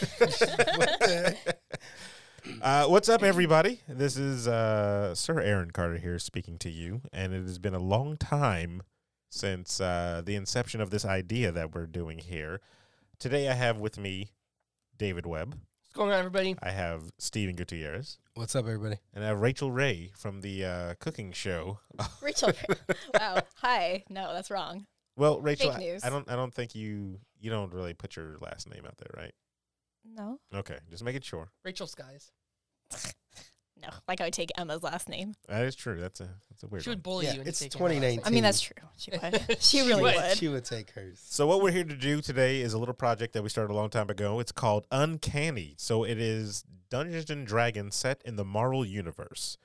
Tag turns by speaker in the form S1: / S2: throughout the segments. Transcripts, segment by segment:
S1: Uh, what's up, everybody? This is uh, Sir Aaron Carter here speaking to you, and it has been a long time since uh, the inception of this idea that we're doing here. Today, I have with me David Webb,
S2: What's going on, everybody?
S1: I have Stephen Gutierrez,
S3: What's up, everybody?
S1: and I have Rachel Ray from the uh, cooking show.
S4: Rachel. wow. Hi. No, that's wrong.
S1: Well, Rachel,
S4: Fake
S1: I,
S4: news.
S1: I don't, I don't think you, you don't really put your last name out there, right?
S4: No.
S1: Okay, just making sure.
S2: Rachel Skies.
S4: No. Like I would take Emma's last name.
S1: That is true. That's a, that's a weird.
S2: She
S1: one.
S2: would bully
S3: Yeah,
S2: you. into
S3: it's
S2: taking her last name.
S3: 2019.
S4: I mean, that's true. She would. She really
S2: would.
S4: would.
S3: She would take hers.
S1: So what we're here to do today is a little project that we started a long time ago. It's called Uncanny. So it is Dungeons and Dragons set in the Marvel universe.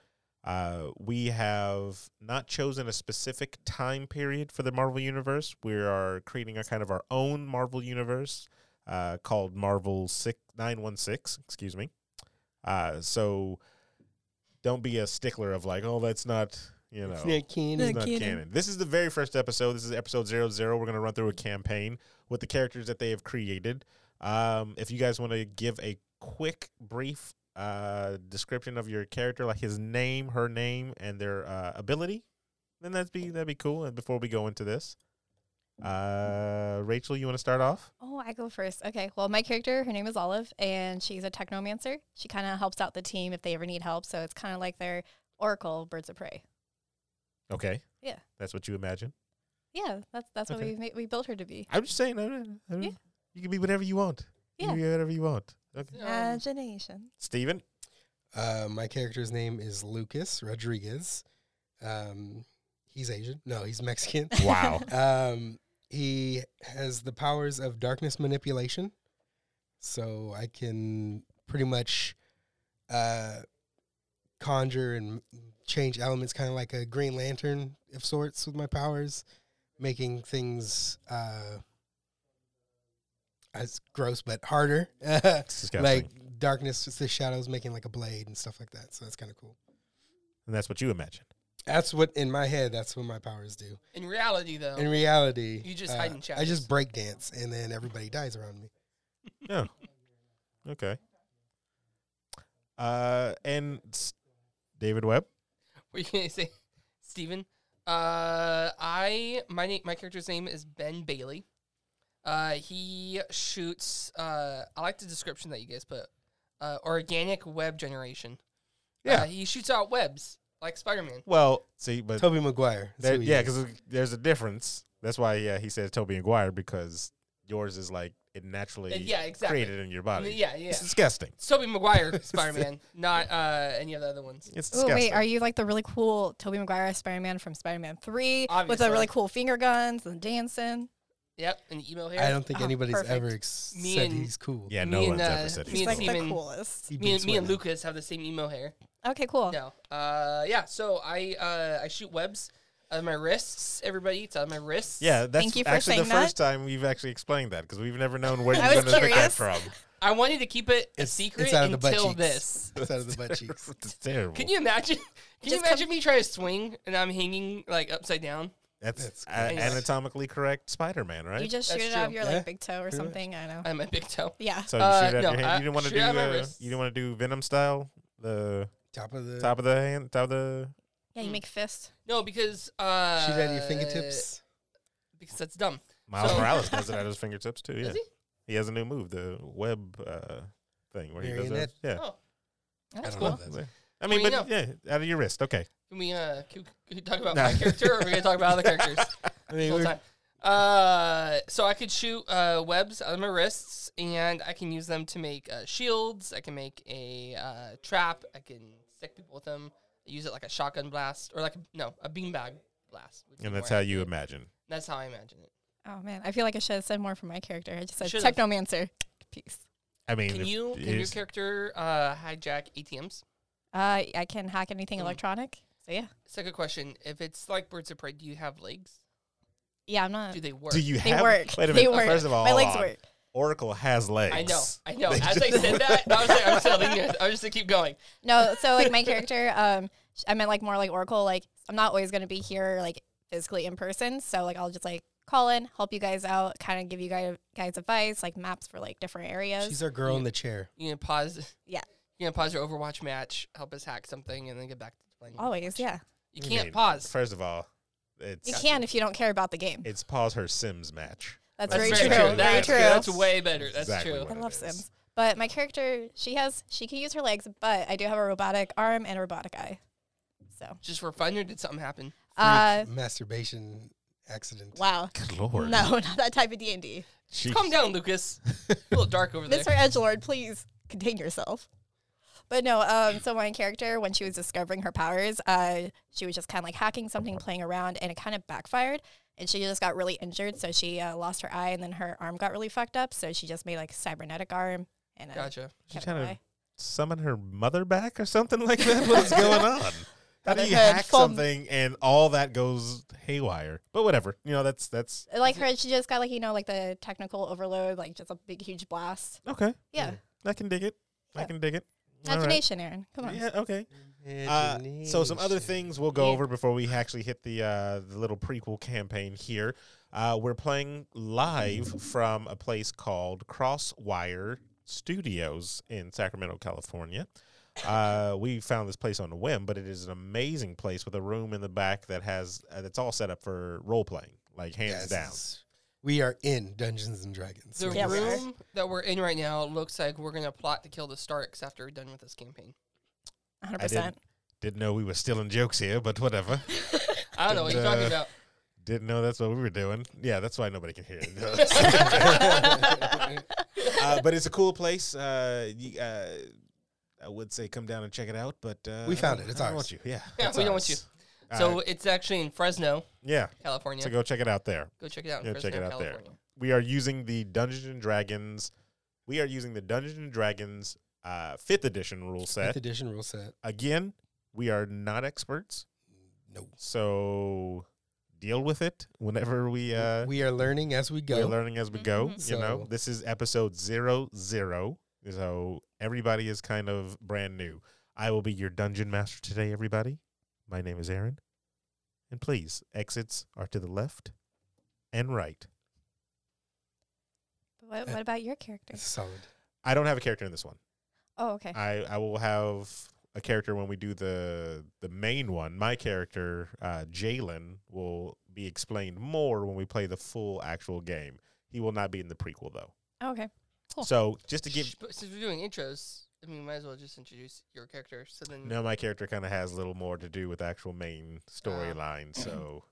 S1: Uh, we have not chosen a specific time period for the Marvel universe. We are creating a kind of our own Marvel universe uh, called Marvel six nine one six. Excuse me. Uh, so don't be a stickler of like, oh, that's not you know
S3: It's not canon.
S1: it's not canon. This is the very first episode. This is episode zero zero. We're gonna run through a campaign with the characters that they have created. Um, if you guys want to give a quick, brief uh, description of your character, like his name, her name, and their uh, ability, then that'd be that'd be cool. And before we go into this, uh, Rachel, you want to start off?
S4: Oh, I go first. Okay. Well, my character, her name is Olive, and she's a technomancer. She kind of helps out the team if they ever need help. So it's kind of like their Oracle Birds of Prey.
S1: Okay.
S4: Yeah.
S1: That's what you imagine.
S4: Yeah, that's that's what
S1: Okay.
S4: we ma- we built her to be.
S1: I'm just saying. I don't, I don't,
S4: Yeah.
S1: You can be whatever you want. You
S4: Yeah.
S1: can be whatever you want. Okay.
S2: Um,
S4: Imagination.
S1: Steven?
S3: Uh, my character's name is Lucas Rodriguez. Um, he's Asian. No, he's Mexican.
S1: Wow.
S3: um, he has the powers of darkness manipulation, so I can pretty much uh, conjure and change elements, kind of like a Green Lantern of sorts, with my powers, making things uh, as gross but harder.
S1: disgusting.
S3: like darkness, the shadows making like a blade and stuff like that. So that's kind of cool.
S1: and that's what you imagine.
S3: That's what in my head. That's what my powers do.
S2: in reality, though,
S3: In reality, uh,
S2: You just hide in
S3: I
S2: shadows.
S3: just break dance, and then everybody dies around me.
S1: Yeah. Okay. Uh, and s- David Webb.
S2: were you gonna say, Steven? Uh, I my name my character's name is Ben Bailey. Uh, he shoots. Uh, I like the description that you guys put. Uh, organic web generation.
S1: Yeah.
S2: Uh, he shoots out webs like Spider Man.
S1: Well, see, but
S3: Toby Maguire. that's
S1: there-
S3: who he
S1: yeah,
S3: is.
S1: because there's a difference. That's why yeah, he says Toby Maguire because yours is like it naturally
S2: Uh, yeah, exactly.
S1: created in your body.
S2: Yeah, yeah.
S1: It's disgusting.
S2: It's Toby Maguire Spider Man, not uh, any of the other ones.
S1: It's
S4: Oh
S1: disgusting.
S4: wait, are you like the really cool Toby Maguire Spider-Man from Spider-Man Three with the
S2: Obviously.
S4: really cool finger guns and dancing?
S2: Yep, and the email here.
S3: I don't think
S4: Oh,
S3: anybody's ever
S4: perfect.
S3: ex-
S2: Ah, Me
S3: said
S2: and-
S3: he's cool.
S1: yeah,
S2: me
S1: no
S2: and,
S1: one's
S2: uh,
S1: ever said
S2: me
S4: He's
S1: he's
S4: like
S1: cool.
S4: the
S2: Steven.
S4: coolest.
S3: He Oh.
S2: me
S3: beats
S2: and, me and
S3: women.
S2: Lucas have the same email hair.
S4: Okay, cool.
S2: No. Uh, yeah. So I uh, I shoot webs out of my wrists. Everybody, it's out of my wrists.
S1: Yeah, that's
S4: Thank you for
S1: actually the
S4: saying that.
S1: first time we've actually explained that because we've never known where
S4: I
S1: you're
S4: was
S1: going to pick that
S4: curious.
S1: from.
S2: I wanted to keep it a
S3: It's-
S2: secret
S3: it's out of the butt
S2: until
S3: cheeks.
S2: this.
S3: It's out of the butt cheeks.
S1: It's terrible.
S2: Can you imagine? Can you
S4: Just come-
S2: imagine me trying to swing and I'm hanging like upside down?
S1: that's
S3: That's
S1: a-
S2: gross.
S1: anatomically correct Spider-Man, right?
S4: You just
S2: That's
S4: shoot it out of
S2: true.
S4: your
S3: Yeah,
S4: like big toe or
S3: pretty much.
S4: something. I know.
S2: I'm a big toe.
S4: Yeah.
S1: So you
S2: Uh,
S1: shoot it out
S2: no,
S1: your
S2: I
S1: hand. You didn't want to
S2: shoot it
S1: do.
S2: out of my
S1: Uh,
S2: wrists.
S1: you didn't want to do Venom style. The
S3: Top of the.
S1: top of the hand, top of the.
S4: Yeah, you
S2: Mm.
S4: make fists.
S2: No, because uh,
S3: Shoot out of your fingertips.
S2: Because that's dumb.
S1: Miles
S2: So-
S1: Morales does it at his fingertips too. Yeah,
S2: Does he?
S1: he has a new move, the web uh, thing where he does that.
S3: Marionette.
S1: Yeah,
S2: Oh, that's
S3: I don't
S2: cool.
S3: know if that's-
S1: I mean,
S2: Well,
S1: but yeah, out of your wrist. Okay,
S2: Can we uh can we, can we talk about
S1: No.
S2: my character or are we gonna talk about other characters?
S3: I mean,
S2: Full
S3: we're-
S2: time. Uh, so I could shoot uh, webs out of my wrists, and I can use them to make uh, shields. I can make a uh, trap. I can stick people with them. I use it like a shotgun blast, or like a, no, a beanbag blast. would be
S1: and that's
S2: more
S1: how you
S2: accurate.
S1: imagine.
S2: That's how I imagine it.
S4: Oh man, I feel like I should have said more for my character. I just said
S2: should've.
S4: technomancer. Peace.
S1: I mean,
S2: Can
S1: if
S2: you
S1: it
S2: can your
S1: is-
S2: character uh, hijack ATMs?
S4: Uh, I can hack anything
S2: Mm.
S4: electronic. So yeah,
S2: Second question: If it's like Birds of Prey, do you have legs?
S4: yeah, I'm not.
S2: Do they work?
S1: do you
S4: They
S1: have?
S4: work.
S1: Wait a
S4: They
S1: minute.
S4: work.
S1: First of all,
S4: my
S1: hold
S4: legs
S1: on.
S4: work.
S1: Oracle has legs.
S2: I know, I know.
S1: They
S2: As I said that, I was like, I'm selling you. I was just gonna keep going.
S4: No, so like my character, um, sh- I meant like more like Oracle. Like I'm not always gonna be here like physically in person. So like I'll just like call in, help you guys out, kind of give you guys, guys advice, like maps for like different areas.
S3: She's our girl in the chair.
S2: You gonna pause?
S4: Yeah.
S2: You gonna pause your Overwatch match, help us hack something, and then get back to playing.
S4: Always, yeah.
S2: You
S1: I
S2: can't
S1: mean,
S2: pause.
S1: First of all, it's
S4: You can if you don't care about the game.
S1: it's pause her Sims match.
S4: That's,
S1: That's very
S4: very, true.
S1: true.
S4: Very
S2: That's,
S4: true.
S2: that's way better. That's
S1: Exactly
S2: true.
S1: what
S4: I
S1: it
S4: love
S1: is.
S4: Sims. But my character, she has she can use her legs, but I do have a robotic arm and a robotic eye. So
S2: Just for fun, or did something happen?
S4: uh
S3: Masturbation accident.
S4: wow.
S1: Good lord.
S4: No, not that type of D and D.
S1: Jeez.
S2: Calm down, Lucas. a little dark over there.
S4: Mr. Edgelord, please contain yourself. But no, um, so my character, when she was discovering her powers, uh, she was just kind of like hacking something, playing around, and it kind of backfired. And she just got really injured, so she uh, lost her eye, and then her arm got really fucked up. So she just made like a cybernetic arm and a
S2: Gotcha.
S1: She
S4: kept
S1: kind
S4: her
S1: of
S4: eye.
S1: summon her mother back or something like that? What's going on? How do
S4: Mother
S1: you
S4: had
S1: hack
S4: fun.
S1: something and all that goes haywire? But whatever. You know, that's that's
S4: like her she just got like you know like the technical overload like just a big huge blast
S1: okay.
S4: yeah
S1: I can dig it. I
S4: Yeah.
S1: can dig it. All right.
S4: imagination aaron come on
S1: Yeah, okay. Uh, so some other things we'll go
S4: Yeah.
S1: over before we actually hit the uh, the little prequel campaign here. Uh, we're playing live from a place called Crosswire Studios in Sacramento, California. Uh, we found this place on a whim, but it is an amazing place with a room in the back that has uh, that's all set up for role playing, like hands
S3: Yes.
S1: down.
S3: We are in Dungeons and Dragons.
S2: The
S4: Yeah, we are.
S2: room that we're in right now looks like we're gonna plot to kill the Starks after we're done with this campaign.
S4: 100%
S1: Didn't know we were stealing jokes here, but whatever.
S2: I don't know what you're
S1: Uh,
S2: talking about.
S1: Didn't know that's what we were doing. Yeah, that's why nobody can hear it. uh, but it's a cool place. Uh, you, uh, I would say come down and check it out, but uh,
S3: We found
S1: I
S3: it.
S1: don't-
S3: It's
S1: I don't
S3: ours.
S1: want you. Yeah,
S2: Yeah,
S1: it's
S2: we don't
S1: ours.
S2: want you.
S1: All
S2: So
S1: right.
S2: it's actually in Fresno,
S1: yeah,
S2: California.
S1: so
S2: Go,
S1: go check it out there.
S2: check it out. In
S1: Yeah,
S2: Fresno,
S1: check it out there.
S2: California.
S1: We are using the Dungeons and Dragons. We are using the Dungeons and Dragons uh, fifth edition rule
S3: Fifth
S1: set.
S3: edition rule set.
S1: Again, we are not experts,
S3: No.
S1: so deal with it whenever we uh,
S3: we are learning as we go.
S1: We're learning as we go.
S4: Mhm.
S1: You know,
S3: So-
S1: this is episode zero zero. So everybody is kind of brand new. I will be your dungeon master today, everybody. My name is Aaron. And please, exits are to the left and right.
S4: But what, what about your character
S3: That's solid.
S1: I don't have a character in this one.
S4: oh okay
S1: I, I will have a character when we do the the main one. My character, uh, Jalen, will be explained more when we play the full actual game. He will not be in the prequel though.
S4: Oh, okay Cool.
S1: So just to give
S2: Sh- but since we're doing intros, I mean, might as well just introduce your character. So then,
S1: No, my character kind of has a little more to do with actual main storyline, so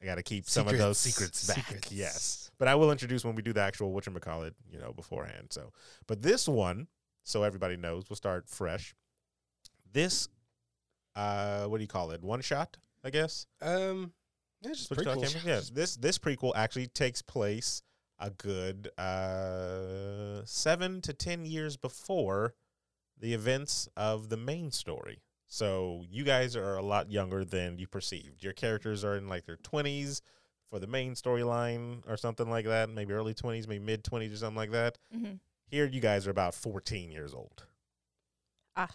S1: I got to keep some of those
S3: Secrets.
S1: secrets back.
S3: Secrets.
S1: Yes, but I will introduce when we do the actual whatchamacallit, you know, beforehand. So, but this one, so everybody knows, we'll start fresh. This, uh, what do you call it? One shot, I guess.
S3: Um, yeah, just
S1: What you call it,
S3: prequel.
S1: Cameron? Yeah, this this prequel actually takes place a good uh, seven to ten years before the events of the main story. So you guys are a lot younger than you perceived. Your characters are in like their twenties for the main storyline or something like that, maybe early twenties, maybe mid twenties or something like that.
S4: hmm
S1: Here you guys are about fourteen years old.
S2: run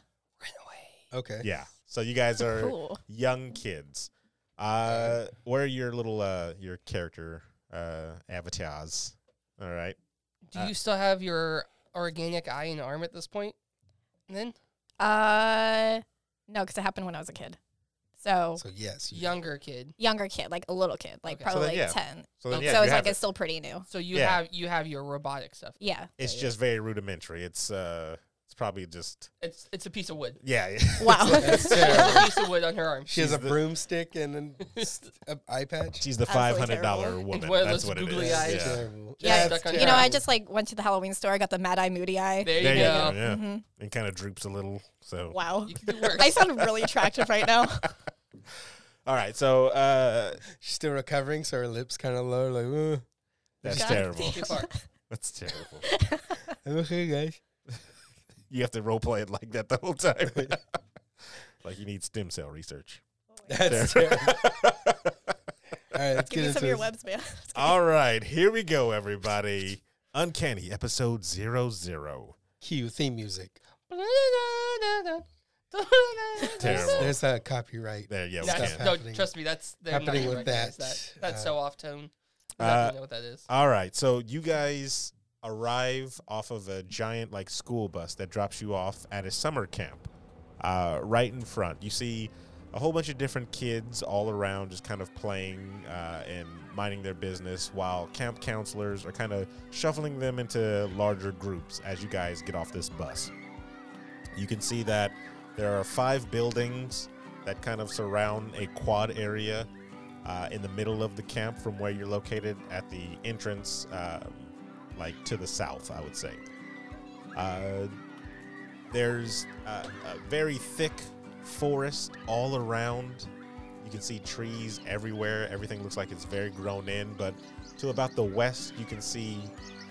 S2: away.
S3: Okay.
S1: Yeah. So you guys are
S4: cool
S1: young kids. Uh, where are your little uh your character uh avatars? All right.
S2: Do
S1: Uh,
S2: you still have your organic eye and arm at this point? And then
S4: uh no because it happened when i was a kid so
S3: So yes, you-
S2: younger kid.
S4: younger kid like a little kid like
S2: Okay. So
S1: then,
S4: probably
S1: yeah.
S4: 10
S1: So then,
S2: Okay.
S1: yeah,
S4: so
S1: you
S4: it's like
S1: have it.
S4: it's still pretty new
S2: So you
S1: Yeah.
S2: have you have your robotic stuff.
S4: yeah
S1: it's
S2: yeah.
S1: just very rudimentary. It's uh it's probably just
S2: It's it's a piece of wood.
S1: yeah. yeah.
S4: wow
S3: That's
S2: She has a
S3: terrible.
S2: piece of wood on her arm.
S3: she has
S1: She's
S3: a
S1: the-
S3: broomstick and an s- a eye patch.
S1: She's the five
S4: Absolutely
S1: hundred dollar
S4: terrible.
S1: woman.
S2: one of
S1: That's
S2: those
S1: what it
S2: googly
S1: is.
S2: eyes.
S1: Yeah.
S3: Terrible.
S2: Yeah,
S3: That's
S2: stuck on
S4: you know i
S2: terrible.
S4: just like went to the halloween store got the mad eye moody eye
S2: There you
S1: There you
S2: go.
S1: go. Yeah. Oh.
S4: hmm
S1: And kind of droops a little. So
S4: wow
S2: You can do work.
S4: i sound really attractive right now
S1: all right. So uh
S3: She's still recovering, so her lips kind of low. Like, "Ugh."
S1: that's
S4: God
S1: terrible.
S2: Too far.
S1: That's terrible.
S3: I'm okay, guys.
S1: You have to role play it like that the whole time. like you need stem cell research.
S3: That's
S1: There.
S3: terrible. All right, let's
S4: give
S3: get
S4: me
S3: into
S4: some of your
S3: this.
S4: webs man
S1: All right, here we go, everybody. Uncanny episode zero zero.
S3: cue theme music.
S1: Terrible.
S3: There's a copyright.
S1: There, yeah, we
S2: That's-
S1: can.
S3: Stuff
S2: no,
S3: happening-
S2: trust me, that's they're not
S3: happening
S2: gonna
S3: with
S2: recognize
S3: that, uh,
S2: That's so off tone.
S1: Uh,
S2: Exactly
S1: Uh,
S2: know what that is.
S1: All right. So you guys arrive off of a giant like school bus that drops you off at a summer camp uh, right in front. You see a whole bunch of different kids all around just kind of playing uh, and minding their business while camp counselors are kind of shuffling them into larger groups as you guys get off this bus. You can see that there are five buildings that kind of surround a quad area uh, in the middle of the camp from where you're located at the entrance, um, like to the south, I would say. Uh, there's a, a very thick forest all around. You can see trees everywhere. Everything looks like it's very grown in, but to about the west, you can see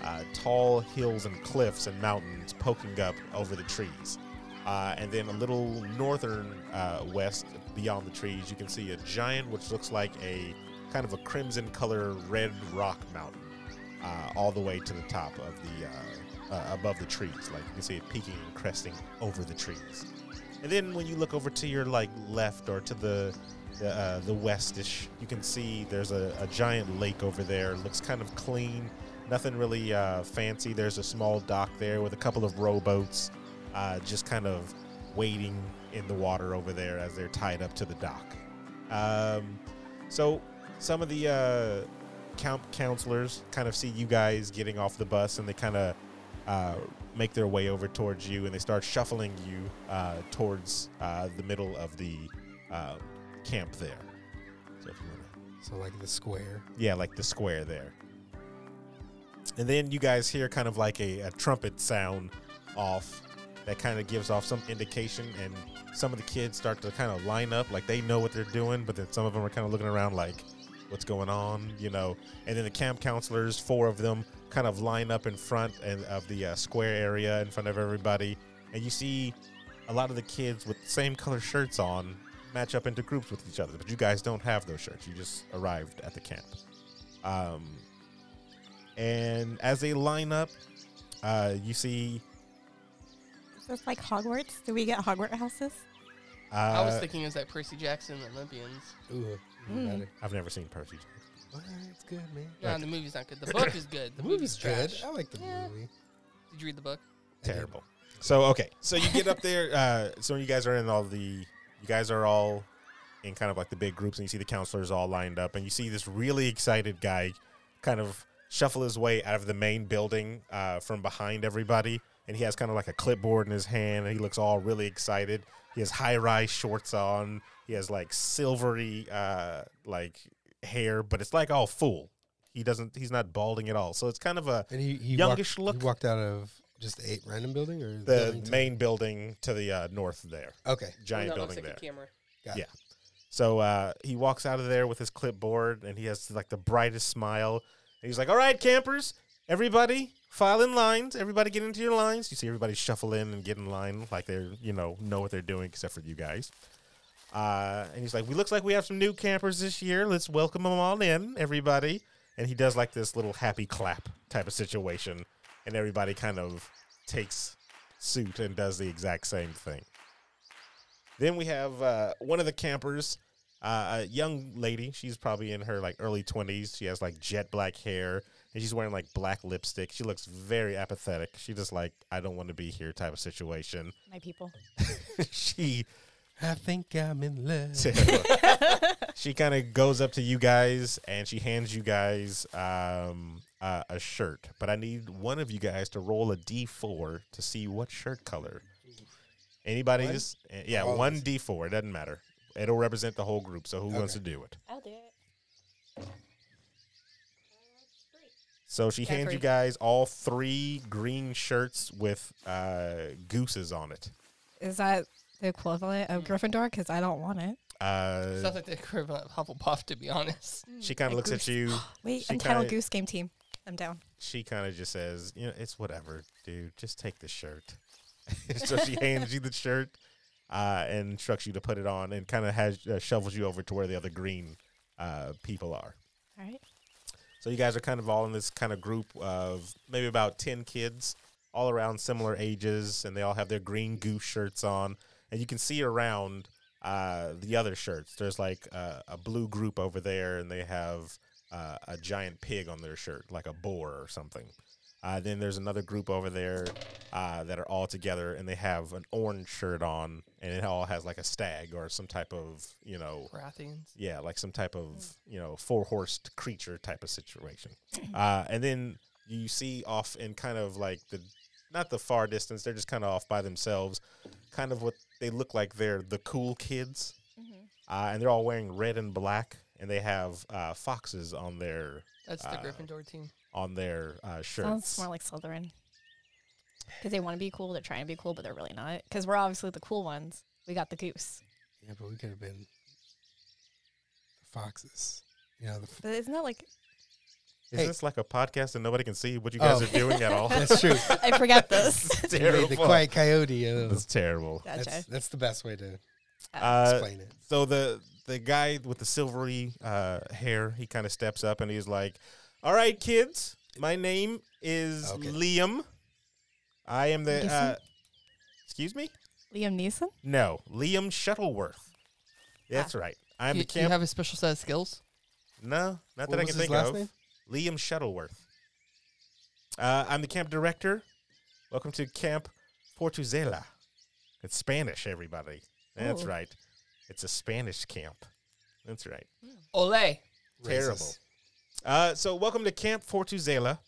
S1: uh, tall hills and cliffs and mountains poking up over the trees. Uh, and then a little northern uh, west beyond the trees, you can see a giant, which looks like a kind of a crimson color red rock mountain, uh, all the way to the top of the uh, uh, above the trees. Like you can see it peaking and cresting over the trees. And then when you look over to your like left or to the the, uh, the westish, you can see there's a, a giant lake over there. Looks kind of clean, nothing really uh, fancy. There's a small dock there with a couple of rowboats, uh, just kind of waiting in the water over there as they're tied up to the dock. Um, so some of the uh, camp counselors kind of see you guys getting off the bus, and they kind of uh, make their way over towards you, and they start shuffling you uh, towards uh, the middle of the uh, camp there. So if you wanna
S3: So like the square.
S1: yeah, like the square there. And then you guys hear kind of like a, a trumpet sound off that kind of gives off some indication, and some of the kids start to kind of line up like they know what they're doing, but then some of them are kind of looking around like, what's going on, you know? And then the camp counselors, four of them, kind of line up in front and of the uh, square area in front of everybody, and you see a lot of the kids with the same color shirts on match up into groups with each other, but you guys don't have those shirts. You just arrived at the camp. Um, and as they line up, uh, you see.
S5: It's like Hogwarts. Do we get Hogwarts houses?
S1: Uh,
S2: I was thinking it was like Percy Jackson, the Olympians.
S3: Ooh,
S4: Mm.
S3: got it.
S1: I've never seen Percy. Jackson.
S3: Well, it's good, man.
S2: No, the movie's not good. The book is good. The movie's
S3: good.
S2: trash.
S3: I like the
S2: Yeah.
S3: movie.
S2: Did you read the book?
S1: Terrible. So okay, so you get up there. Uh, so you guys are in all the, you guys are all in kind of like the big groups, and you see the counselors all lined up, and you see this really excited guy, kind of shuffle his way out of the main building uh, from behind everybody, and he has kind of like a clipboard in his hand, and he looks all really excited. He has high rise shorts on. He has like silvery uh, like hair, but it's like all full. He doesn't. He's not balding at all. So it's kind of a
S3: And he, he
S1: Youngish
S3: walked,
S1: look.
S3: He walked out of just a random building or
S1: the
S3: building to-
S1: main building to the uh, north there.
S3: Okay,
S1: giant
S2: Oh, that
S1: building
S2: looks like
S1: there.
S2: a camera.
S1: So uh, he walks out of there with his clipboard and he has like the brightest smile. And he's like, All right, campers, everybody file in lines. Everybody get into your lines. You see everybody shuffle in and get in line like they're, you know, know what they're doing except for you guys. Uh, and he's like, We looks like we have some new campers this year. Let's welcome them all in, everybody. And he does like this little happy clap type of situation. And everybody kind of takes suit and does the exact same thing. Then we have uh, one of the campers, uh, a young lady. She's probably in her like early twenties. She has like jet black hair, and she's wearing like black lipstick. She looks very apathetic. She just like I don't want to be here type of situation.
S5: My people.
S1: she
S3: I think I'm in love.
S1: she kind of goes up to you guys and she hands you guys um, uh, a shirt. But I need one of you guys to roll a d4 to see what shirt color. Anybody's, eh, yeah,
S3: All of
S1: one
S3: us.
S1: d4. It doesn't matter. It'll represent the whole group. So who wants to
S3: Okay.
S1: do it?
S5: I'll do it.
S1: So she
S4: Yeah,
S1: hands you
S4: three.
S1: guys all three green shirts with uh, gooses on it.
S4: Is that the equivalent
S5: Mm.
S4: of Gryffindor? Because I don't want it.
S1: Uh,
S2: Sounds like the equivalent of Hufflepuff, to be honest.
S1: she kind of
S4: a
S1: looks at
S4: goose.
S1: you.
S4: Wait,
S1: She
S4: I'm titled
S1: kinda-
S4: Goose Game Team. I'm down.
S1: she kind of just says, you know, it's whatever, dude. Just take the shirt. so she hands you the shirt uh, and instructs you to put it on, and kind of has uh, shovels you over to where the other green uh, people are.
S5: All right.
S1: So you guys are kind of all in this kind of group of maybe about 10 kids, all around similar ages, and they all have their green goose shirts on. And you can see around uh, the other shirts, there's like uh, a blue group over there, and they have uh, a giant pig on their shirt, like a boar or something. Uh, then there's another group over there uh, that are all together, and they have an orange shirt on, and it all has like a stag or some type of you know
S2: Baratheons.
S1: yeah, like some type of you know four horsed creature type of situation. Uh, and then you see off in kind of like the not the far distance, they're just kind of off by themselves, kind of what they look like. They're the cool kids,
S4: Mm-hmm.
S1: uh, and they're all wearing red and black, and they have uh, foxes on their
S2: That's the
S1: Uh,
S2: Gryffindor team.
S1: on their uh, shirts.
S4: Sounds more like Slytherin. Because they want to be cool, they're trying to be cool, but they're really not. Because we're obviously the cool ones. We got the goose.
S3: Yeah, but we could have been the foxes. You know, the f-
S4: But isn't that like
S1: Is
S3: Hey.
S1: this like a podcast and nobody can see what you guys
S3: Oh.
S1: are doing at all?
S3: that's true.
S4: I forgot this.
S1: That's
S3: You made
S1: terrible.
S3: the quiet coyote. uh,
S1: That's terrible.
S4: Gotcha.
S3: that's, that's the best way to
S1: Uh,
S3: explain it.
S1: So the the guy with the silvery uh, hair, he kind of steps up and he's like, "All right, kids, my name is
S3: Okay.
S1: Liam. I am the uh,
S4: Neeson?
S1: excuse me,
S4: Liam Neeson?
S1: no, Liam Shuttleworth.
S3: Ah.
S1: That's right. I'm
S2: You,
S1: the camp.
S2: you have a special set of skills.
S1: no, not
S3: What
S1: that I
S3: was
S1: can
S3: his
S1: think
S3: last
S1: of.
S3: name?
S1: Liam Shuttleworth. Uh, I'm the camp director. Welcome to Camp Portuzela. It's Spanish, everybody. That's
S3: Oh.
S4: Ooh.
S1: right. It's a Spanish camp. That's right.
S2: Ole.
S1: Terrible. Uh, so welcome to Camp Fortuzela.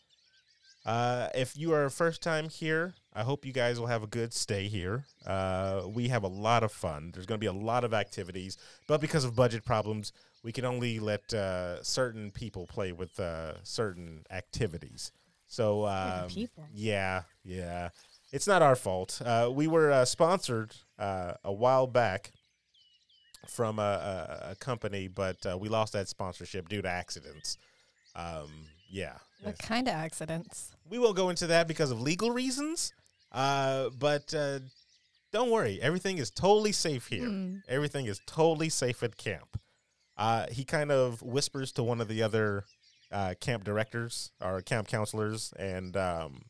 S1: Uh, if you are a first time here, I hope you guys will have a good stay here. Uh, we have a lot of fun. There's going to be a lot of activities, but because of budget problems, we can only let uh, certain people play with uh, certain activities. So um,
S4: people.
S1: yeah, yeah, it's not our fault. Uh, we were uh, sponsored uh, a while back from a, a, a company, but uh, we lost that sponsorship due to accidents. Um, yeah.
S4: What kind of accidents?
S1: We won't go into that because of legal reasons, uh, but uh, don't worry. Everything is totally safe here. Everything is totally safe at camp. Uh, he kind of whispers to one of the other uh, camp directors or camp counselors, and um,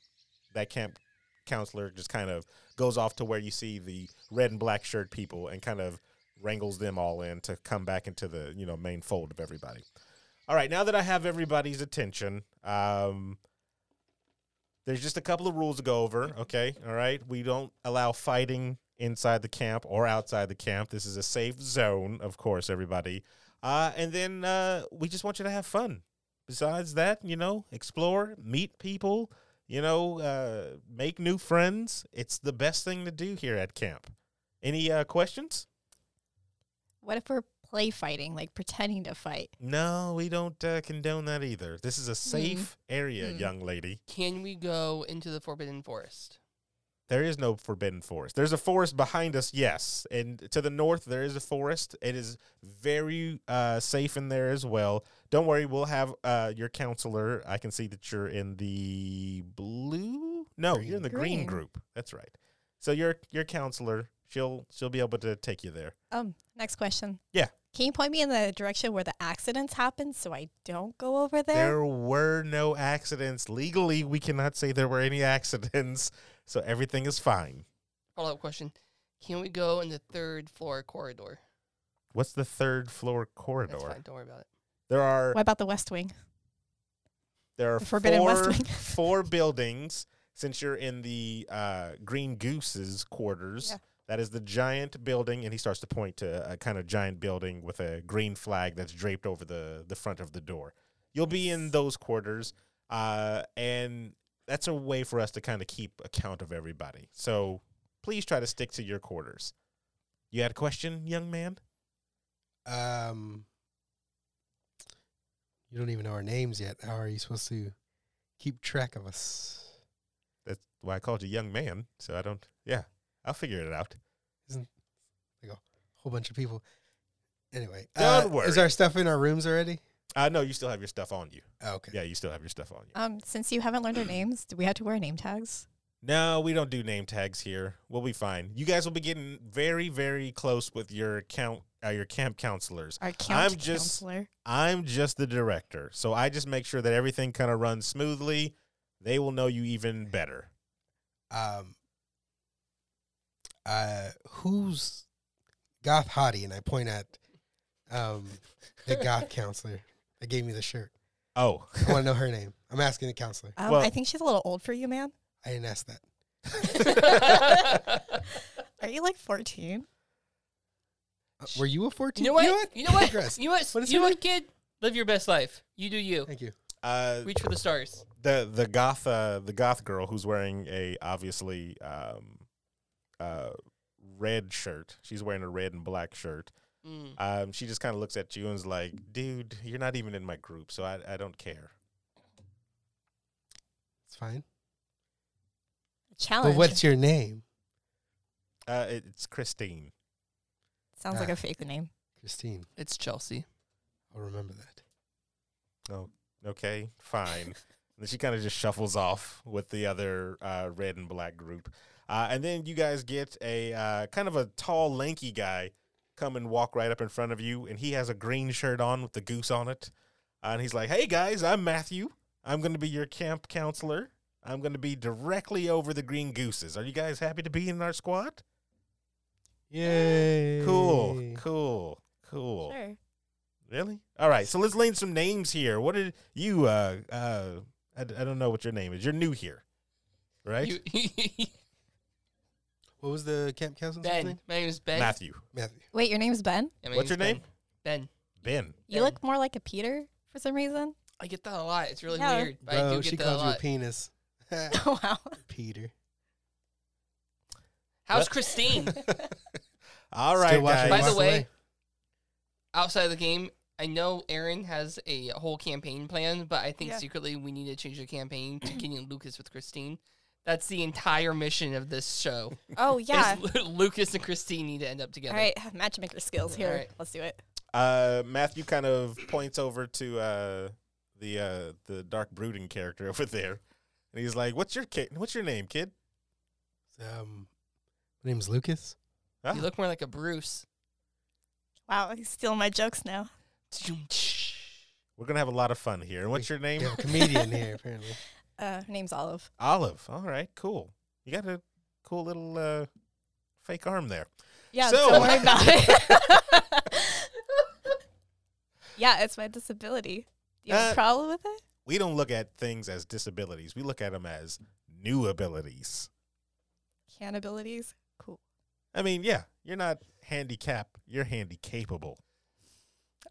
S1: that camp counselor just kind of goes off to where you see the red and black shirt people and kind of wrangles them all in to come back into the you know main fold of everybody. All right, now that I have everybody's attention, um, there's just a couple of rules to go over. Okay, all right. We don't allow fighting inside the camp or outside the camp. This is a safe zone, of course, everybody. Uh, and then uh, we just want you to have fun. Besides that, you know, explore, meet people, you know, uh, make new friends. It's the best thing to do here at camp. Any uh, questions?
S4: What if we're play fighting, like pretending to fight?
S1: No, we don't uh, condone that either. This is a safe area,
S4: Hmm.
S1: young lady.
S2: Can we go into the Forbidden Forest?
S1: There is no forbidden forest. There's a forest behind us, yes, and to the north there is a forest. It is very uh, safe in there as well. Don't worry, we'll have uh, your counselor. I can see that you're in the blue. No, you're in the green.
S4: Green.
S1: group. That's right. So your your counselor, she'll she'll be able to take you there.
S4: Um, next question.
S1: Yeah.
S4: Can you point me in the direction where the accidents happen so I don't go over there?
S1: There were no accidents. Legally, we cannot say there were any accidents, so everything is fine.
S2: Follow up question. Can we go in the third floor corridor?
S1: What's the third floor
S2: That's fine.
S1: corridor?
S2: Don't worry about it.
S1: There are
S4: What about the West Wing?
S1: There are
S4: The Forbidden
S1: four,
S4: West Wing.
S1: four buildings. Since you're in the uh, Green Goose's quarters,
S4: Yeah.
S1: that is the giant building, and he starts to point to a kind of giant building with a green flag that's draped over the the front of the door. You'll be in those quarters, uh, and that's a way for us to kind of keep account of everybody. So please try to stick to your quarters. You had a question, young man?
S3: Um, you don't even know our names yet. How are you supposed to keep track of us?
S1: That's why I called you young man. So I don't. Yeah, I'll figure it out.
S3: Whole bunch of people. Anyway, uh,
S1: Don't worry.
S3: Is our stuff in our rooms already?
S1: Uh, no, you still have your stuff on you.
S3: Oh, okay.
S1: Yeah, you still have your stuff on you.
S4: Um, since you haven't learned our names, do we have to wear name tags?
S1: No, we don't do name tags here. We'll be fine. You guys will be getting very, very close with your count, uh, your camp counselors.
S4: Our count
S1: I'm just-
S4: counselor.
S1: I'm just the director, so I just make sure that everything kind of runs smoothly. They will know you even better.
S3: Um, uh, who's goth hottie? And I point at um the goth counselor that gave me the shirt.
S1: Oh,
S3: I want to know her name. I'm asking the counselor.
S5: Um,
S1: Well-
S5: I think she's a little old for you, man.
S3: I didn't ask that.
S5: Are you like 14?
S3: Uh, Were you a 14?
S2: You know what? You know what?
S3: Digress.
S2: You know what?
S3: What is
S2: you know
S3: her
S2: what, kid? Live your best life. You do you.
S3: Thank you.
S1: uh,
S2: Reach for the stars.
S1: the the goth uh, the goth girl who's wearing a obviously um, uh, red shirt. She's wearing a red and black shirt.
S2: Mm.
S1: Um, she just kind of looks at you and is like, "Dude, you're not even in my group, so I, I don't care."
S3: It's fine.
S4: Challenge.
S2: Oh,
S3: But what's your name?
S1: Uh, it- it's Christine.
S4: Sounds like a fake name.
S3: Christine.
S2: It's Chelsea.
S3: I'll remember that.
S1: Okay, fine. and then she kind of just shuffles off with the other uh, red and black group, uh, and then you guys get a uh, kind of a tall, lanky guy come and walk right up in front of you, and he has a green shirt on with the goose on it, uh, and he's like, "Hey guys, I'm Matthew. I'm going to be your camp counselor. I'm going to be directly over the green gooses. Are you guys happy to be in our squad?
S3: Yay.
S1: Cool, cool, cool."
S4: Sure.
S1: Really? All right. So let's name some names here. What did you? Uh, uh, I, d- I don't know what your name is. You're new here, right?
S2: You-
S3: What was the camp counselor's
S2: ben.
S3: name?
S2: My name is Ben.
S1: Matthew.
S3: Matthew.
S4: Wait, your name's Ben?
S2: Yeah, my
S1: What's
S2: name's
S1: your
S2: Ben. Ben.
S1: Ben.
S4: You look more like a Peter for some reason.
S2: I get that a lot. It's really
S4: Yeah.
S2: weird. But I
S3: Bro,
S2: do
S3: she
S2: get that a
S3: calls you a
S2: lot.
S3: penis.
S4: Oh, wow.
S3: Peter.
S2: How's
S1: What?
S2: Christine?
S1: All right, guys.
S3: watching
S2: By the
S3: Walk
S2: way,
S3: away.
S2: outside of the game, I know Aaron has a whole campaign plan, but I think
S5: Yeah.
S2: secretly we need to change the campaign to getting Lucas with Christine. That's the entire mission of this show.
S4: Oh, yeah.
S2: Is Lu- Lucas and Christine need to end up together.
S4: All right. Matchmaker skills here.
S2: Alright.
S4: Let's do it.
S1: uh, Matthew kind of points over to uh, the uh, the dark brooding character over there, and he's like, "What's your kid? What's your name, kid?"
S3: Um, my name's Lucas.
S1: Ah,
S2: You look more like a Bruce.
S5: Wow, he's stealing my jokes now.
S1: we're gonna have a lot of fun here. And what's your name?
S3: Yeah, a comedian here, apparently.
S4: Uh, her name's Olive.
S1: Olive. All right, cool. You got a cool little uh, fake arm there.
S4: Yeah,
S1: So-
S4: don't worry about it. yeah, it's my disability. Do you have
S1: Uh,
S4: a problem with it?
S1: we don't look at things as disabilities. We look at them as new abilities.
S4: Can abilities? Cool.
S1: I mean, yeah, you're not handicapped. You're handy capable.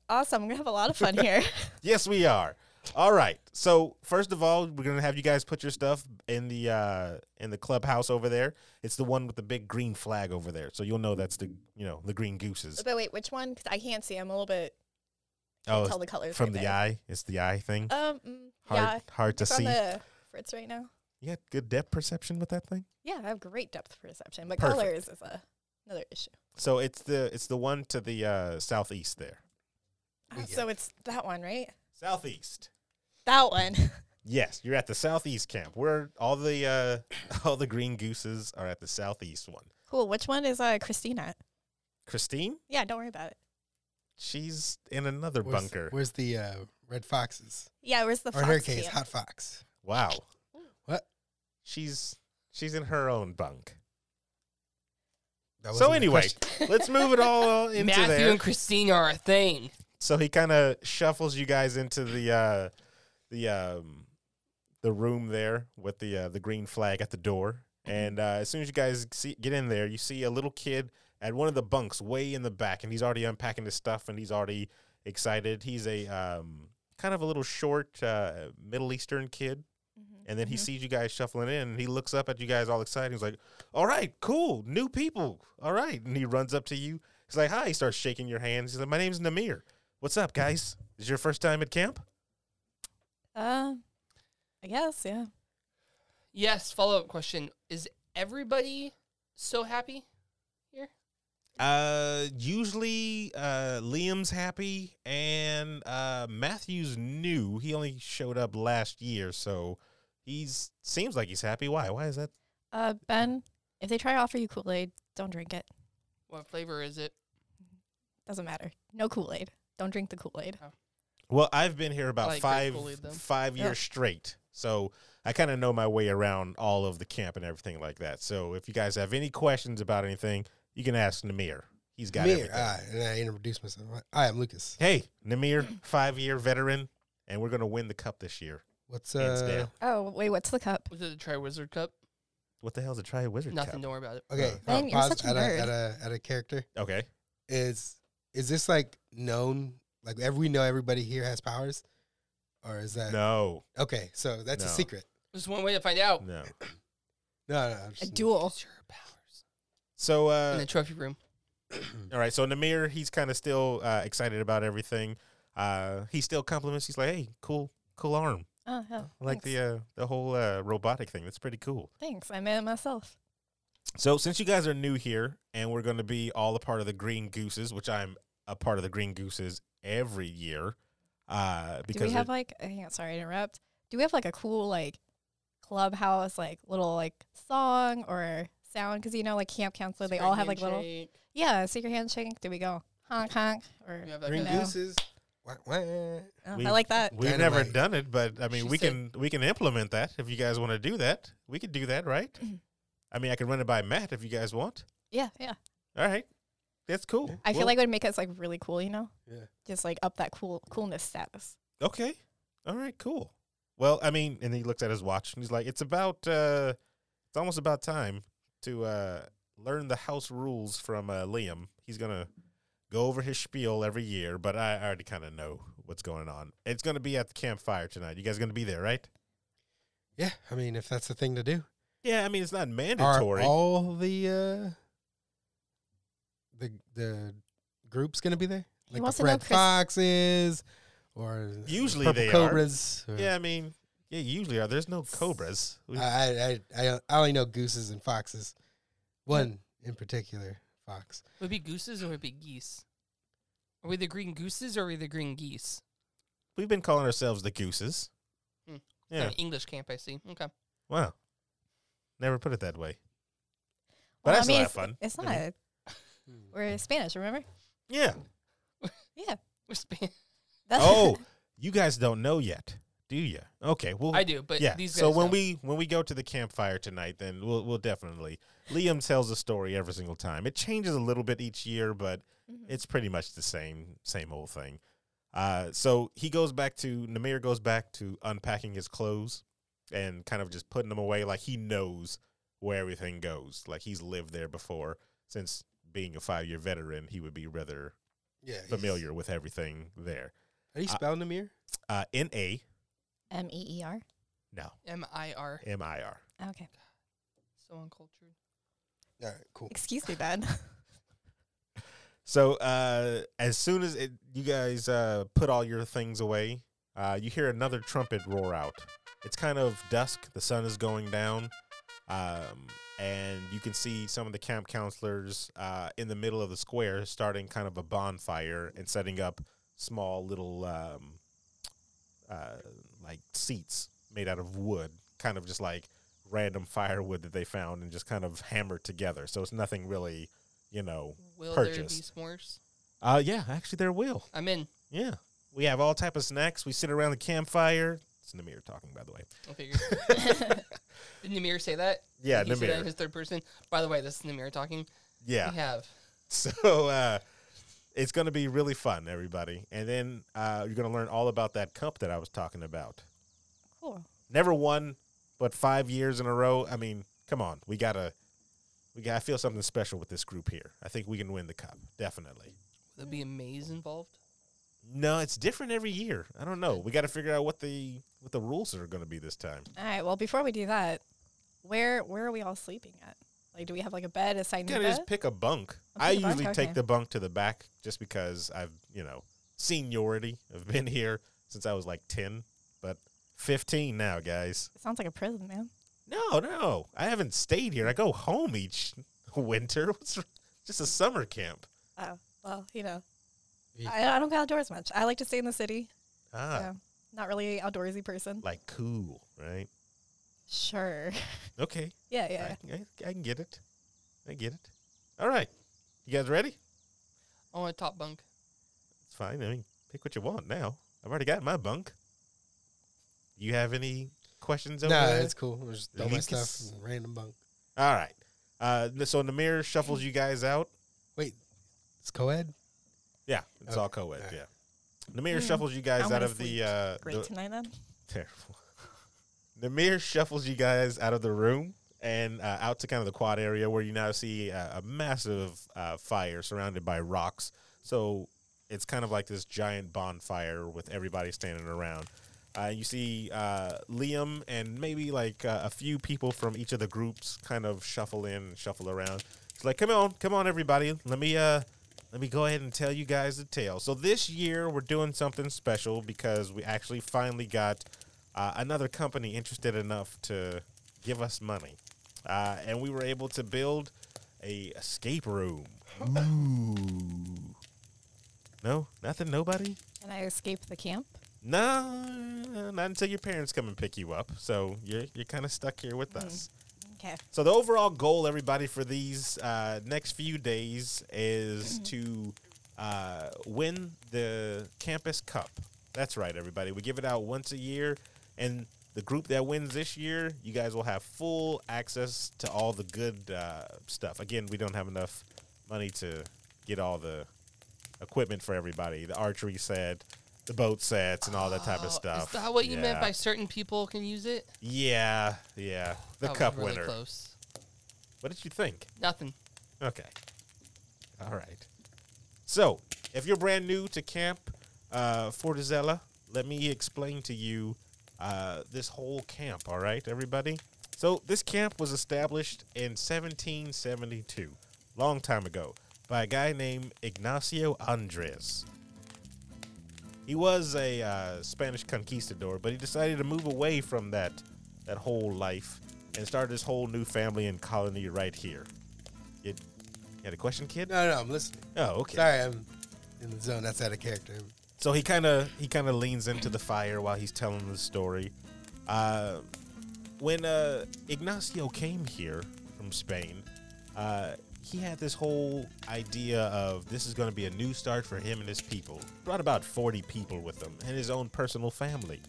S4: Awesome. We're going to have a lot of fun here.
S1: Yes, we are. All right. So first of all, we're gonna have you guys put your stuff in the uh, in the clubhouse over there. It's the one with the big green flag over there, so you'll know that's the you know the green gooses.
S4: but wait, which one? Because I can't see. I'm a little bit.
S1: Oh,
S4: tell the colors.
S1: it's from
S4: right
S1: the
S4: there.
S1: eye. It's the eye thing.
S4: Um, mm,
S1: Hard,
S4: yeah.
S1: hard to
S4: It's on
S1: see.
S4: the Fritz right now.
S1: you got good depth perception with that thing.
S4: Yeah, I have great depth perception, but
S1: Perfect.
S4: colors is a, another issue.
S1: So it's the it's the one to the uh, southeast there.
S4: Ah,
S3: Yeah.
S4: So it's that one, right?
S1: Southeast.
S4: That one.
S1: Yes, you're at the southeast camp. Where all the uh, all the green gooses are at the southeast one.
S4: cool. Which one is uh, Christina?
S1: Christine,
S4: Yeah, don't worry about it.
S1: she's in another
S3: Where's-
S1: bunker.
S3: Where's the uh, red foxes?
S4: Yeah, where's the fox
S3: or in her case,
S4: camp?
S3: hot fox.
S1: wow.
S3: What?
S1: She's she's in her own bunk.
S3: That wasn't
S1: So
S3: the
S1: anyway,
S3: question.
S1: let's move it all uh, into
S2: Matthew
S1: there.
S2: and Christine are a thing.
S1: so he kind of shuffles you guys into the uh, the um, the room there with the uh, the green flag at the door. And uh, as soon as you guys see, get in there, you see a little kid at one of the bunks way in the back, and he's already unpacking his stuff, and he's already excited. He's a um, kind of a little short uh, Middle Eastern kid.
S4: Mm-hmm.
S1: And then he sees you guys shuffling in, and he looks up at you guys all excited. He's like, "All right, cool, new people. All right." And he runs up to you. He's like, "Hi." He starts shaking your hands. He's like, "My name's Namir. What's up, guys? Is your first time at camp?
S4: Uh, I guess, yeah.
S2: Yes, follow up question. Is everybody so happy?
S1: Uh, usually, uh, Liam's happy and uh, Matthew's new. He only showed up last year, so he's seems like he's happy. Why? Why is that?
S4: Uh, Ben, if they try to offer you Kool Aid, don't drink it.
S2: What flavor is it?
S4: Doesn't matter. No Kool Aid. Don't drink the Kool Aid.
S1: Well, I've been here about
S2: Like they're
S1: five
S2: bullied them.
S1: five years straight, so I kind of know my way around all of the camp and everything like that. So if you guys have any questions about anything, you can ask Namir. He's got
S3: Mir,
S1: everything.
S3: ah, and I introduced myself. I am Lucas.
S1: Hey, Namir, five year veteran, and we're going to win the cup this year.
S3: What's
S1: Hands
S3: uh?
S1: down.
S4: Oh, wait, what's the cup?
S2: Was it the Tri Wizard Cup?
S1: What the hell's a Tri Wizard
S2: Nothing.
S1: Cup?
S2: Don't worry about it.
S3: Okay,
S1: Uh,
S4: Man,
S3: uh,
S4: you're
S3: pause
S4: such a
S3: at,
S4: nerd.
S3: A, at a at a character
S1: Okay.
S3: is is this like known? Like every, we know everybody here has powers, or is that
S1: No,
S3: okay? So that's a
S1: No.
S3: secret.
S2: There's one way to find out.
S1: no.
S3: No, no,
S4: A
S3: I'm just-
S4: duel.
S2: What's your powers?
S1: So, uh,
S2: In the trophy room.
S1: All right, so Namir, he's kind of still uh, excited about everything. Uh, he still compliments. He's like, "Hey, cool, cool arm.
S4: Oh, yeah.
S1: I like the uh, the whole uh, robotic thing. That's pretty cool."
S4: Thanks. I made it myself.
S1: So, since you guys are new here, and we're going to be all a part of the Green Gooses, which I'm a part of the Green Gooses every year, uh,
S4: Do
S1: because
S4: we have
S1: it-
S4: like, I think, sorry to interrupt. Do we have like a cool like clubhouse, like little like song or sound? Because you know, like camp counselor, they all have like little, yeah, secret handshake. Do we go honk honk or,
S2: have like
S3: Green
S2: a-
S4: No.
S3: gooses. Wah, wah.
S4: Oh,
S1: we-
S4: I like that.
S1: we've never
S3: Dynamite.
S1: done it, but I mean,
S2: She
S1: we
S2: said-
S1: can we can implement that if you guys want to do that. We could do that, right?
S4: Mm-hmm.
S1: I mean, I can run it by Matt if you guys want.
S4: Yeah, yeah.
S1: All right, that's cool.
S4: I feel
S1: We'll-
S4: like it would make us like really cool, you know?
S3: Yeah.
S4: Just like up that cool coolness status.
S1: Okay. All right, cool. Well, I mean, and he looks at his watch and he's like, it's about, uh, it's almost about time to, uh, learn the house rules from, uh, Liam. He's going to go over his spiel every year, but I, I already kind of know what's going on. It's going to be at the campfire tonight. You guys going to be there, right?
S3: Yeah, I mean, if that's the thing to do,
S1: Yeah. I mean, it's not
S3: are
S1: mandatory.
S3: all the uh, the the groups gonna be there?
S4: He
S3: Like
S4: wants
S3: the
S4: to know
S3: Red
S4: Chris-
S3: Foxes, or
S1: Usually
S3: purple
S1: they are.
S3: cobras. or-
S1: yeah. I mean, yeah, you usually are. There's no cobras. We-
S3: Uh, I, I I I only know gooses and foxes. One in particular, fox.
S2: Would it be gooses or would it be geese? Are we the green gooses or are we the green geese?
S1: we've been calling ourselves the gooses.
S2: Hmm.
S1: Yeah.
S2: An English camp, I see. Okay.
S1: Wow. Never put it that way. But that's a lot of
S4: it's-
S1: fun.
S4: It's
S1: I
S4: not.
S1: mean-
S3: Hmm.
S4: We're Spanish, remember?
S1: Yeah.
S4: Yeah.
S2: We're Span-
S4: That's
S1: oh, you guys don't know yet, do you? Okay, well,
S2: I do, but
S1: Oh, yeah.
S2: these guys
S1: so when
S2: don't.
S1: we when we go to the campfire tonight, then we'll we'll definitely Liam tells a story every single time. It changes a little bit each year, but
S4: Mhm.
S1: it's pretty much the same same old thing. Uh, so he goes back to Namir goes back to unpacking his clothes and kind of just putting them away, like he knows where everything goes, like he's lived there before. Since being a five year veteran, he would be rather
S3: Yeah, he's-
S1: familiar with everything there.
S3: Are you spelling the mirror?
S1: Uh, N A
S4: M E E R.
S1: No.
S2: M I R.
S1: M I R.
S4: Okay.
S2: So uncultured.
S3: All right, cool.
S4: Excuse me, Dad.
S1: So uh, as soon as it, you guys uh, put all your things away, uh, you hear another trumpet roar out. It's kind of dusk. The sun is going down, um, and you can see some of the camp counselors uh, in the middle of the square starting kind of a bonfire and setting up small little um, uh, like seats made out of wood, kind of just like random firewood that they found and just kind of hammered together. So it's nothing really, you know.
S2: Will
S1: Purchase.
S2: there be s'mores?
S1: Uh, yeah, actually, there will.
S2: I'm in.
S1: Yeah, we have all type of snacks. We sit around the campfire. It's Namir talking, by the way.
S2: I figured. Did Namir say that?
S1: Yeah,
S2: he Said that
S1: Namir.
S2: in his third person. By the way, this is Namir talking.
S1: Yeah.
S2: We have.
S1: So uh, it's going to be really fun, everybody. And then uh, you're going to learn all about that cup that I was talking about.
S4: cool.
S1: Never won, but five years in a row. I mean, come on, we gotta. We got. I feel something special with this group here. I think we can win the cup, definitely.
S2: There'll be a maze involved.
S1: No, it's different every year. I don't know. We got to figure out what the what the rules are going to be this time.
S4: All right. Well, before we do that, where where are we all sleeping at? Like, do we have like a bed assigned to
S1: gotta
S4: bed?
S1: just pick a bunk.
S4: Oh,
S1: I
S4: pick a bunk?
S1: usually
S4: Okay.
S1: take the bunk to the back just because I've, you know, seniority. I've been here since I was like 10, but 15 now, guys.
S4: It sounds like a prison, man.
S1: No, no. I haven't stayed here. I go home each winter. It's just a summer camp.
S4: Oh well, you know,
S3: Yeah.
S4: I, I don't go outdoors much. I like to stay in the city.
S1: Ah,
S4: Yeah. Not really an outdoorsy person.
S1: like cool, right?
S4: Sure.
S1: Okay.
S4: Yeah, yeah.
S1: I, can- I, I can get it. I get it. All right. You guys ready?
S2: I want a top bunk.
S1: It's fine. I mean, pick what you want now. I've already got my bunk. You have any questions
S3: No,
S1: over
S3: nah,
S1: there?
S3: it's cool. We're just throwing my
S1: Lucas.
S3: stuff in random bunk.
S1: All right. Uh, n- so Namir shuffles you guys out.
S3: Wait, it's co-ed.
S1: Yeah, it's all co-ed.
S3: All right.
S1: Yeah. Namir
S4: Hmm.
S1: shuffles you guys
S4: I'm
S1: out
S4: gonna
S1: of the
S4: sleep.
S1: uh,
S4: Great
S1: the-
S4: tonight then.
S1: terrible. Namir shuffles you guys out of the room and uh, out to kind of the quad area where you now see uh, a massive uh, fire surrounded by rocks. So it's kind of like this giant bonfire with everybody standing around. Uh, you see uh, Liam and maybe like uh, a few people from each of the groups kind of shuffle in and shuffle around. It's like, come on, come on, everybody. Let me uh, let me go ahead and tell you guys the tale. So this year we're doing something special because we actually finally got uh, another company interested enough to give us money, uh, and we were able to build a escape room. No, nothing, nobody.
S4: Can I escape the camp?
S1: No, not until your parents come and pick you up. So you're you're kind of stuck here with us.
S4: Okay.
S1: So the overall goal, everybody, for these uh, next few days is
S2: Mm-hmm.
S1: to uh, win the campus cup. That's right, everybody. We give it out once a year, and the group that wins this year, you guys will have full access to all the good uh, stuff. Again, we don't have enough money to get all the equipment for everybody. The archery set, the boat sets, and all that type
S2: Oh,
S1: of stuff.
S2: Is that what you meant
S1: Yeah.
S2: by certain people can use it?
S1: Yeah, yeah. The
S2: That was
S1: cup
S2: really
S1: winner.
S2: Close.
S1: What did you think?
S2: Nothing.
S1: Okay. All right. So, if you're brand new to Camp uh, Fortizella, let me explain to you uh, this whole camp, all right, everybody? So, this camp was established in 1772, long time ago, by a guy named Ignacio Andres. He was a uh, Spanish conquistador, but he decided to move away from that, that whole life and start his whole new family and colony right here. You, you had a question, kid?
S3: No, no, I'm listening.
S1: Oh, okay.
S3: Sorry, I'm in the zone. That's out of character.
S1: So he kind of he kind of leans into the fire while he's telling the story. Uh, when uh, Ignacio came here from Spain, uh, he had this whole idea of this is going to be a new start for him and his people. Brought about forty people with him and his own personal family.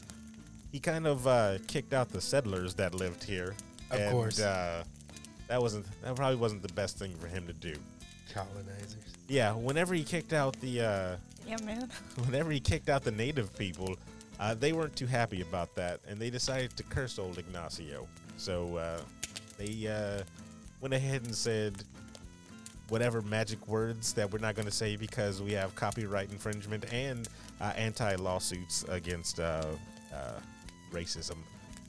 S1: He kind of uh, kicked out the settlers that lived here.
S3: Of
S1: and,
S3: course.
S1: uh, that wasn't that probably wasn't the best thing for him to do.
S3: Colonizers.
S1: Yeah, whenever he kicked out the uh,
S4: Yeah, man.
S1: whenever he kicked out the native people, uh, they weren't too happy about that, and they decided to curse old Ignacio. So uh, they uh, went ahead and said whatever magic words that we're not going to say because we have copyright infringement and uh, anti lawsuits against uh, uh, racism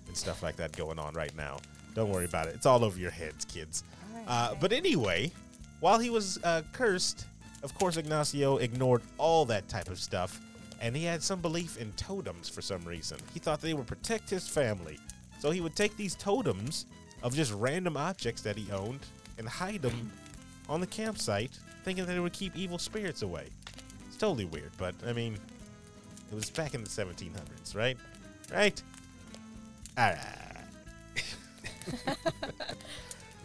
S1: and stuff like that going on right now. Don't worry about it. It's all over your heads, kids. Uh, but anyway, while he was uh, cursed, of course, Ignacio ignored all that type of stuff, and he had some belief in totems for some reason. He thought they would protect his family, so he would take these totems of just random objects that he owned and hide them on the campsite, thinking that it would keep evil spirits away. It's totally weird, but I mean, it was back in the 1700s, right? Right? All right.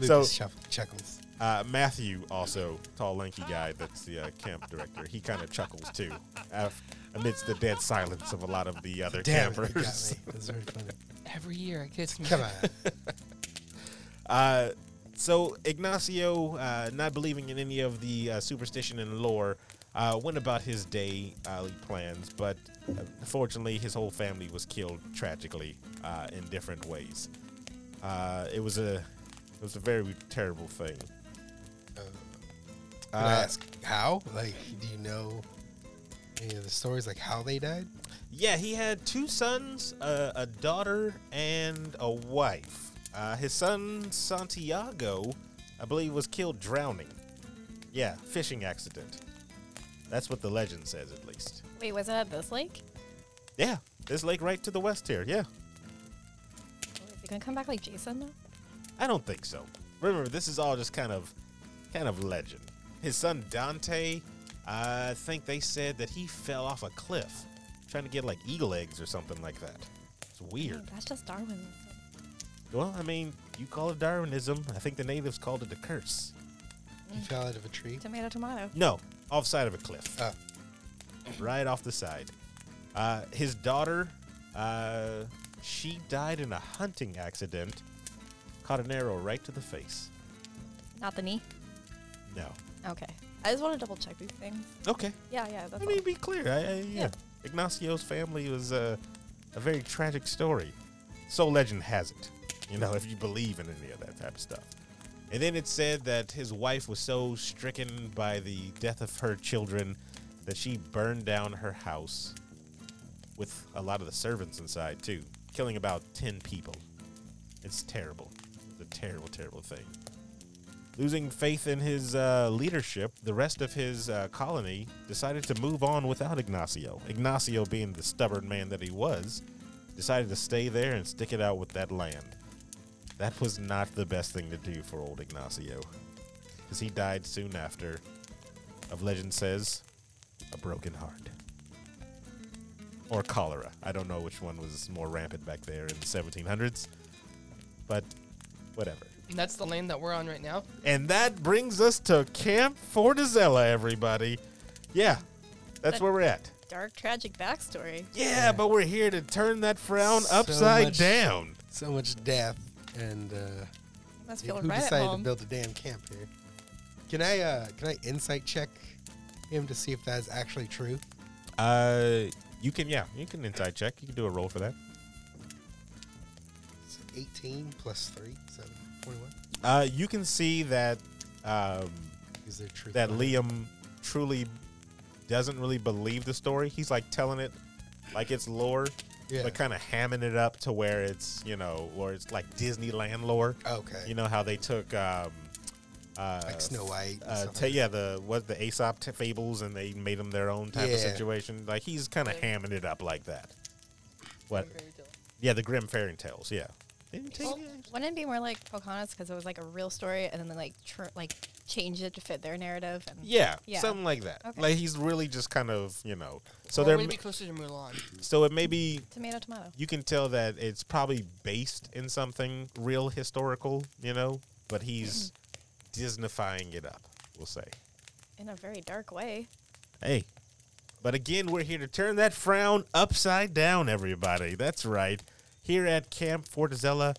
S1: So-
S3: Lucas shuff- chuckles.
S1: Uh, Matthew, also tall, lanky guy, that's the uh, camp director. He kind of chuckles too, af- amidst the dead silence of a lot of the other
S3: Damn, it, you got me.
S1: campers.
S3: That's very funny.
S2: Every year it gets me.
S3: Come on.
S1: Uh, so Ignacio, uh, not believing in any of the uh, superstition and lore, uh, went about his daily plans, but unfortunately, his whole family was killed tragically uh, in different ways. Uh, it was a it was a very terrible thing.
S3: Uh, can
S1: Uh,
S3: I ask how? Like, do you know any of the stories, like how they died?
S1: Yeah, he had two sons, uh, a daughter, and a wife. Uh, his son Santiago, I believe, was killed drowning. Yeah, fishing accident. That's what the legend says, at least.
S4: Wait, was it at this lake?
S1: Yeah, this lake right to the west here. Yeah,
S4: Oh, is he gonna come back like Jason though?
S1: I don't think so. Remember, this is all just kind of, kind of legend. His son Dante, I think they said that he fell off a cliff, trying to get like eagle eggs or something like that. It's weird.
S4: Oh, that's just Darwin.
S1: Mm-hmm. Well, I mean, you call it Darwinism. I think the natives called it a curse.
S4: Mm.
S3: He fell out of a tree.
S4: Tomato, tomato.
S1: No, offside of a cliff,
S3: Oh,
S1: right off the side. Uh, his daughter, uh, she died in a hunting accident, caught an arrow right to the face.
S4: Not the knee.
S1: No.
S4: Okay. I just want to double check these things.
S1: Okay.
S4: Yeah, yeah. That's
S1: I mean, be clear. I, I, yeah.
S4: Yeah.
S1: Ignacio's family was a, a very tragic story. So legend has it, you know, if you believe in any of that type of stuff. And then it said that his wife was so stricken by the death of her children that she burned down her house with a lot of the servants inside, too, killing about 10 people. It's terrible. It's a terrible, terrible thing. Losing faith in his uh, leadership, the rest of his uh, colony decided to move on without Ignacio. Ignacio, being the stubborn man that he was, decided to stay there and stick it out with that land. That was not the best thing to do for old Ignacio, because he died soon after, of legend says, a broken heart. Or cholera. I don't know which one was more rampant back there in the 1700s, but whatever.
S2: And that's the lane that we're on right now.
S1: And that brings us to Camp Fortizella, everybody. Yeah, that's
S4: That-
S1: where we're at.
S4: Dark, tragic backstory.
S1: Yeah, but we're here to turn that frown
S3: So
S1: upside
S3: much-
S1: down.
S3: So much death and uh,
S4: Must feel
S3: who
S4: right at
S3: decided to
S4: home.
S3: build a damn camp here? Can I uh, can I insight check him to see if that's actually true?
S1: Uh, you can yeah, you can inside check. You can do a roll for that.
S3: It's 18 plus 3, so 21.
S1: Uh, you can see that um,
S3: Is there truth?
S1: that
S3: behind it?
S1: Liam truly doesn't really believe the story. He's like telling it like it's lore,
S3: Yeah.
S1: but kind of hamming it up to where it's you know, or it's like Disneyland lore.
S3: okay.
S1: You know how they took um, uh,
S3: like Snow White. and
S1: uh,
S3: stuff
S1: ta-
S3: like
S1: yeah, the what the Aesop t- fables, and they made them their own type
S3: Yeah.
S1: of situation. Like he's kind of hamming it up like that. What?
S2: Fairy tale.
S1: Yeah, the Grim Fairy Tales. Yeah. Didn't take-
S3: Oh.
S4: Well, wouldn't it be more like Pocahontas because it was like a real story, and then they like tr- like changed it to fit their narrative? And
S1: yeah,
S4: Yeah.
S1: something like that.
S4: Okay.
S1: Like he's really just kind of you know. So
S2: or
S1: there,
S2: would it
S1: ma-
S2: be closer to Mulan.
S1: so it may be
S4: tomato, tomato.
S1: you can tell that it's probably based in something real historical, you know, but he's
S4: Mm-hmm.
S1: Disneyfying it up. We'll say.
S4: In a very dark way.
S1: Hey. But again, we're here to turn that frown upside down, everybody. That's right. Here at Camp Fortizella,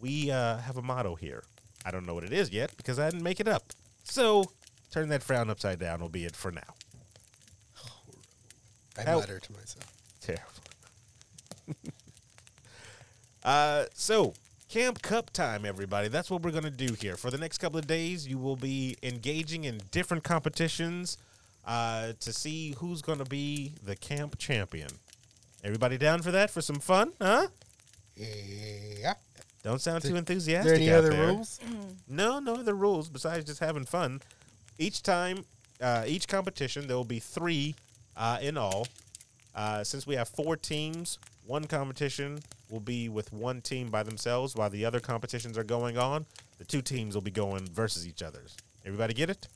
S1: we uh, have a motto here. I don't know what it is yet because I didn't make it up. So, turn that frown upside down will be it for now.
S3: that. I
S1: how-
S3: mutter to myself.
S1: Terrible. uh, so, Camp Cup time, everybody. That's what we're going to do here. For the next couple of days, you will be engaging in different competitions uh, to see who's going to be the camp champion. Everybody down for that for some fun, huh?
S3: Yeah.
S1: Don't sound
S3: Th-
S1: too
S3: Is
S1: enthusiastic.
S3: there any
S1: out
S3: other
S1: there.
S3: rules?
S1: No, no other rules besides just having fun. Each time, uh, each competition, there will be three uh, in all. Uh, since we have four teams, one competition will be with one team by themselves while the other competitions are going on. The two teams will be going versus each other. Everybody get it?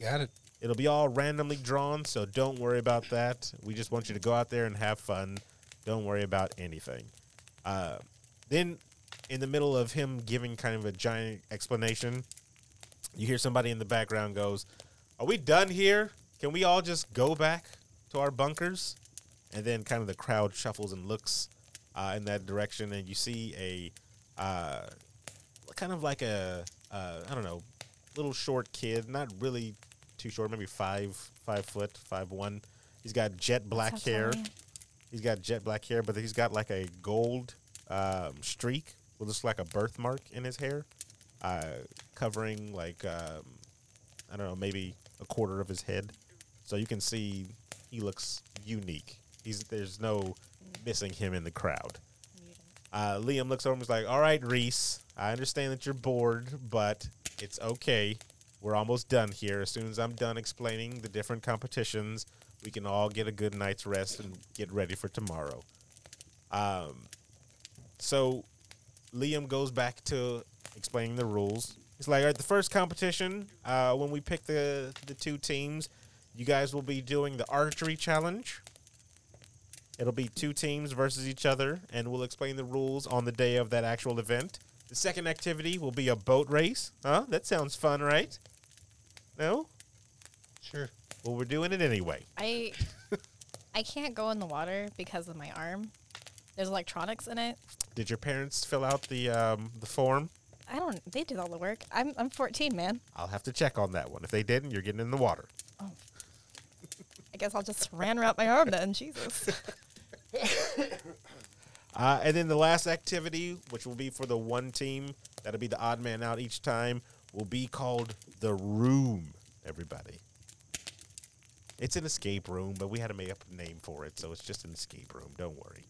S3: Got it.
S1: It'll be all randomly drawn, so don't worry about that. We just want you to go out there and have fun. Don't worry about anything. Uh, then, in the middle of him giving kind of a giant explanation, you hear somebody in the background goes, "Are we done here? Can we all just go back to our bunkers?" And then, kind of the crowd shuffles and looks uh, in that direction, and you see a uh, kind of like a uh, I don't know, little short kid, not really too short, maybe five five foot, five one. He's got jet black
S4: sounds
S1: hair.
S4: familiar.
S1: He's got jet black hair, but he's got like a gold um, streak, well, just like a birthmark in his hair, uh, covering like um, I don't know, maybe a quarter of his head. So you can see he looks unique. He's there's no missing him in the crowd. Uh, Liam looks over and is like, "All right, Reese, I understand that you're bored, but it's okay. We're almost done here. As soon as I'm done explaining the different competitions, we can all get a good night's rest and get ready for tomorrow." Um, so Liam goes back to explaining the rules. It's like, all right, the first competition, uh, when we pick the the two teams, you guys will be doing the archery challenge. It'll be two teams versus each other, and we'll explain the rules on the day of that actual event. The second activity will be a boat race. Huh? That sounds fun, right? No?
S3: Sure.
S1: Well, we're doing it anyway.
S4: I I can't go in the water because of my arm. There's electronics in it.
S1: Did your parents fill out the um, the form?
S4: I don't. They did all the work. I'm I'm 14, man.
S1: I'll have to check on that one. If they didn't, you're getting in the water.
S4: Oh. I guess I'll just ran wrap my arm then. Jesus.
S1: Uh, and then the last activity, which will be for the one team, that'll be the odd man out each time, will be called the room. Everybody, it's an escape room, but we had to make up a name for it, so it's just an escape room. Don't worry.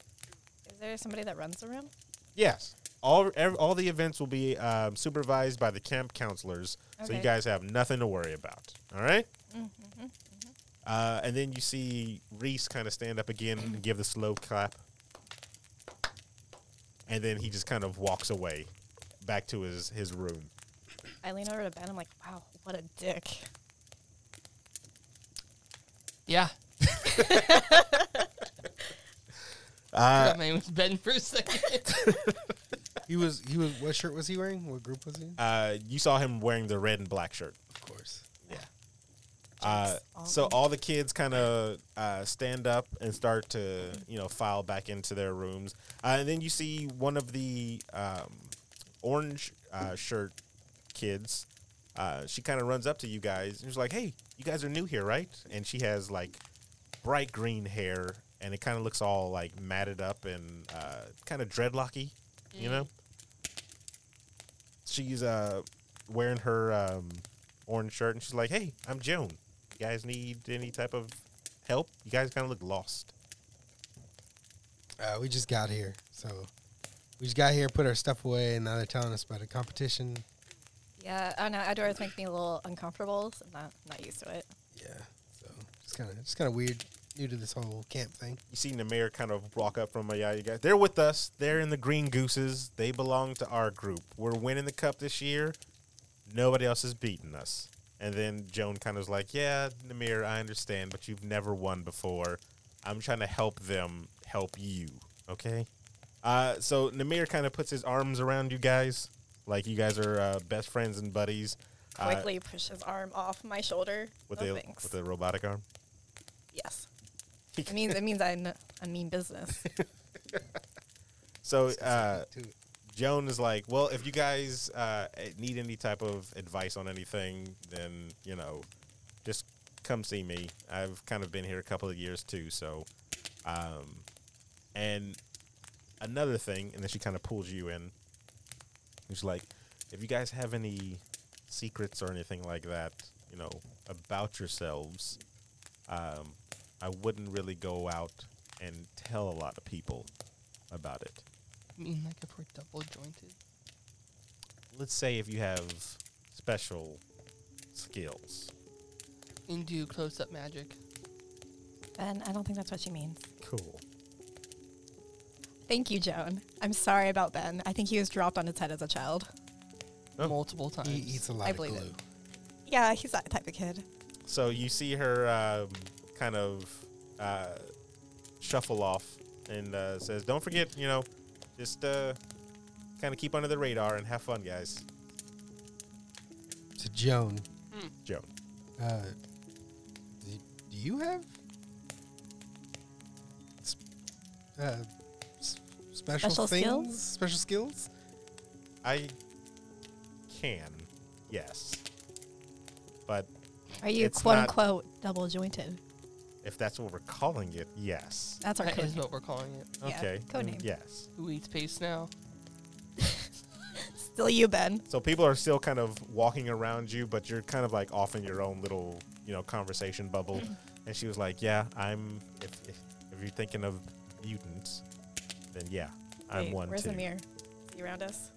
S4: Is there somebody that runs the room?
S1: Yes, all ev- all the events will be um, supervised by the camp counselors, so you
S4: Okay.
S1: guys have nothing to worry about. All right? Uh, and then you see Reese kind of stand up again and give the slow clap, and then he just kind of walks away back to his his room.
S4: I lean over to Ben. I'm like, wow, what a dick.
S2: Yeah.
S1: Uh,
S2: Forgot my name was Ben for a second.
S3: He was he was what shirt was he wearing? What group was he? in?
S1: uh, you saw him wearing the red and black shirt.
S3: Of course.
S1: Yeah. Uh,
S5: all
S1: so
S5: good.
S1: all the kids kind of uh, stand up and start to you know file back into their rooms, uh, and then you see one of the um, orange uh, shirt kids. Uh, she kind of runs up to you guys and she's like, "Hey, you guys are new here, right?" And she has like bright green hair, and it kind of looks all like matted up and uh, kind of dreadlocky, you know. She's uh, wearing her um, orange shirt, and she's like, "Hey, I'm Joan. You guys need any type of help? You guys kind of look lost."
S3: Uh, we just got here, so we just got here, put our stuff away, and now they're telling us about a competition.
S4: Yeah, I don't know. Outdoors make me a little uncomfortable. So I'm not, not used to it.
S3: Yeah. So it's kind of it's kind of weird, new to this whole camp thing.
S1: You see the mayor kind of walk up from yeah, you guys. They're with us. They're in the Green Gooses. They belong to our group. We're winning the cup this year. Nobody else is beating us. And then Joan kind of is like, "Yeah, Namir, I understand, but you've never won before. I'm trying to help them help you, okay?" Uh, so Namir kind of puts his arms around you guys, like you guys are uh, best friends and buddies. uh,
S4: Quickly push his arm off my shoulder.
S1: with
S4: no
S1: the
S4: thanks.
S1: with the robotic arm.
S4: yes. it means it means I'm I mean business.
S1: So
S3: It's
S1: uh,
S3: something to-
S1: Joan is like, well, if you guys uh, need any type of advice on anything, then you know, just come see me. I've kind of been here a couple of years too, so. Um, and another thing, and then she kind of pulls you in. She's like, if you guys have any secrets or anything like that, you know, about yourselves, um, I wouldn't really go out and tell a lot of people about it.
S2: I mean, like if we're double jointed.
S1: let's say if you have special skills.
S2: and do close up magic.
S4: ben, I don't think that's what she means.
S1: Cool.
S4: Thank you, Joan. I'm sorry about Ben. I think he was dropped on his head as a child.
S1: Oh.
S2: Multiple times.
S3: He eats a lot
S4: I
S3: of
S4: believe
S3: glue.
S4: it. Yeah, he's that type of kid.
S1: So you see her um, kind of uh, shuffle off and uh, says, "Don't forget, you know, just uh, kind of keep under the radar and have fun, guys."
S3: To Joan,
S1: Joan.
S3: uh, do, do you have s- uh, s- special,
S4: Special
S3: things?
S4: skills?
S3: Special skills?
S1: I can, yes, but
S4: Are you
S1: It's
S4: quote
S1: not-
S4: unquote double jointed?
S1: if that's what we're calling it, yes.
S4: That's our
S2: That
S4: code.
S2: is what we're calling it.
S4: Oh, yeah,
S1: Okay.
S4: code name.
S1: Yes.
S2: Who eats paste now?
S4: Still you, Ben.
S1: So people are still kind of walking around you, but you're kind of like off in your own little, you know, conversation bubble.
S4: Mm-hmm.
S1: and she was like, "Yeah, I'm. If, if if you're thinking of mutants, then yeah, I'm
S4: Wait,
S1: one
S4: Where's
S1: too."
S4: the mirror? Is he around us?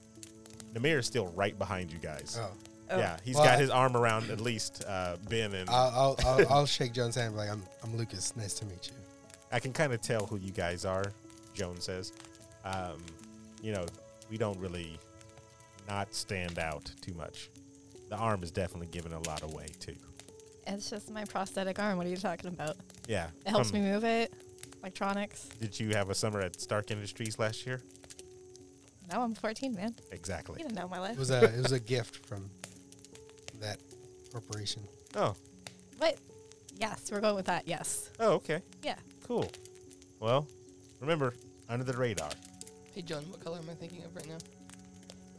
S1: Namir is still right behind you guys.
S3: Oh,
S4: Oh,
S1: Yeah, he's
S3: Well,
S1: got
S3: I-
S1: his arm around at least uh, Ben, and
S3: I'll, I'll, I'll, I'll shake Joan's hand. and be Like I'm, I'm Lucas. Nice to meet you.
S1: I can kind of tell who you guys are. Joan says, um, "You know, we don't really not stand out too much. The arm is definitely giving a lot away too."
S4: It's just my prosthetic arm. What are you talking about?
S1: Yeah,
S4: It helps
S1: from-
S4: me move it. Electronics.
S1: Did you have a summer at Stark Industries last year?
S4: Now I'm 14, man. You
S1: Exactly.
S4: didn't know my life.
S3: It was a, it was a gift from that corporation.
S1: Oh,
S4: What? Yes, we're going with that. Yes.
S1: oh, okay,
S4: Yeah.
S1: cool. Well, remember, under the radar.
S2: Hey, John, what color am I thinking of right now?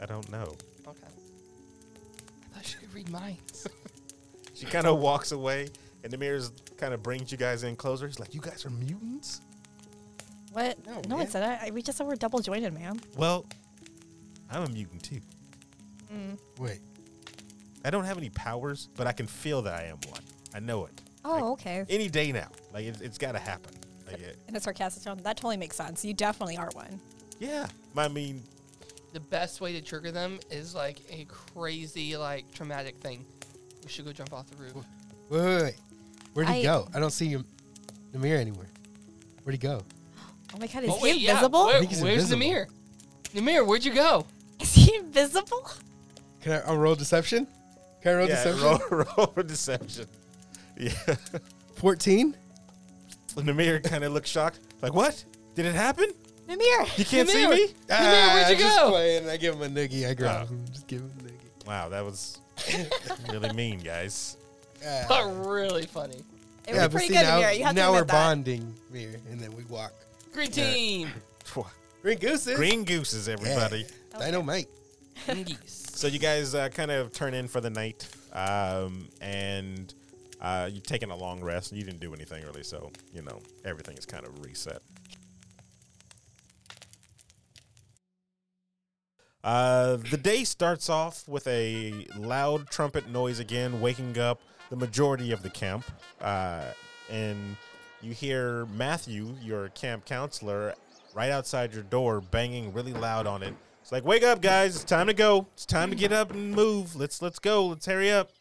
S1: I don't know.
S2: Okay. I thought you could read minds.
S1: She kind of walks away, And the mirrors kind of brings you guys in closer. He's like, "You guys are mutants."
S4: What?
S3: No,
S4: No, one
S3: man.
S4: said that. I- We just said we're double jointed, man.
S1: Well, I'm a mutant too.
S3: Wait.
S1: I don't have any powers, but I can feel that I am one. I know it.
S4: Oh, okay.
S1: Any day now, like it's, it's got to happen. Like, it,
S4: In a sarcastic tone, that totally makes sense. You definitely are one.
S1: yeah. I mean,
S2: The best way to trigger them is like a crazy, like traumatic thing. We should go jump off the roof.
S3: Wait, wait, wait. Where'd he
S4: I-
S3: go? I don't see him, Namir anywhere. Where'd he go?
S4: Oh my god, is
S2: Oh,
S4: he
S2: wait, yeah,
S4: invisible?
S2: where-
S3: I think he's
S2: where's the
S3: invisible.
S2: mirror? The mirror, where'd you go?
S4: Is he invisible?
S3: Can I I'll roll deception? Can I roll
S1: yeah,
S3: deception?
S1: roll, roll for deception. Yeah.
S3: 14?
S1: And the mirror kind of looks shocked. Like, what? Did it happen?
S4: Namir!
S1: You can't see
S2: mirror.
S1: me?
S2: Namir, where'd you
S3: Ah, just
S2: go?
S3: Playing. I give him a noogie. I grab
S1: Oh.
S3: him. Just give him a noogie.
S1: Wow, that was really mean, guys.
S3: Ah.
S2: But really funny.
S4: It was pretty good,
S3: now,
S4: Namir. You have
S3: now
S4: to
S3: we're
S4: admit that.
S3: bonding, Mir, and then we walk.
S2: Green team.
S1: Pwah.
S3: Green gooses.
S1: Green gooses, everybody.
S3: Yeah. Dynamite.
S2: Geese.
S1: So you guys uh, kind of turn in for the night, um, and uh, you've taken a long rest. You didn't do anything really, so you know everything is kind of reset. Uh, the day starts off with a loud trumpet noise again, waking up the majority of the camp. Uh, and you hear Matthew, your camp counselor, right outside your door banging really loud on it. It's like, "Wake up, guys! It's time to go. It's time to get up and move. Let's let's go. Let's hurry up."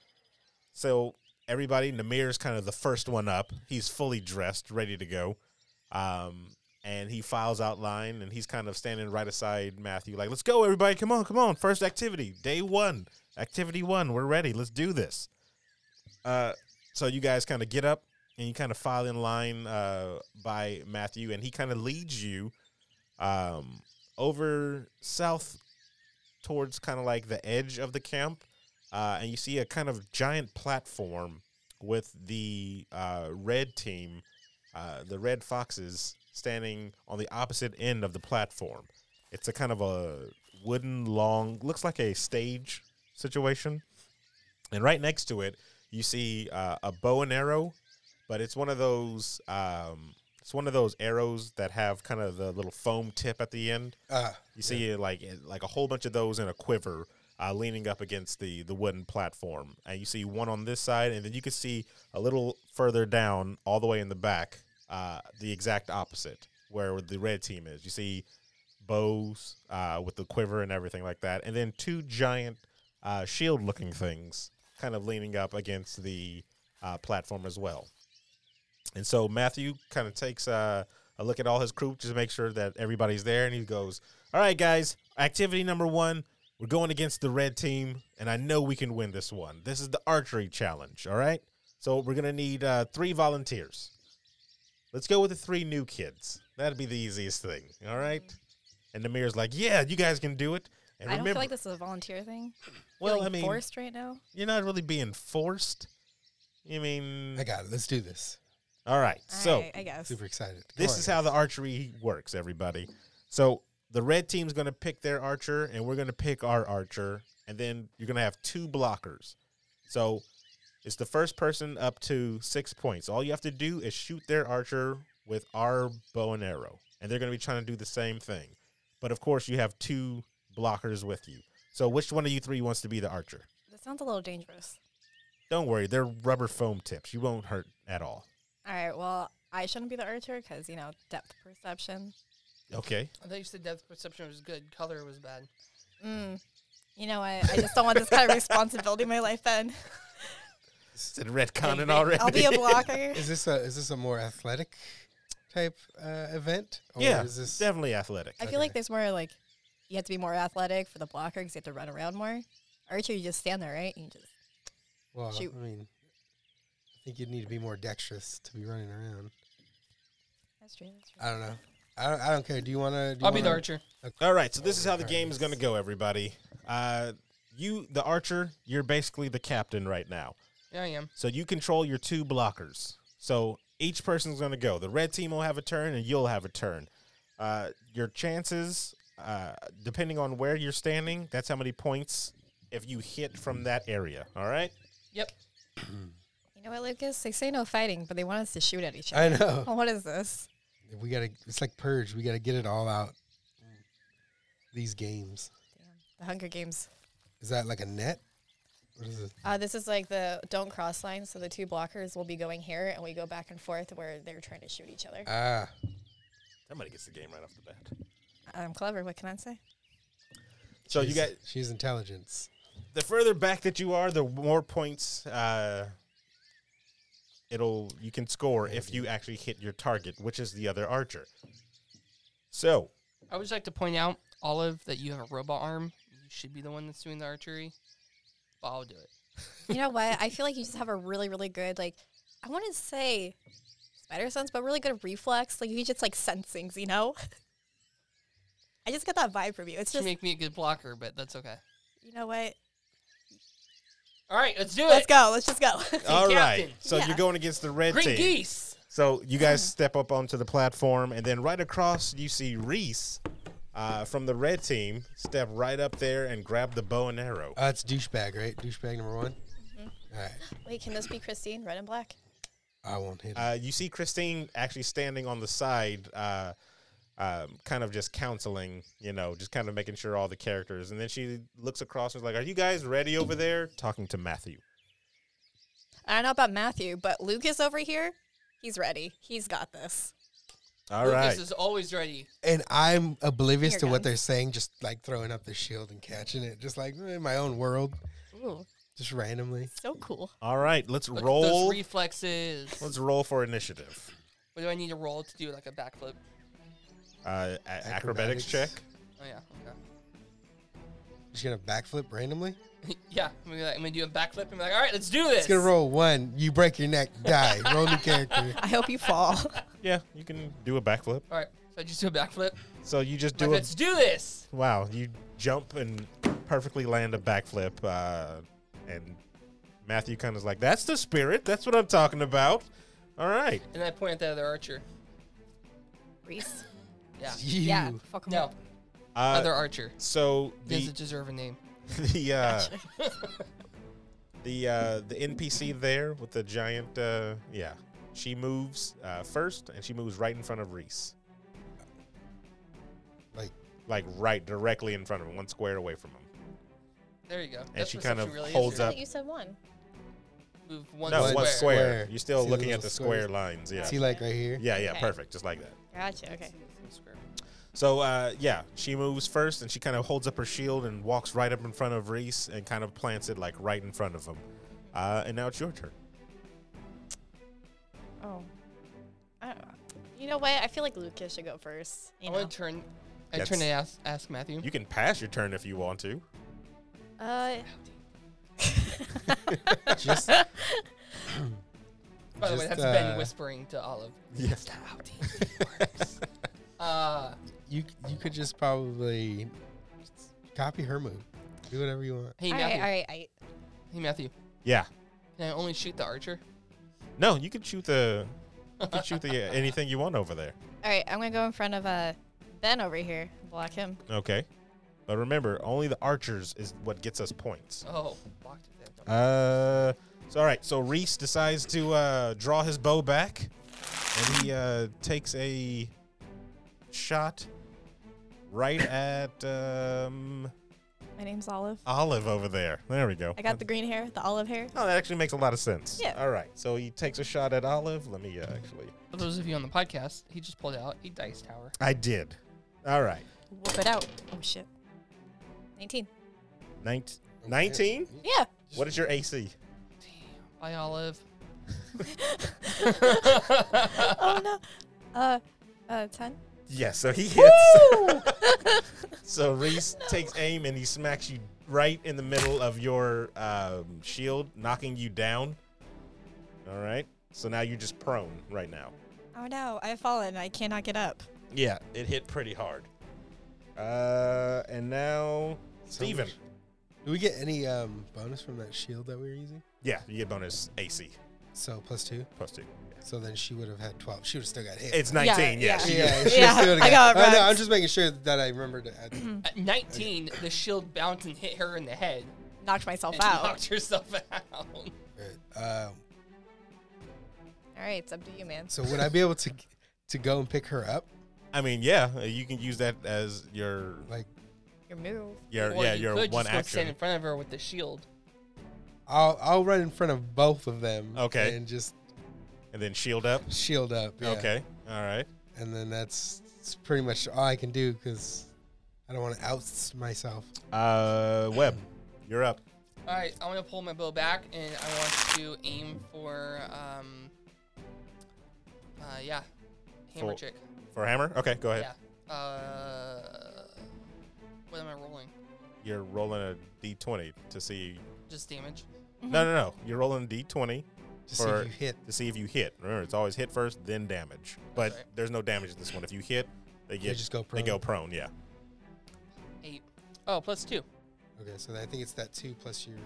S1: So everybody, Namir's kind of the first one up. He's fully dressed, ready to go. Um, and he files out line and he's kind of standing right aside Matthew, like, let's go, everybody, come on, come on. First activity, day one, activity one, we're ready, let's do this. Uh, so you guys kind of get up and you kind of file in line uh, by Matthew, and he kind of leads you um, over south towards kind of like the edge of the camp, uh, and you see a kind of giant platform with the uh, red team, uh, the red foxes standing on the opposite end of the platform. It's a kind of a wooden, long, looks like a stage situation. And right next to it, you see uh, a bow and arrow, but it's one of those. Um, it's one of those arrows that have kind of the little foam tip at the end.
S3: Uh,
S1: You see uh, like like a whole bunch of those in a quiver, uh, leaning up against the the wooden platform, and you see one on this side, and then you can see a little further down, all the way in the back, uh, the exact opposite where the red team is. You see bows uh, with the quiver and everything like that, and then two giant uh, shield looking things kind of leaning up against the uh, platform as well. And so Matthew kind of takes uh, a look at all his crew just to make sure that everybody's there. And he goes, All right, guys, activity number one we're going against the red team, and I know we can win this one. This is the archery challenge, all right? So we're going to need uh, three volunteers. Let's go with the three new kids. That'd be the easiest thing, all right? And Namir's like, Yeah, you guys can do it. And
S4: I don't
S1: remember,
S4: feel like this is a volunteer thing.
S1: well,
S4: Feeling
S1: I mean,
S4: forced right now.
S1: you're not really being forced. You mean,
S3: I got it. Let's do this.
S1: all right, so.
S4: I, I guess.
S3: Super excited. Come
S1: This
S3: on,
S1: is
S3: guys.
S1: how the archery works, everybody. So the red team's going to pick their archer, and we're going to pick our archer, and then you're going to have two blockers. So it's the first person up to six points. All you have to do is shoot their archer with our bow and arrow, and they're going to be trying to do the same thing. But of course, you have two blockers with you. So which one of you three wants to be the archer?
S4: That sounds a little dangerous.
S1: Don't worry, they're rubber foam tips. You won't hurt at all.
S4: All right, well, I shouldn't be the archer because, you know, depth perception.
S1: Okay.
S2: I thought you said depth perception was good, color was bad.
S4: Mm. You know what? I just don't want this kind of responsibility in my life then.
S1: Said red conning already.
S4: I'll be a blocker.
S3: Is this a is this a more athletic type uh, event? Or
S1: yeah,
S3: Is this
S1: definitely athletic.
S4: I feel like there's more like you have to be more athletic for the blocker because you have to run around more. Archer, you just stand there, right? You just
S3: well,
S4: shoot.
S3: I mean, I think you'd need to be more dexterous to be running around.
S4: that's true. That's true.
S3: I don't know. I don't, I don't care. Do you want to?
S2: I'll be the archer.
S1: All right, so this is how the
S3: Alright.
S1: game is going to go, everybody. Uh, you, the archer, you're basically the captain right now.
S2: Yeah, I am.
S1: So you control your two blockers. So each person's going to go. The red team will have a turn, and you'll have a turn. Uh, your chances, uh, depending on where you're standing, that's how many points if you hit from that area. All right.
S2: Yep.
S4: You know what, Lucas? They say no fighting, but they want us to shoot at each
S3: I
S4: other.
S3: know.
S4: What is this?
S3: We gotta. It's like purge. We gotta get it all out. These games.
S4: The Hunger Games.
S3: Is that like a net? What is it?
S4: Uh, this is like the don't cross line. So the two blockers will be going here, and we go back and forth where they're trying to shoot each other.
S3: Ah,
S1: Somebody gets the game right off the bat.
S4: I'm clever. What can I say?
S1: So you
S3: she's-
S1: got
S3: She's intelligence.
S1: the further back that you are, the more points uh, it'll you can score if you actually hit your target, which is the other archer. So
S2: I would just like to point out, Olive, that you have a robot arm. You should be the one that's doing the archery. But I'll do it.
S4: You know what? I feel like you just have a really, really good like I want to say spider sense, but really good reflex. Like you just like sense things, you know. I just get that vibe from you. It's
S2: You
S4: just
S2: make me a good blocker, but that's okay.
S4: you know what?
S2: All right, let's do it.
S4: Let's go. Let's just go.
S1: all right,
S2: captain.
S1: so
S4: Yeah.
S1: you're going against the red
S2: Green
S1: team.
S2: geese.
S1: So you guys step up onto the platform, and then right across you see Reese uh, from the red team step right up there and grab the bow and arrow.
S3: Uh, it's douchebag, right? Douchebag number one. All right.
S4: Wait, can this be Christine, red and black?
S3: I won't hit. it.
S1: Uh, you see Christine actually standing on the side, uh, um, kind of just counseling, you know, just kind of making sure all the characters. And then she looks across and is like, "Are you guys ready over there?" Talking to Matthew.
S4: I don't know about Matthew, but Lucas over here, he's ready. He's got this.
S1: All
S2: Lucas
S1: right.
S2: is always ready.
S3: and I'm oblivious
S4: Here
S3: to what
S4: goes.
S3: they're saying, just like throwing up the shield and catching it, just like in my own world,
S4: Ooh,
S3: just randomly.
S4: so cool.
S1: all right. Let's
S2: Look at
S1: roll.
S2: those reflexes.
S1: let's roll for initiative.
S2: What do I need to roll to do like a backflip?
S1: Uh, a- acrobatics
S3: Acrobatics.
S1: check.
S2: Oh yeah,
S3: Just gonna backflip randomly.
S2: okay. yeah, I'm gonna, I'm gonna do a backflip and be like, all right, let's do this.
S3: It's gonna roll one. You break your neck, die. roll new character.
S4: I hope you fall.
S1: Yeah, you can do a backflip.
S2: All right, so I just do a backflip.
S1: So you just
S2: Like,
S1: do a
S2: let's do this.
S1: wow. You jump and perfectly land a backflip. Uh, and Matthew kind of is like, "That's the spirit. That's what I'm talking about." All right.
S2: And I point at the other archer.
S4: Reese.
S2: Yeah.
S3: You.
S4: Yeah. Fuck him
S2: No,
S4: up.
S1: Uh,
S2: other archer.
S1: So
S2: He
S1: the
S2: doesn't deserve a name.
S1: the uh, the uh, the NPC there with the giant uh, yeah, she moves uh, first, and she moves right in front of Reese,
S3: Like
S1: like right directly in front of him, one square away from him.
S2: There you go. And
S1: she kind of holds
S4: I
S1: up-
S4: thought you said one.
S2: Move one
S1: no,
S2: square.
S1: one square.
S3: Square.
S1: You're still
S3: See the
S1: looking
S3: little
S1: at the
S3: squares?
S1: square lines. Yeah,
S3: see, like right here.
S1: yeah, yeah.
S4: Okay.
S1: Perfect, just like that.
S4: Gotcha. Okay.
S1: So uh, yeah, she moves first, and she kind of holds up her shield and walks right up in front of Reese and kind of plants it like right in front of him. Uh, and now it's your turn.
S4: Oh. I don't know. You know what? I feel like Lucas should go first. You
S2: I
S4: know?
S2: want to turn. I
S1: That's-
S2: turn and ask, ask Matthew.
S1: You can pass your turn if you want to.
S4: Uh,
S3: Just,
S2: By the way,
S3: just,
S2: that's Ben
S3: uh,
S2: whispering to Olive.
S1: Yes.
S2: That's not how D&D works. uh,
S3: You you could just probably copy her move. Do whatever you want.
S2: hey
S4: all
S2: Matthew.
S4: right, all right, I,
S2: Hey Matthew.
S1: Yeah.
S2: Can I only shoot the archer?
S1: No, you can shoot the you can shoot the uh, anything you want over there.
S4: all right. I'm gonna go in front of uh, Ben over here. Block him.
S1: Okay. But remember, only the archers is what gets us points.
S2: Oh, blocked it. then.
S1: Uh so all right, so Reese decides to uh draw his bow back and he uh takes a shot right at um
S4: My name's Olive.
S1: Olive over there. There we go.
S4: I got the green hair, the olive hair.
S1: Oh, that actually makes a lot of sense.
S4: Yeah.
S1: All right. So he takes a shot at Olive. Let me uh, actually
S2: For those of you on the podcast, he just pulled out a dice tower.
S1: I did. All right.
S4: Whoop it out. Oh shit. 19.
S1: Nineteen. 19?
S4: Yeah.
S1: What is your AC?
S2: Bye, Olive.
S4: Oh no. Uh, uh, 10.
S1: Yeah, so he hits. so Reese takes aim and he smacks you right in the middle of your um, shield, knocking you down. All right. So now you're just prone right now.
S4: Oh no, I've fallen. I cannot get up.
S1: Yeah, it hit pretty hard. Uh, and now Steven.
S3: much. Do we get any um, bonus from that shield that we were using?
S1: Yeah, you get bonus AC
S3: So plus two.
S1: plus two.
S3: So then she would have had twelve. She would have still got hit.
S1: It's 19. Yeah.
S4: yeah.
S1: she-
S3: yeah, she
S4: Yeah,
S3: still would've
S4: I got Mm-hmm. it
S3: I know,
S4: wrong.
S3: Oh, I'm just making sure that I remember to add.
S2: At 19, the shield bounced and hit her in the head.
S4: Oh, Knocked myself
S2: And she
S4: out.
S2: knocked herself out.
S3: Right. Um,
S4: All right, it's up to you, man.
S3: So would I be able to to go and pick her up?
S1: I mean, yeah, uh, you can use that as your
S3: Like
S4: Your move.
S1: your
S2: Or
S1: yeah
S2: you
S1: your
S2: could
S1: one
S2: just go
S1: action.
S2: stand in front of her with the shield.
S3: I'll I'll run in front of both of them.
S1: Okay.
S3: And just
S1: and then shield up.
S3: shield up. yeah.
S1: Okay, all right.
S3: And then that's, that's pretty much all I can do because I don't want to oust myself.
S1: Uh, Webb, you're up.
S2: All right, I'm gonna pull my bow back and I want to aim for um. Uh, yeah, hammer
S1: For-
S2: chick.
S1: For hammer? Okay, go ahead.
S2: Yeah. Uh, what am I rolling?
S1: You're rolling a d20 to see.
S2: Just damage.
S1: No, no, no. You're rolling a d20
S3: Just
S1: For-
S3: so you hit.
S1: to see if you hit. Remember, it's always hit first, then damage. But
S2: right.
S1: there's no damage in this one. If you hit, they
S3: They
S1: get
S3: just go
S1: they
S3: prone.
S1: go prone. Yeah.
S2: Eight. Oh, plus two.
S3: Okay, so I think it's that two plus your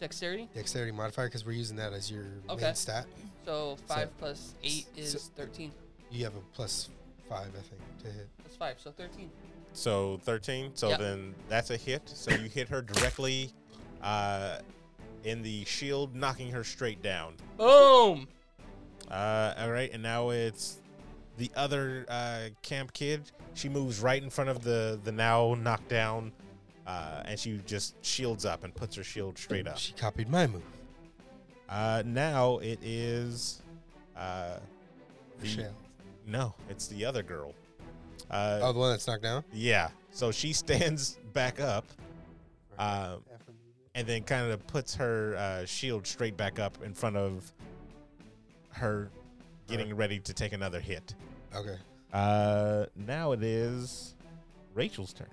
S2: Dexterity.
S3: dexterity modifier because we're using that as your
S2: Okay.
S3: main stat.
S2: So five plus eight
S3: so-
S2: is thirteen.
S3: You have a plus five, I think, to hit.
S2: That's five, so thirteen.
S1: So 13. So
S2: Yeah.
S1: then that's a hit. So you hit her directly uh, in the shield, knocking her straight down.
S2: Boom.
S1: Uh, all right, and now it's the other uh, camp kid. She moves right in front of the the now knocked down, uh, and she just shields up and puts her shield straight up.
S3: She copied my move.
S1: Uh, now it is. Uh, the-
S3: Michelle.
S1: no, it's the other girl. Uh,
S3: Oh, the one that's knocked down?
S1: Yeah. So she stands back up, um,
S3: After movement.
S1: and then kind of puts her uh, shield straight back up in front of her, getting ready to take another hit.
S3: Okay.
S1: Uh, now it is Rachel's turn.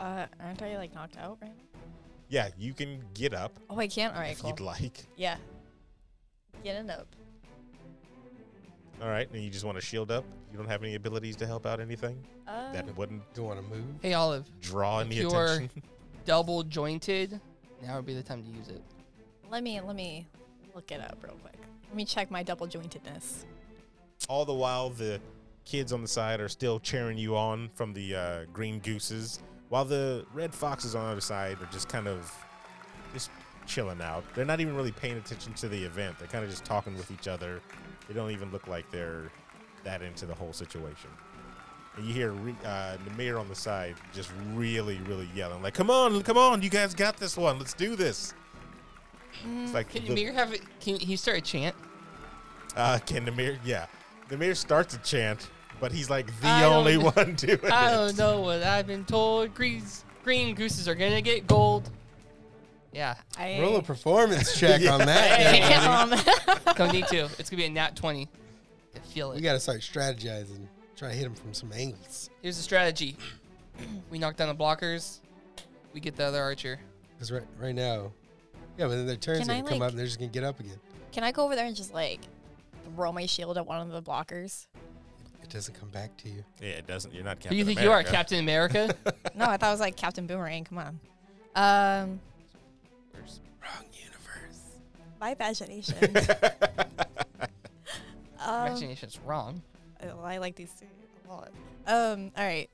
S4: Uh, aren't I like knocked out right now?
S1: Yeah, you can get up
S4: Oh, I can't. All right,
S1: if
S4: cool.
S1: you'd like.
S4: Yeah. Getting up.
S1: All right, and you just want to shield up. You don't have any abilities to help out anything
S4: Uh,
S1: that wouldn't
S3: Don't want to move.
S2: Hey Olive,
S1: draw
S2: If
S1: any
S2: you were-
S1: attention.
S2: double jointed. Now would be the time to use it.
S4: let me let me look it up real quick. Let me check my double jointedness.
S1: All the while, the kids on the side are still cheering you on from the uh, green gooses, while the red foxes on the other side are just kind of just chilling out. They're not even really paying attention to the event. They're kind of just talking with each other. They don't even look like they're that into the whole situation. And you hear re- uh, Namir on the side just really, really yelling, like, "Come on, come on! You guys got this one. Let's do this!" It's like
S2: Can
S1: the-
S2: Mir have it? Can he start a chant?
S1: uh, can Namir? Yeah, Namir starts a chant, but he's like the
S2: I don't
S1: only
S2: know.
S1: one doing
S2: I
S1: it.
S2: don't know what I've been told. Greens, green gooses are gonna get gold. Yeah,
S4: I
S3: Roll a performance check on that.
S2: Hey.
S3: guy.
S4: Damn.
S2: come D two. It's gonna be a nat twenty. I feel
S3: We
S2: it.
S3: got to start strategizing. Try to hit him from some angles
S2: Here's the strategy: we knock down the blockers, we get the other archer.
S3: because right right now, yeah. But then their turns
S4: Can
S3: gonna
S4: I,
S3: come
S4: like-
S3: up and they're just gonna get up again.
S4: Can I go over there and just like throw my shield at one of the blockers?
S3: It doesn't come back to you.
S1: Yeah, it doesn't. You're not Captain.
S2: Who do you think you
S1: America.
S2: are, Captain America?
S4: No, I thought it was like Captain Boomerang. Come on. Um,
S3: Wrong universe.
S5: My imagination. um,
S2: Imagination's wrong.
S4: Oh, I- I like these two a lot. Um, all right.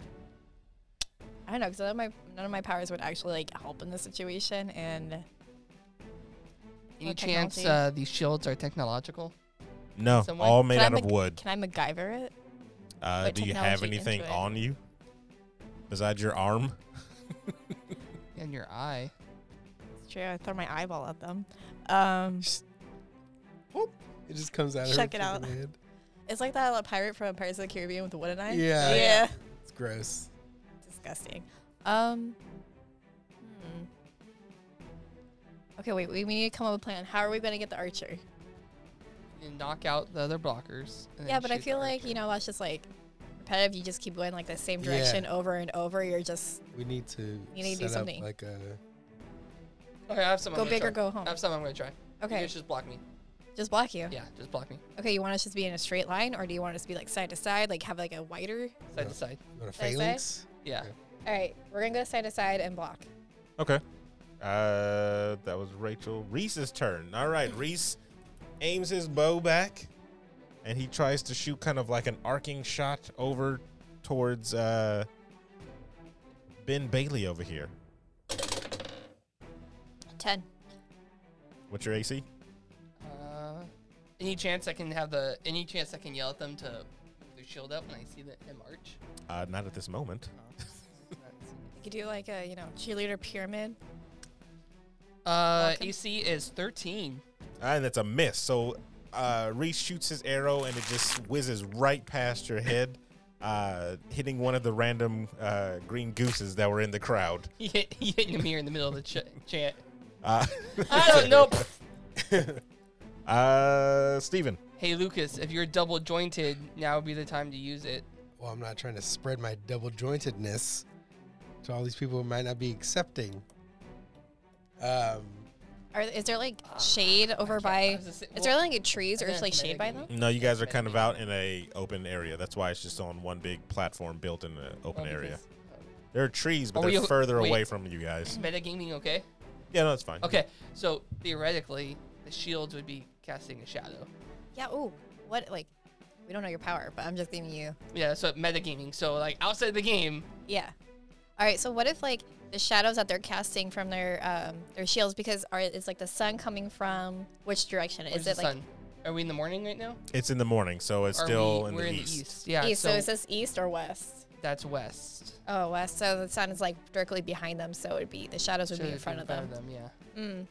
S4: I don't know because none of my none of my powers would actually like help in this situation, and
S2: Any
S4: Or
S2: chance
S4: technology.
S2: uh, these shields are technological?
S1: No,
S2: Someone-
S1: all made
S4: Can I
S1: out of
S4: make-
S1: wood.
S4: can I MacGyver it?
S1: Uh,
S4: put
S1: do you have
S4: technology
S1: anything
S4: into it?
S1: on you besides your arm?
S2: In your eye.
S4: It's true. I throw my eyeball at them. Um,
S3: It just comes out.
S5: Check
S3: of
S5: it
S3: her
S5: out.
S3: freaking Head.
S4: it's like that uh, pirate from Pirates of the Caribbean with the wooden eye.
S3: Yeah.
S4: yeah.
S3: It's gross.
S4: Disgusting. Um. hmm. Okay, wait. We, we need to come up with a plan. How are we going to get the archer?
S2: You knock out the other blockers. and then
S4: yeah, but I
S2: shoot the
S4: feel like
S2: archer.
S4: you know that's just like repetitive. You just keep going like the same direction over and over. You're just
S3: We need to.
S4: You need to do
S3: set up
S4: something.
S3: Like a.
S2: Okay, I have some. I'm
S4: go
S2: gonna
S4: big or
S2: try.
S4: go home.
S2: I have some. I'm gonna try. You
S4: Okay,
S2: guys just block me.
S4: just block you.
S2: Yeah, just block me.
S4: Okay, you want us just to be in a straight line, or do you want us to be like side to side, like have like a wider?
S2: Side
S3: Yeah.
S2: to side.
S3: You want a
S4: Should I say?
S3: phalanx?
S2: Yeah.
S3: Okay.
S4: All right, we're gonna go side to side and block.
S1: Okay. Uh, that was Rachel Reese's turn. All right, Reese aims his bow back, and he tries to shoot kind of like an arcing shot over towards uh, Ben Bailey over here.
S4: Ten.
S1: What's your AC?
S2: Uh, Any chance I can have the? Any chance I can yell at them to move their shield up when I see the, them arch?
S1: Uh, not at this moment.
S4: You could do like a, you know, cheerleader pyramid.
S2: Uh, AC is thirteen.
S1: And that's a miss. So uh, Reese shoots his arrow and it just whizzes right past your head, uh, hitting one of the random uh, green gooses that were in the crowd.
S2: He hit, he hit Namir in the middle of the ch- chant.
S1: Uh,
S2: I don't know.
S1: uh, Steven.
S2: hey Lucas, if you're double jointed, now would be the time to use it.
S3: Well, I'm not trying to spread my double jointedness to all these people who might not be accepting. Um,
S4: Are, is there like shade over
S2: Ah, I
S4: by?
S2: was just-
S4: Is there like trees or
S2: I
S4: is
S2: think
S4: like
S2: it's
S4: shade by them?
S2: mitigating.
S1: No, you guys are kind of out in a open area. That's why it's just on one big platform built in an
S2: Oh,
S1: open area.
S2: because-
S1: There are trees,
S2: Are
S1: but
S2: Oh, we
S1: they're
S2: o-
S1: further
S2: wait.
S1: away from you guys.
S2: Is metagaming okay?
S1: Yeah, no, it's fine.
S2: Okay, so theoretically, the shields would be casting a shadow.
S4: Yeah. Ooh. What like? We don't know your power, but I'm just giving you.
S2: Yeah, so metagaming. So like outside the game,
S4: Yeah. All right. So what if like the shadows that they're casting from their um their shields because are is like the sun coming from which direction?
S2: where's
S4: Is
S2: the
S4: it like
S2: sun? Are we in the morning right now?
S1: It's in the morning, so it's
S2: Are
S1: still
S2: we,
S1: in,
S2: we're
S1: the
S2: in
S1: east.
S2: the east. Yeah,
S4: east?
S2: so,
S4: So is this east or west?
S2: that's west.
S4: Oh, west. So the sun is like directly behind them. So it would be the shadows would
S2: So
S4: be in
S2: it'd
S4: front of them.
S2: yeah.
S4: Mm.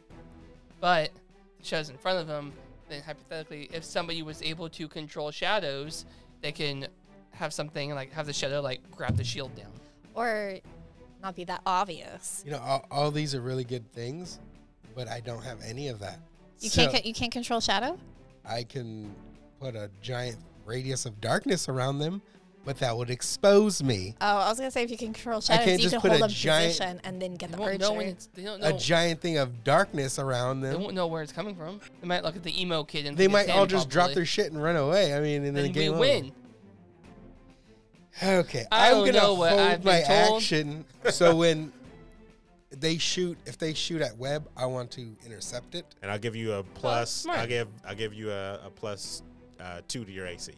S2: But the shadows in front of them. Then hypothetically, if somebody was able to control shadows, they can have something like have the shadow like grab the shield down.
S4: Or not be that obvious.
S3: you know, all, all these are really good things, but I don't have any of that.
S4: You
S3: So
S4: can't con- you can't control shadow.
S3: I can put a giant radius of darkness around them, but that would expose me.
S4: Oh, I was gonna say if you can control shadows,
S3: can't
S4: you
S3: just
S4: can
S3: put
S4: hold
S3: a
S4: them
S3: giant-
S4: position and then get
S2: They
S4: the
S2: won't
S4: urge.
S2: know when it's. They don't know.
S3: A giant thing of darkness around
S2: they
S3: them.
S2: won't know where it's coming from. They might look at the emo kid and
S3: They
S2: think
S3: might
S2: it's
S3: all
S2: him,
S3: just drop
S2: probably.
S3: their shit and run away. I mean, in the
S2: Then we
S3: game over.
S2: win.
S3: Okay,
S2: I
S3: I'm
S2: don't
S3: gonna
S2: know what
S3: hold
S2: I've
S3: my
S2: been told.
S3: action. So when they shoot, if they shoot at Webb, I want to intercept it.
S1: And I'll give you a plus.
S2: smart.
S1: I'll give I'll give you a, a plus uh, two to your AC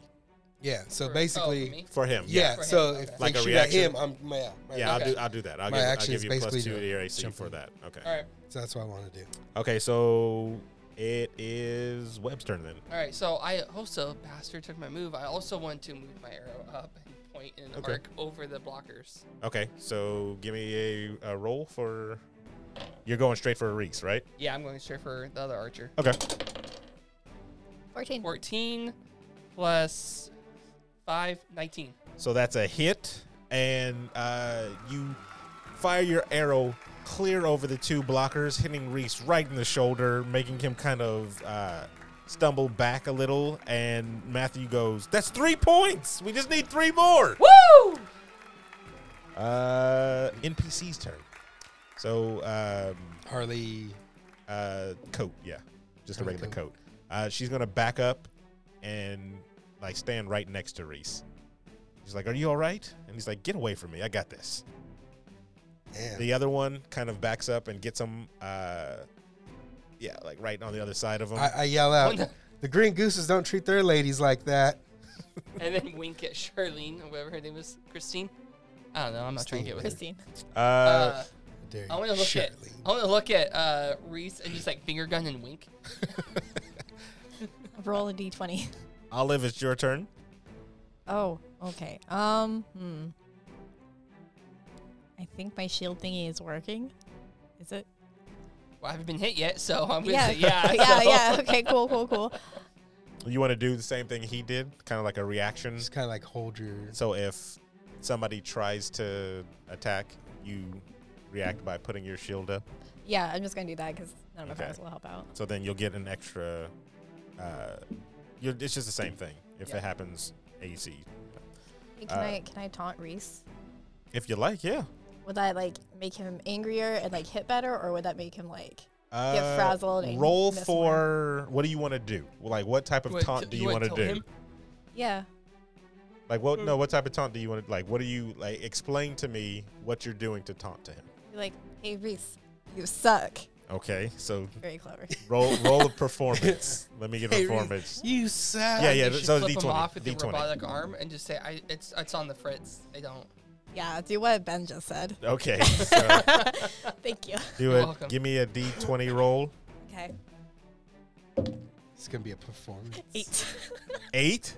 S3: Yeah. So
S2: For- oh,
S3: basically,
S2: for me?
S1: for him.
S3: yeah.
S2: For him,
S3: so
S2: okay.
S3: if
S1: Like
S3: they
S1: a
S3: shoot
S1: reaction?
S3: at him, I'm my, my
S1: Yeah,
S2: Okay.
S1: I'll do. I'll do that. I'll
S3: My
S1: give, I'll
S3: action
S1: give
S3: is
S1: you a plus
S3: basically
S1: two to
S3: to
S1: your AC
S3: jump
S1: for
S3: in.
S1: that. Okay.
S2: All right.
S3: So that's what I want to do.
S1: Okay. So it is Webb's turn then.
S2: All right, so I also bastard took my move. I also want to move my arrow up and point and
S1: Okay.
S2: arc over the blockers.
S1: Okay. So give me a, a roll for. You're going straight for a Reese, right?
S2: Yeah, I'm going straight for the other archer.
S1: Okay.
S4: Fourteen.
S2: 14 plus 5, 19.
S1: So that's a hit, and uh, you fire your arrow clear over the two blockers, hitting Reese right in the shoulder, making him kind of uh, stumble back a little. And Matthew goes, "That's three points. We just need three more."
S2: Woo!
S1: Uh, NPC's turn. So, um,
S3: Harley,
S1: uh, coat, yeah, just a
S3: Harley
S1: regular coat. Uh, she's gonna back up and like stand right next to Reese. She's like, "Are you all right?" And he's like, "Get away from me! I got this."
S3: man,
S1: The other one kind of backs up and gets him, uh, yeah, like right on the other side of him.
S3: I, I yell out,
S2: no.
S3: "The green gooses don't treat their ladies like that."
S2: And then wink at Charlene, or whatever her name is, Christine. I don't know. I'm not trying to get with her.
S4: Christine.
S1: uh,
S2: Uh,
S3: How dare
S2: I
S3: you,
S2: want to look at
S3: Shirley.
S2: I want to look at uh, Reese and just like finger gun and wink.
S4: Roll a d20.
S1: Olive, it's your turn.
S4: Oh, okay. Um, hmm. I think my shield thingy is working. Is it?
S2: Well, I haven't been hit yet, so I'm gonna
S4: Yeah.
S2: say yeah.
S4: yeah,
S2: so-
S4: yeah. Okay, cool, cool, cool.
S1: You want to do the same thing he did, kind of like a reaction.
S3: Just kind of like hold your.
S1: So if somebody tries to attack, you react by putting your shield up.
S4: Yeah, I'm just gonna do that because none of my
S1: Okay.
S4: friends will help out.
S1: So then you'll get an extra. Uh, you're, it's just the same thing if
S2: Yeah.
S1: it happens AC.
S4: Hey, can
S1: Uh,
S4: I can I taunt Reese?
S1: If you like, yeah.
S4: Would that like make him angrier and like hit better, or would that make him like?
S1: Uh,
S4: frazzled and
S1: roll
S4: miss
S1: for what do you want to do? Like what type of
S2: What,
S1: taunt
S2: t-
S1: do you
S2: wanna
S1: want to
S2: tell
S1: do?
S2: him? Hmm.
S4: Yeah.
S1: Like what? No, what type of taunt do you want to like? What do you like? Explain to me what you're doing to taunt to him.
S4: Be like, hey Reese, you suck.
S1: Okay, so
S4: Very clever.
S1: roll roll a performance. Let me get
S3: Hey, Reese,
S1: performance.
S3: You suck.
S1: Yeah,
S2: Like,
S1: yeah,
S2: they should
S1: so
S2: flip 'em
S1: D20,
S2: off with the
S1: D20.
S2: robotic arm and just say, "I, it's, it's on the fritz." They don't.
S4: yeah, do what Ben just said.
S1: Okay, so
S4: Thank you.
S1: do it.
S2: welcome.
S1: Give me a D twenty roll.
S4: Okay.
S3: It's gonna be a performance.
S4: Eight.
S1: Eight?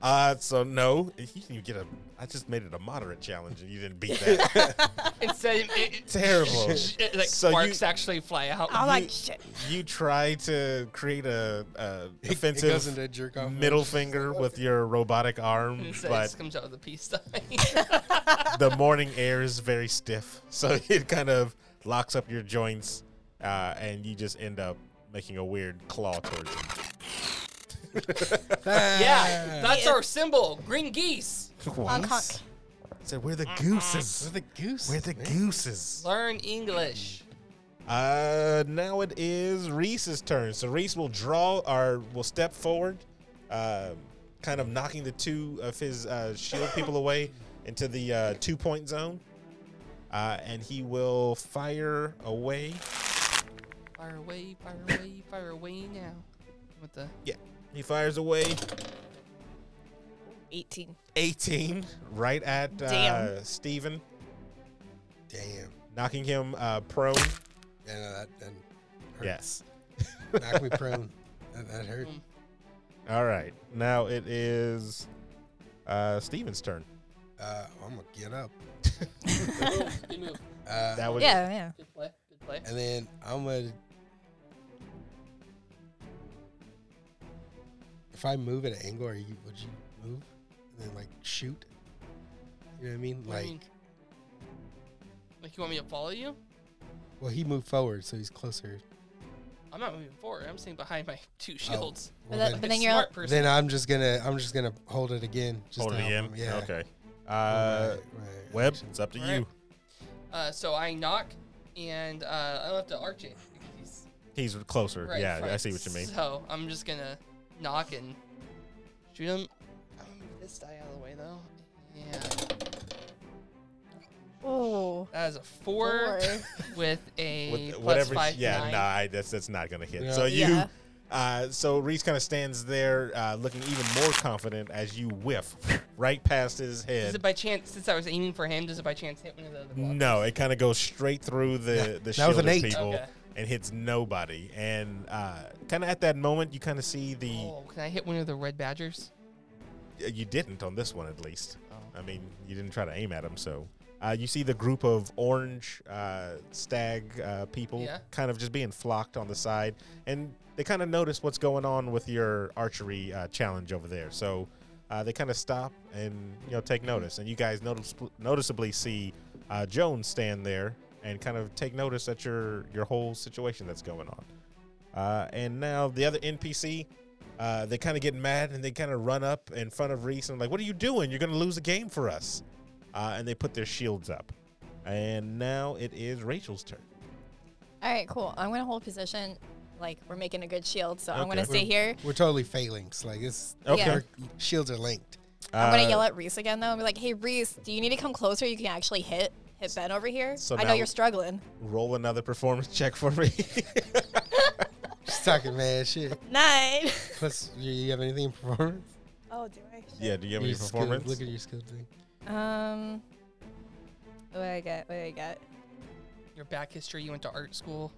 S1: Uh, so no, you didn't even get a. I just made it a moderate challenge, and you didn't beat that.
S2: Instead, it, it,
S1: Terrible.
S2: it, like
S1: So you-
S2: sparks actually fly out.
S5: I'm like, shit.
S1: You try to create a, a
S3: It- It goes into
S1: offensive
S3: a jerk off.
S1: middle finger with your robotic
S2: and
S1: arm,
S2: instead, it
S1: but
S2: just comes out with a peace sign.
S1: the morning air is very stiff, so it kind of locks up your joints, uh, and you just end up making a weird claw towards him.
S2: yeah, that's our symbol, green geese.
S5: Hong Kong.
S1: Said, "We're the gooses.
S3: the goose.
S1: We're the gooses."
S2: Learn English.
S1: Uh, now it is Reese's turn. So Reese will draw or will step forward, um, kind of knocking the two of his uh, shield people away into the uh, two point zone. Uh, and he will fire away.
S2: Fire away, fire away, fire away now. What the?
S1: Yeah. He fires away
S4: 18.
S1: 18 right at uh,
S4: Damn.
S1: Steven,
S3: Damn.
S1: knocking him uh, prone.
S3: Yeah, no, that, that hurts.
S1: Yes.
S3: Knock me prone. That, that hurt.
S1: All right. Now it is uh, Steven's turn.
S3: Uh, I'm gonna get up.
S2: Good move, good move,
S3: Uh,
S1: That was
S4: Yeah, yeah.
S2: good play, good play.
S3: and then I'm gonna. If I move at an angle, are you would you move and then like shoot? You know what I mean?
S2: What do
S3: Like,
S2: you mean? like you want me to follow you?
S3: well, he moved forward, so he's closer.
S2: I'm not moving forward. I'm staying behind my
S1: Oh.
S2: two shields.
S3: Well,
S4: that-
S3: then,
S4: But then
S2: Like a
S4: you're-
S2: smart person.
S3: then I'm just gonna I'm just gonna hold it again. Just
S1: hold
S3: to
S1: it
S3: help
S1: again.
S3: him. Yeah.
S1: Okay.
S3: Right,
S1: Uh,
S3: right.
S1: Webb, it's up to
S2: All right.
S1: you.
S2: Uh, so I knock, and uh, I don't have to arch it. because he's
S1: He's closer.
S2: right in
S1: yeah, I
S2: front.
S1: see what you mean.
S2: So I'm just gonna knock and shoot him. I'm gonna move this die out of the way though. Yeah,
S4: Oh.
S2: that is a four,
S4: Four.
S2: with a
S1: With
S2: plus
S1: whatever,
S2: five.
S1: yeah,
S2: nine.
S1: nah, I- that's that's not gonna hit.
S3: Yeah.
S1: So you,
S4: Yeah.
S1: uh, so Reese kind of stands there, uh, looking even more confident as you whiff right past his
S2: Does
S1: head.
S2: it by chance? Since I was aiming for him, does it by chance hit one of the other blocks?
S1: no, it kind of goes straight through the the
S3: That was an
S1: shielded
S3: eight.
S1: people
S2: Okay.
S1: and hits nobody. And uh, kind of at that moment, you kind of see the
S2: Oh, can I hit one of the red badgers?
S1: uh, you didn't on this one at least.
S2: Oh.
S1: I mean, you didn't try to aim at him, so. Uh, you see the group of orange uh, stag uh, people
S2: Yeah.
S1: kind of just being flocked on the side, and they kind of notice what's going on with your archery uh, challenge over there. So uh, they kind of stop and you know take notice, and you guys notice- noticeably see uh, Jones stand there and kind of take notice at your your whole situation that's going on. Uh, and now the other NPC, uh, they kind of get mad and they kind of run up in front of Reese and like, "What are you doing? You're gonna lose a game for us!" Uh, and they put their shields up. And now it is Rachel's turn.
S4: All right, cool. I'm going to hold position. Like, we're making a good shield, so I'm going to
S1: Okay.
S4: stay here.
S3: We're totally phalanx. Like it's
S1: Okay.
S4: Yeah.
S3: our shields are linked.
S4: I'm going
S1: Uh,
S4: to yell at Reese again, though. and be like, hey, Reese, do you need to come closer? You can actually hit hit Ben over here.
S1: So
S4: I know
S1: now-
S4: you're struggling.
S1: Roll another performance check for me.
S3: Just talking mad shit.
S4: Nine.
S3: Plus, you, you have anything in performance?
S5: Oh, do I?
S1: yeah, do you have
S3: Your
S1: any
S3: skill-
S1: performance?
S3: Look at your skill thing.
S4: um, what do I get? What do I get?
S2: Your back history. You went to art school.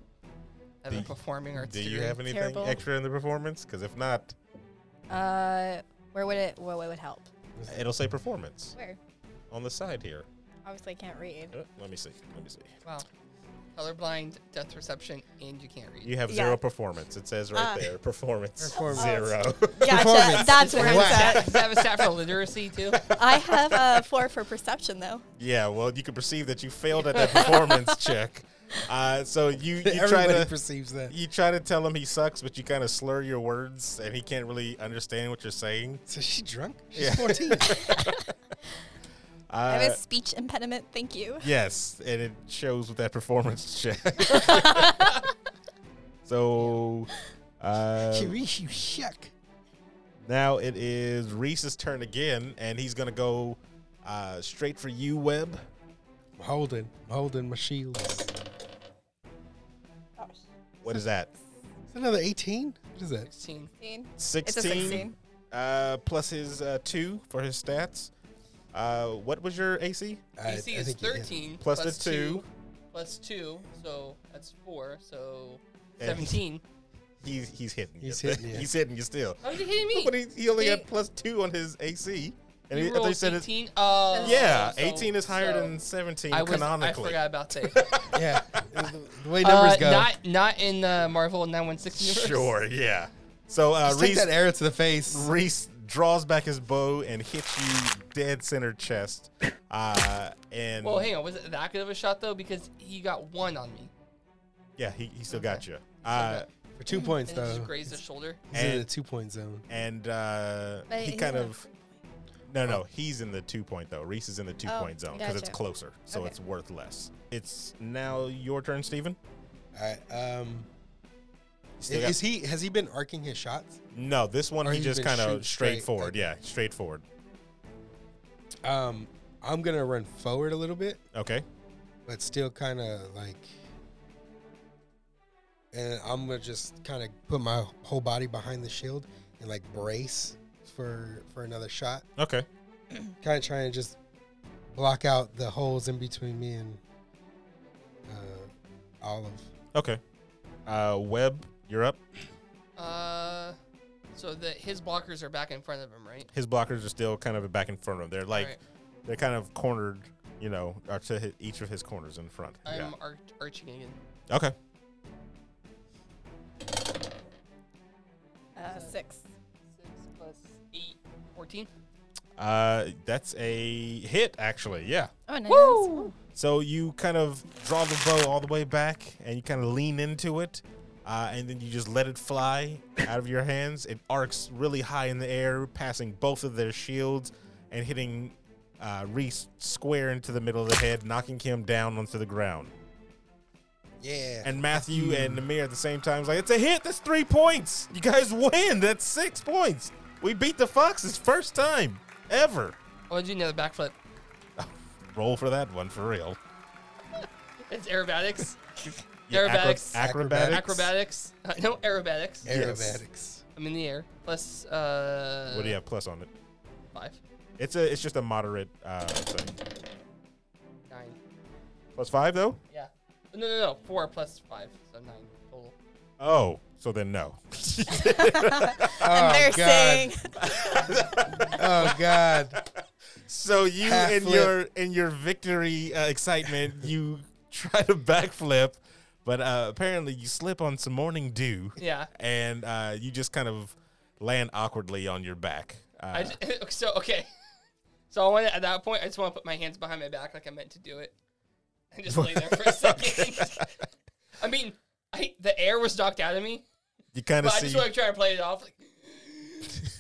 S2: I've been
S1: Do-
S2: performing arts.
S1: do you
S2: degree.
S1: have anything
S4: Terrible.
S1: extra in the performance? Because if not,
S4: Uh, where would it? What would help?
S1: it'll say performance
S4: Where?
S1: on the side here.
S4: Obviously, I can't read.
S1: Uh, Let me see. Let me see.
S2: Wow. Colorblind, death perception, and you can't read.
S1: You have
S4: Yeah.
S1: zero performance. It says right
S5: Uh,
S1: there, performance,
S3: Performance.
S1: zero.
S3: Performance.
S4: Gotcha. That's where
S3: Wow.
S4: it's at.
S2: Does that have a stat for literacy too?
S4: I have a four for perception though.
S1: Yeah, well, you can perceive that you failed at that performance check. Uh, so you you try
S3: Everybody
S1: to
S3: perceives that.
S1: you try to tell him he sucks, but you kind of slur your words, and he can't really understand what you're saying.
S3: So is she drunk? She's
S1: Yeah.
S3: 14.
S1: Uh,
S4: I have a speech impediment. Thank you.
S1: yes, and it shows with that performance check. so uh,
S3: She reads you shuck.
S1: now it is Reese's turn again, and he's gonna go uh, straight for you, Webb.
S3: I'm holding, I'm holding my shields. It's
S1: What is that?
S3: another 18? What is that?
S2: 16.
S4: It's a
S1: 16,
S4: 16.
S1: Uh, plus his uh, two for his stats. Uh, what was your AC?
S2: DC is
S3: think you hit.
S2: 13.
S1: Plus the two.
S2: Plus 2. So that's 4. So
S1: And-
S2: 17.
S1: He's he's hitting
S3: He's
S1: you.
S3: hitting you.
S1: he's hitting you still.
S2: How is he hitting me?
S1: But he, he only
S2: He-
S1: had plus two on his AC, and he,
S2: You
S1: I think
S2: rolled
S1: he said it.
S2: 18? Oh,
S1: Yeah,
S2: so-
S1: eighteen is higher
S2: so
S1: than seventeen
S2: I was,
S1: canonically.
S2: I forgot about that.
S3: Yeah, the, the way numbers
S2: uh,
S3: go.
S2: not not in the Marvel 916 universe.
S1: Sure, yeah. So uh,
S3: Just take
S1: Reese
S3: that arrow to the face.
S1: Reese draws back his bow and hits you dead center chest. Uh, and
S2: Well, hang on. Was it that good of a shot though? Because he got one on me.
S1: yeah, he, he still got you.
S2: got
S1: Uh,
S3: For two points,
S2: And it just
S3: though.
S2: grazed his shoulder.
S3: He's in
S1: And-
S3: the two point zone.
S1: and uh,
S4: But
S1: he
S4: he's
S1: kind
S4: not-
S1: of no no he's in the two point though reese is in the two
S4: Oh,
S1: point zone because it's
S4: gotcha.
S1: closer so
S4: Okay.
S1: it's worth less it's now your turn steven
S3: All right. Um,
S1: Still got-
S3: is he has he been arcing his shots?
S1: no this one
S3: Or
S1: he
S3: he's
S1: just
S3: been
S1: kind of
S3: shooting straight,
S1: straightforward
S3: okay.
S1: yeah straightforward
S3: Um, I'm gonna run forward a little bit,
S1: okay
S3: but still kind of like, and I'm gonna just kind of put my whole body behind the shield and like brace for for another shot.
S1: okay
S3: Kind of trying to just block out the holes in between me and uh, Olive.
S1: okay uh webb you're up
S2: Uh, so that his blockers are back in front of him, right?
S1: his blockers are still kind of back in front of him they're like
S2: Alright.
S1: they're kind of cornered you know are to his, each of his corners in front
S2: I'm
S1: yeah
S2: arch- arching again.
S1: okay
S4: Uh, six.
S2: Six plus eight, 14.
S1: uh that's a hit actually yeah
S4: Oh, nice.
S1: So you kind of draw the bow all the way back and you kind of lean into it. Uh, and then you just let it fly out of your hands. It arcs really high in the air, passing both of their shields and hitting uh, Reese square into the middle of the head, knocking him down onto the ground.
S3: Yeah.
S1: And Matthew and Namir at the same time is like, it's a hit. That's three points. You guys win. That's six points. We beat the Foxes first time ever.
S2: Oh, I want to do another backflip.
S1: Roll for that one for real.
S2: It's aerobatics.
S1: Yeah, acro-
S2: Aerobatics.
S1: acrobatics.
S2: Acrobatics. Uh, no, aerobatics.
S1: yes.
S3: Aerobatics.
S2: I'm in the air. Plus, uh,
S1: What do you have plus on it?
S2: Five,
S1: It's a it's just a moderate uh thing.
S2: nine.
S1: Plus five though?
S2: Yeah. No, no, no. Four plus five, so nine total.
S1: Oh, so then no. Oh,
S4: Embarrassing.
S3: Oh God.
S1: so you
S3: Half
S1: in
S3: flip.
S1: your in your victory uh, excitement, you try to backflip, but uh apparently you slip on some morning dew
S2: Yeah.
S1: and uh you just kind of land awkwardly on your back. Uh,
S2: I just, so okay. So I want to, at that point I just want to put my hands behind my back like I meant to do it, and just lay there for a second. I mean, I the air was knocked out of me,
S1: you kind
S2: but
S1: of
S2: I
S1: see
S2: just want to try and play it off like,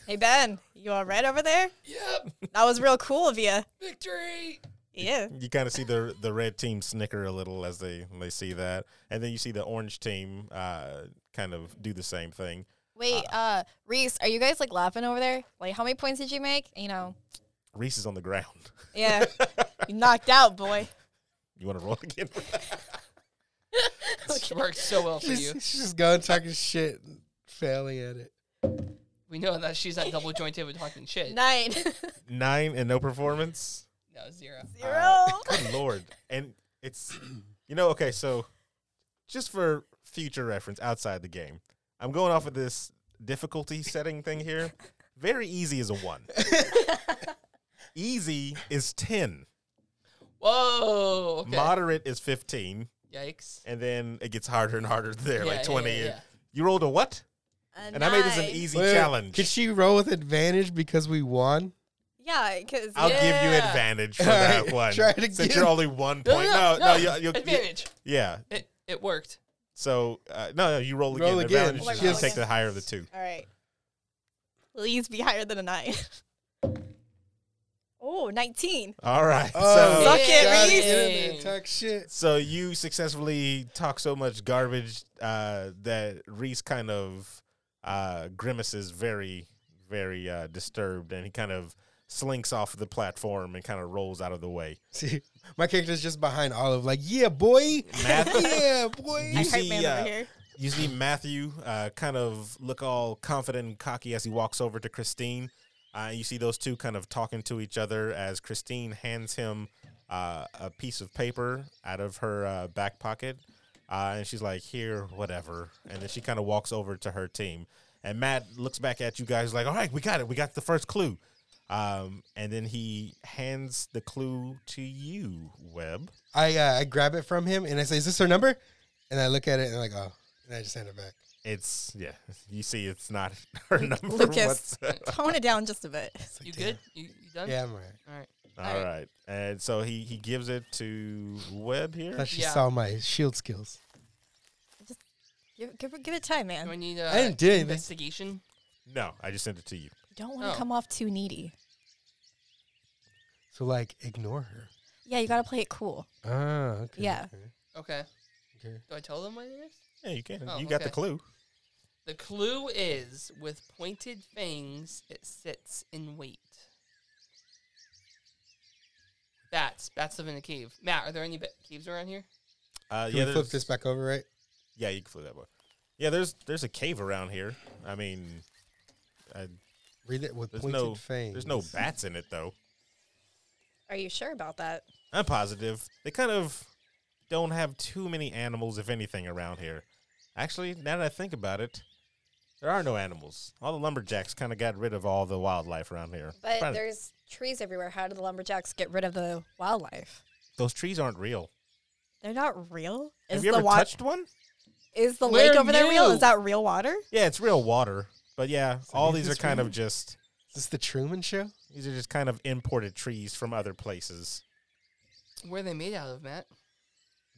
S4: hey, Ben, you all right over there?
S2: "Yep,
S4: That was real cool of you.
S2: victory!"
S4: Yeah.
S1: you kind of see the the red team snicker a little as they they see that, and then you see the orange team uh, kind of do the same thing.
S4: Wait, uh, Reese, are you guys like laughing over there? Like, how many points did you make? You know,
S1: Reese is on the ground.
S4: yeah, you knocked out, boy.
S1: You want to roll again?
S2: This worked so well for
S3: She's,
S2: you.
S3: she's just going talking shit, and failing at it.
S2: We know that she's not double jointed with talking shit.
S4: Nine,
S1: Nine and no performance.
S2: No zero.
S4: zero.
S1: Good lord! And it's you know okay. So just for future reference, outside the game, I'm going off of this difficulty setting thing here. Very easy is a one. easy is ten.
S2: Whoa. Okay.
S1: Moderate is fifteen,
S2: Yikes.
S1: and then it gets harder and harder there,
S2: Yeah,
S1: like
S2: yeah,
S1: twenty.
S2: yeah, yeah.
S1: You rolled a what? And I made this an
S4: nine.
S1: easy
S3: Wait,
S1: challenge.
S3: Could she roll with advantage because we won?
S4: Yeah, because
S1: I'll give you
S2: Yeah.
S1: advantage for
S3: All
S1: that
S3: right,
S1: one.
S3: try it again.
S1: Since you're only one
S2: No,
S1: point.
S2: no, no, no,
S1: you- you- you-
S2: advantage.
S1: yeah,
S2: It it worked.
S1: So uh, no, no, you roll again.
S3: Roll again.
S1: Advantage
S4: Roll
S1: is
S4: again.
S1: just take the higher of the two.
S4: All right. Please be higher than a nine. oh, 19.
S1: All right. Uh,
S4: Suck
S2: it,
S3: gotta
S4: Reese.
S3: get in there and
S2: Dang.
S3: Talk shit.
S1: so so you successfully talk so much garbage uh, that Reese kind of uh, grimaces, very, very uh, disturbed, and he kind of slinks off the platform and kind of rolls out of the way.
S3: See, my character's just behind Olive, like, yeah, boy.
S1: Matthew,
S3: yeah, boy.
S1: You
S4: I
S1: see,
S4: hurt man
S1: uh,
S4: over here.
S1: You see Matthew uh, kind of look all confident and cocky as he walks over to Christine. Uh, you see those two kind of talking to each other as Christine hands him uh, a piece of paper out of her uh, back pocket. Uh, Uh, and she's like, here, whatever. And then she kind of walks over to her team. And Matt looks back at you guys like, all right, we got it. We got the first clue. Um, and then he hands the clue to you, Webb.
S3: I uh, I grab it from him and I say, "Is this her number?" And I look at it and I'm like, "Oh," and I just hand it back.
S1: It's, yeah, you see, it's not her number.
S4: Lucas.
S1: whatsoever.
S4: Tone it down just a bit.
S3: It's like,
S2: You
S3: "Damn."
S2: good? You, you done?
S3: Yeah, I'm all right.
S2: All right.
S1: All right. And so he, he gives it to Webb here.
S3: Thought she
S2: Yeah.
S3: saw my shield skills.
S4: Give, give, it- give it time,
S2: Do I
S4: man.
S2: need uh,
S3: I didn't do anything.
S2: investigation?
S1: No, I just sent it to you.
S4: Don't want to
S2: Oh.
S4: come off too needy.
S3: So like, ignore her.
S4: Yeah, you got to play it cool.
S3: Ah, okay.
S4: Yeah.
S3: okay,
S2: Okay.
S3: okay.
S2: Do I tell them what it is?
S1: Yeah, you can.
S2: Oh,
S1: you got the
S2: okay.
S1: clue.
S2: The clue is with pointed fangs, it sits in wait. Bats. Bats live in a cave. Matt, are there any ba- caves around here?
S1: Uh,
S3: Can
S1: yeah,
S3: we flip
S1: there's-
S3: this back over, right?
S1: Yeah, you can flip that one. Yeah, there's there's a cave around here. I mean, I,
S3: Read it with
S1: there's
S3: pointed
S1: no
S3: fangs.
S1: there's no bats in it though.
S4: Are you sure about that?
S1: I'm positive they kind of don't have too many animals, if anything, around here. Actually, now that I think about it, there are no animals. All the lumberjacks kind of got rid of all the wildlife around here.
S4: But
S1: Kinda-
S4: there's trees everywhere. How do the lumberjacks get rid of the wildlife?
S1: those trees aren't real.
S4: They're not real. Is
S1: Have you
S4: the
S1: ever
S4: wa-
S1: touched one?
S4: Is the
S2: Where
S4: lake over there real?
S2: you?
S4: Is that real water?
S1: Yeah, it's real water. But yeah, all
S3: these
S1: these are
S3: just
S1: kind
S3: real?
S1: of just
S3: Is this the Truman Show?
S1: these are just kind of imported trees from other places.
S2: Where are they made out of, Matt?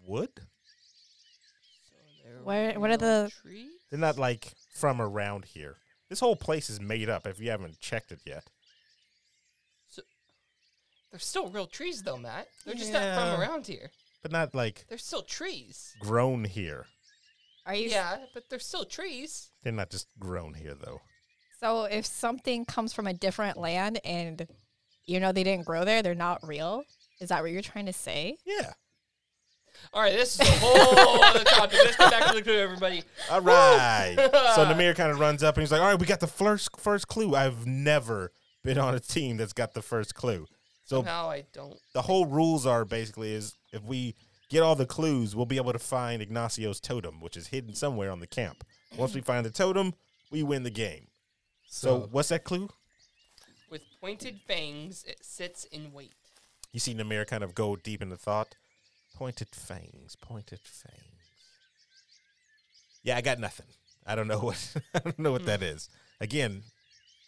S1: Wood?
S2: So they're
S5: Where- what are
S2: real
S5: the-
S2: tree?
S1: They're not like from around here. This whole place is made up if you haven't checked it yet.
S2: They're still real trees, though, Matt. They're just not
S1: Yeah.
S2: from around here.
S1: But not like
S2: They're still trees.
S1: grown here.
S4: Are you?
S2: Yeah, but they're still trees.
S1: They're not just grown here though.
S4: So if something comes from a different land and you know they didn't grow there, they're not real. Is that what you're trying to say?
S1: Yeah.
S2: All right, this is a whole other topic. Let's get back to the clue, everybody.
S1: All right. so Namir kind of runs up and he's like, "All right, we got the first first clue. I've never been on a team that's got the first clue." So
S2: Now I don't.
S1: the whole rules are basically is if we get all the clues, we'll be able to find Ignacio's totem, which is hidden somewhere on the camp. Once we find the totem, we win the game. So,
S3: So-
S1: what's that clue?
S2: With pointed fangs, it sits in wait.
S1: You see Namir kind of go deep into thought. Pointed fangs, pointed fangs. Yeah, I got nothing. I don't know what I don't know what that is. Again,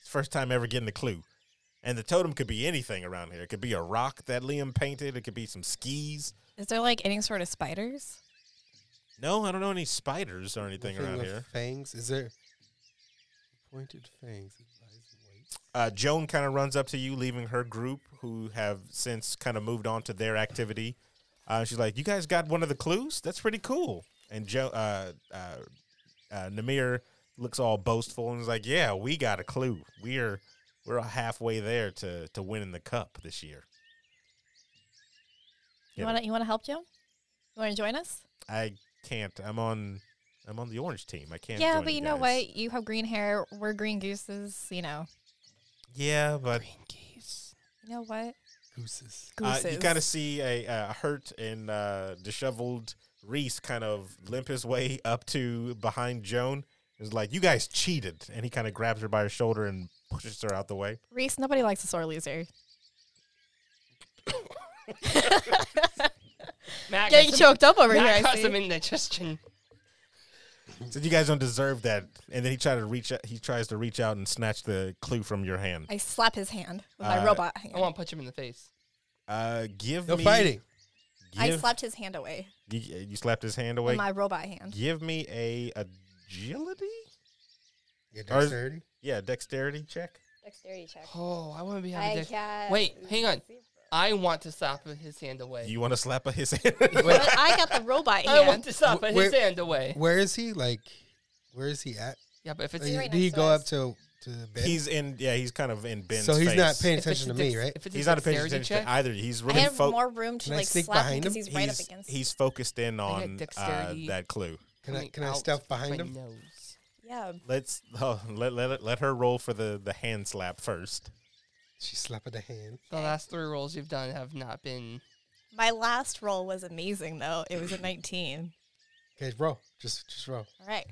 S1: it's first time ever getting a clue. And the totem could be anything around here. It could be a rock that Liam painted. It could be some skis.
S4: Is there like any sort of spiders?
S1: No, I don't know any spiders or anything
S3: Nothing
S1: around
S3: with
S1: here.
S3: Fangs? Is there pointed fangs? It lies in wait.
S1: Uh, Joan kind of runs up to you, leaving her group, who have since kind of moved on to their activity. Uh, she's like, "You guys got one of the clues? That's pretty cool." And Joe, uh, uh, uh, Namir looks all boastful and is like, "Yeah, we got a clue. We're we're halfway there to to winning the cup this year."
S4: You
S1: Yeah.
S4: want to you want to help, Joan? You want to join us?
S1: I can't. I'm on. I'm on the orange team. I can't.
S4: yeah,
S1: join
S4: but you know
S1: guys.
S4: what? You have green hair. We're green gooses. You know.
S1: Yeah, but
S4: You know what?
S3: Gooses.
S1: Uh,
S4: Gooses.
S1: you kind of see a, uh hurt and uh, disheveled Reese kind of limp his way up to behind Joan. Is like, you guys cheated, and he kind of grabs her by her shoulder and pushes her out the way.
S4: Reese. Nobody likes a sore loser.
S2: Matt
S4: Getting
S2: got some-
S4: choked up over here.
S2: Matt
S4: I
S2: got
S4: see.
S2: some indigestion.
S1: Said you guys don't deserve that, and then he tried to reach. Out, he tries to reach out and snatch the clue from your hand.
S4: I slap his hand with
S1: Uh,
S4: my robot hand.
S2: I want to punch him in the face.
S1: Uh, give
S3: No
S1: me.
S3: fighting.
S4: I
S1: give-
S4: slapped his hand away
S1: You, you slapped his hand away.
S4: with my robot hand.
S1: give me a agility.
S3: Yeah,
S1: Or-
S3: dexterity.
S1: Yeah, dexterity check.
S4: Dexterity check.
S2: Oh, I want to be on a dick.
S4: got.
S2: Wait, hang on. I want to slap his hand away.
S1: You want to slap his hand?
S4: But I got the robot
S2: I want
S4: hand.
S2: to slap
S3: Wh-
S2: his
S3: where-
S2: hand
S4: Eh.
S2: away.
S3: Where is he? Like, where is he at?
S2: Yeah, but if it's
S3: Like,
S4: right
S3: did he
S4: next to
S3: go
S4: us.
S3: up to to Ben?
S1: he's in. Yeah, he's kind of in Ben's.
S3: so he's not
S1: face.
S3: paying
S2: if it's
S3: attention
S2: a
S3: to me,
S2: dex-
S3: right?
S2: If it's
S1: He's
S2: a
S1: not a paying
S2: dexterity
S1: attention
S2: check,
S1: to either. He's
S4: I
S1: really
S4: have
S1: focused.
S4: more room to
S3: Can I
S4: like
S3: sneak
S4: slap him
S3: behind
S4: because
S3: him?
S4: he's right up
S1: he's-
S4: against.
S1: he's focused in on uh,
S2: dexterity.
S1: that clue.
S3: Can I
S2: coming
S3: can I
S2: out
S3: stealth behind
S2: my
S3: him?
S2: Nose.
S4: yeah.
S1: Let's oh, let, let let her roll for the the hand slap first.
S3: She slapped the hand.
S2: The last three rolls you've done have not been.
S4: My last roll was amazing though. It was a 19.
S3: Okay, roll. Just just roll.
S4: All right.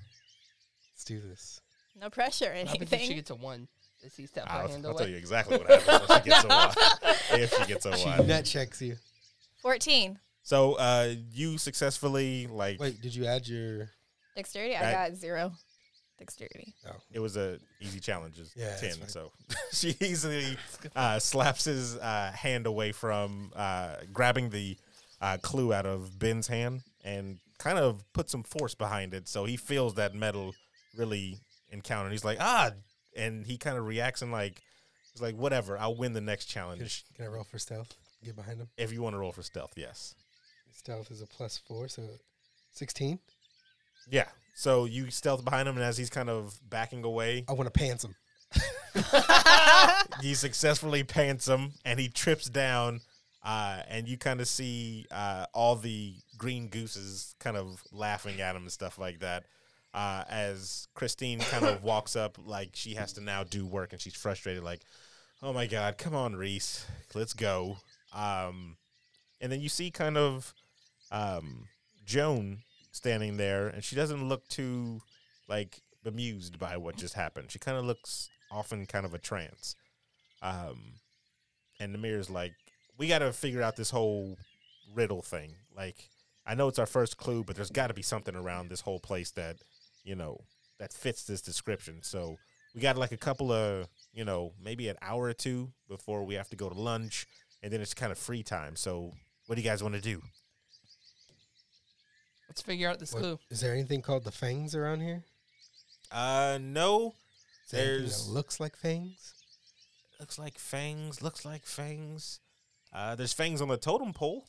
S3: Let's do this.
S4: No pressure or
S2: I bet if she
S4: anything.
S2: gets a one, does he step
S1: I'll,
S2: her hand
S1: I'll
S2: away?
S1: tell you exactly what happens when she gets a one. if she gets a
S3: She
S1: one.
S3: nut checks you.
S4: 14.
S1: So uh, you successfully like
S3: Wait, did you add your?
S4: Dexterity. I
S1: That-
S4: got zero. Dexterity.
S1: it was a easy challenge. It's
S3: Yeah, that's
S1: ten.
S3: fine.
S1: So she easily uh, slaps his uh, hand away from uh, grabbing the uh, clue out of Ben's hand and kind of put some force behind it. So he feels that metal really encounter. He's like ah, and he kind of reacts and like he's like whatever. I'll win the next
S3: Can,
S1: challenge
S3: can I roll for stealth? Get behind him.
S1: if you want to roll for stealth. Yes.
S3: Stealth is a plus four, so sixteen.
S1: Yeah. So you stealth behind him, and as he's kind of backing away,
S3: I want to pants him.
S1: he successfully pants him and he trips down uh, and you kind of see uh, all the green gooses kind of laughing at him and stuff like that uh, as christine kind of walks up like she has to now do work and she's frustrated like oh my god come on reese let's go um, and then you see kind of um, joan standing there and she doesn't look too like bemused by what just happened she kind of looks off in kind of a trance um, and the mirror's like, we got to figure out this whole riddle thing. Like, I know it's our first clue, but there's got to be something around this whole place that, you know, that fits this description. So we got like a couple of, you know, maybe an hour or two before we have to go to lunch, and then it's kind of free time. So what do you guys want to do?
S2: Let's figure out this
S3: What-
S2: clue.
S3: Is there anything called the fangs around here?
S1: Uh, no.
S3: Is there anything
S1: There's-
S3: that looks like fangs.
S1: Looks like fangs. Looks like fangs. Uh, there's fangs on the totem pole.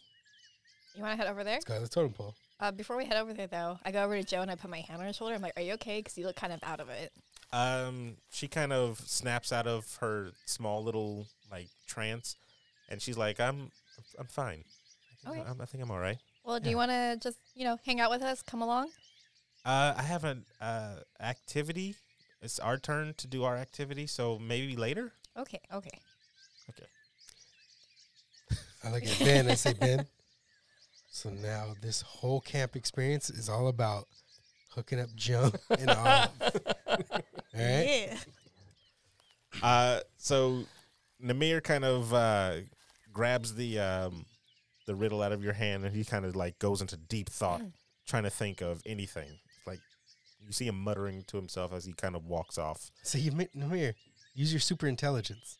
S4: You want to head over there?
S3: Let's go to the totem pole.
S4: Uh, before we head over there, though, I go over to Joe and I put my hand on her shoulder. I'm like, "Are you okay? Because you look kind of out of it."
S1: Um, she kind of snaps out of her small little like trance, and she's like, "I'm, I'm fine. I think,
S4: Okay.
S1: I'm, I think I'm all right."
S4: Well, do you want to just, you know, hang out with us? Come along.
S1: Uh, I have an uh activity. It's our turn to do our activity, so maybe later.
S4: Okay, okay.
S3: I look at Ben. I say, Ben. So now this whole camp experience is all about hooking up Joan and all. all right.
S5: Yeah.
S1: Uh, so Namir kind of uh grabs the um the riddle out of your hand, and he kind of like goes into deep thought, trying to think of anything. It's like you see him muttering to himself as he kind of walks off.
S3: So you made here. Use your super intelligence.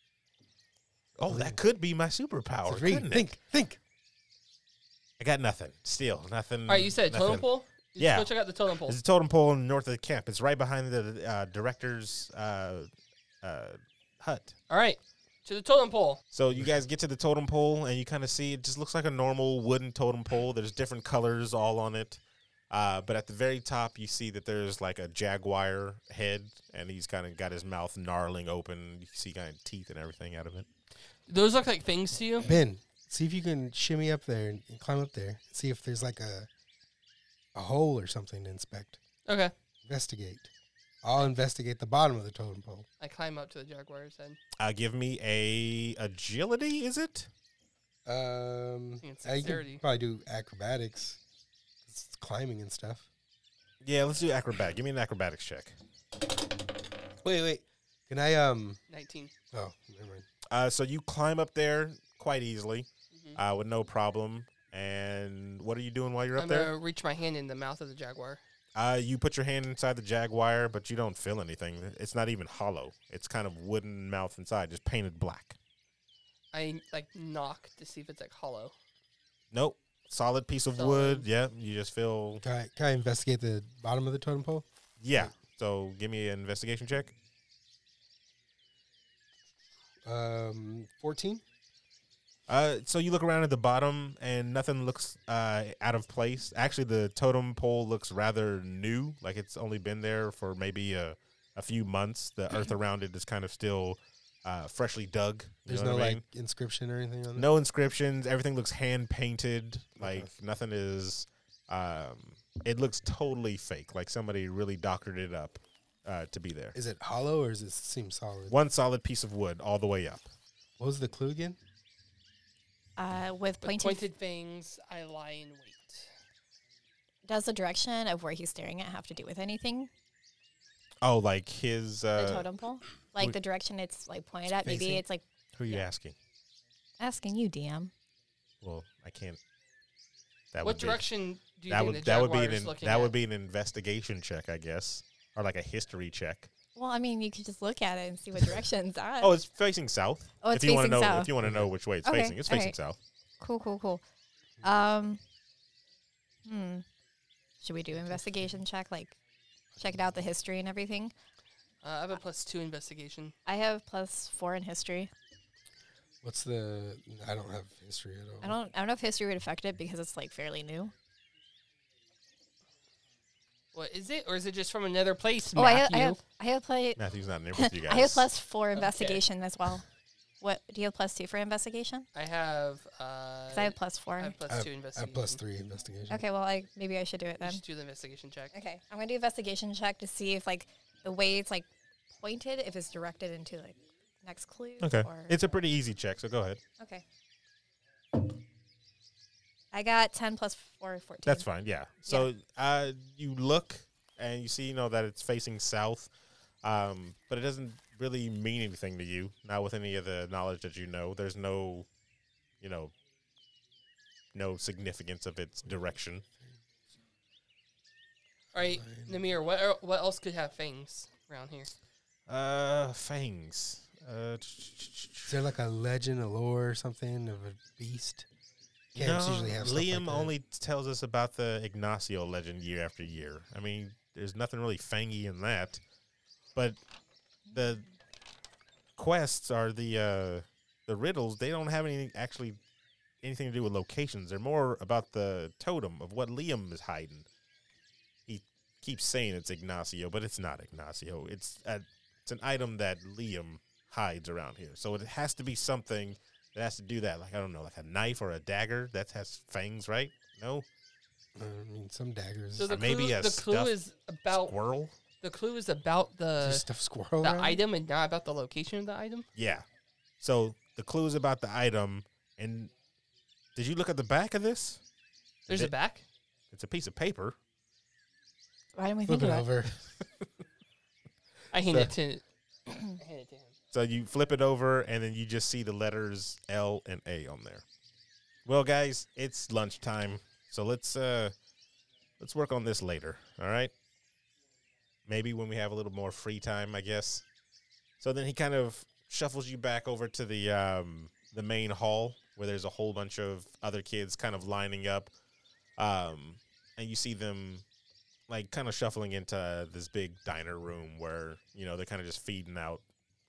S1: Oh, that could be my superpower.
S3: So read,
S1: couldn't it?
S3: think, think.
S1: I got nothing. Still nothing.
S2: All right, you said totem
S1: nothing.
S2: pole? You
S1: Yeah.
S2: Go check out the totem pole.
S1: There's a totem pole north of the camp. It's right behind the uh, director's uh, uh, hut.
S2: All right, to the totem pole.
S1: So you guys get to the totem pole and you kind of see it just looks like a normal wooden totem pole. There's different colors all on it. Uh, but at the very top, you see that there's like a jaguar head, and he's kind of got his mouth gnarling open. You see kind of teeth and everything out of it.
S2: Those look like things to you.
S3: Ben, see if you can shimmy up there and, and climb up there. See if there's like a a hole or something to inspect.
S2: Okay.
S3: Investigate. I'll investigate the bottom of the totem pole.
S2: I climb up to the jaguar's head.
S1: Uh, give me a agility, is it?
S3: Um,
S2: think it's
S3: I
S2: dexterity.
S3: could probably do acrobatics, 'cause it's climbing and stuff.
S1: Yeah, let's do acrobat. Give me an acrobatics check.
S3: Wait, wait. Can I? Um.
S2: 19.
S3: Oh, never mind.
S1: Uh, so you climb up there quite easily,
S2: Mhm.
S1: uh, with no problem. And what are you doing while you're up
S2: I'm
S1: there?
S2: gonna reach my hand in the mouth of the jaguar.
S1: Uh, you put your hand inside the jaguar, but you don't feel anything. It's not even hollow. It's kind of wooden mouth inside, just painted black.
S2: I like knock to see if it's like hollow.
S1: Nope, solid piece of
S2: Solid.
S1: wood. Yeah, you just feel.
S3: Can I, can I investigate the bottom of the totem pole?
S1: Yeah. So give me an investigation check.
S3: Um, fourteen.
S1: Uh, so you look around at the bottom, and nothing looks uh, out of place. Actually, the totem pole looks rather new, like it's only been there for maybe a, a few months. The earth around it is kind of still uh, freshly dug. You
S3: There's
S1: know
S3: no
S1: what I mean?
S3: like inscription or anything on it.
S1: no inscriptions. Everything looks hand painted. Like nothing is. Um, it looks totally fake. Like somebody really doctored it up uh, to be there.
S3: Is it hollow or does it seem solid?
S1: One solid piece of wood all the way up.
S3: What was the clue again?
S4: Uh, with
S2: With
S4: pointed,
S2: pointed fangs, I lie in wait.
S4: Does the direction of where he's staring at have to do with anything?
S1: Oh, like his. Uh,
S4: the totem pole, like
S1: we-
S4: the direction it's like pointed at.
S3: facing.
S4: Maybe it's like
S1: Who are you
S4: Yeah.
S1: asking?
S4: asking you, DM.
S1: Well, I can't. That
S2: what
S1: would be-
S2: direction do you
S1: that
S2: think
S1: would
S2: the
S1: that would be
S2: Jaguars
S1: an in-
S2: looking
S1: that
S2: at?
S1: would be an investigation check, I guess, or like a history check.
S4: Well, I mean, you could just look at it and see what direction it's at.
S1: Oh, it's facing south.
S4: Uh, Oh, it's
S1: if you wanna
S4: facing
S1: know,
S4: south. Mm-hmm.
S1: If you want to know which way it's
S4: Okay,
S1: facing, it's
S4: all
S1: facing
S4: right.
S1: south.
S4: Cool, cool, cool. Um, hmm. Should we do investigation check? Like, check it out the history and everything.
S2: Uh, I have a plus two investigation.
S4: I have plus four in history.
S3: What's the? I don't have history at
S1: Oh.
S3: all.
S4: I don't. I don't know if history would affect it because it's like fairly new.
S2: What is it, or is it just from another place?
S4: Oh, I have.
S2: Matthew?
S4: I have. I have play.
S1: Matthew's not in there with you guys.
S4: I have plus four investigation as well. What do you have plus two for investigation?
S2: I have. Uh,
S4: 'Cause I have plus four.
S2: I have plus
S3: I have-
S2: two
S3: I
S2: investigation.
S3: have plus three investigation.
S4: Okay, well, I maybe I should do it
S2: You
S4: then.
S2: should do the investigation check.
S4: Okay, I'm gonna do investigation check to see if like the way it's like pointed, if it's directed into like next clue.
S1: Okay,
S4: Or
S1: it's a pretty easy check, so go ahead.
S4: okay. I got ten plus four, 14.
S1: That's fine. Yeah. So Uh, you look and you see, you know, that it's facing south, um, but it doesn't really mean anything to you. Not with any of the knowledge that you know. There's no, you know, no significance of its direction.
S2: All right, Namir. What are, what else could have fangs around here?
S1: Uh, fangs. Uh,
S3: Is there like a legend, a lore, or something of a beast? Camps
S1: no,
S3: usually have stuff like
S1: Liam
S3: that.
S1: only tells us about the Ignacio legend year after year. I mean, there's nothing really fangy in that, but the quests are the uh, the riddles. They don't have anything actually anything to do with locations. They're more about the totem of what Liam is hiding. He keeps saying it's Ignacio, but it's not Ignacio. It's a, it's an item that Liam hides around here. So it has to be something that has to do that. Like I don't know, like a knife or a dagger that has fangs, right? No
S3: I mean, some daggers.
S2: So the
S1: Uh, maybe
S2: clue,
S1: a
S2: the clue
S1: stuffed
S2: is about
S1: squirrel.
S2: the clue is about
S3: There's
S2: the
S3: stuffed squirrel.
S2: the
S3: around?
S2: item and not about the location of the item.
S1: Yeah. So the clue is about the item. And did you look at the back of this?
S2: There's a
S1: Bit-
S2: back.
S1: It's a piece of paper.
S4: Why didn't we
S3: Flip
S4: think
S3: it
S4: about it?
S3: over.
S2: I hand it to. I hand it to him.
S1: So you flip it over, and then you just see the letters L and A on there. Well, guys, it's lunchtime, so let's uh, let's work on this later. All right. Maybe when we have a little more free time, I guess. So then he kind of shuffles you back over to the um, the main hall where there's a whole bunch of other kids kind of lining up, um, and you see them like kind of shuffling into this big diner room where you know they're kind of just feeding out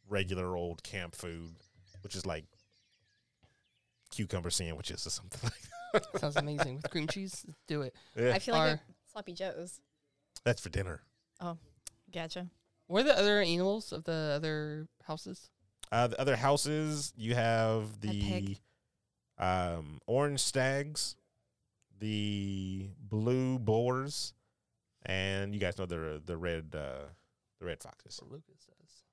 S1: regular old camp food, which is like cucumber sandwiches or something like that.
S2: Sounds amazing with cream cheese. Let's do it.
S1: Yeah.
S4: I feel like
S2: Are-
S4: a sloppy joes.
S1: That's for dinner.
S4: Gotcha.
S2: Were the other animals of the other houses?
S1: Uh, the other houses you have the
S4: pig.
S1: um, orange stags, the blue boars, and you guys know the the red uh, the red foxes.
S2: What Lucas does.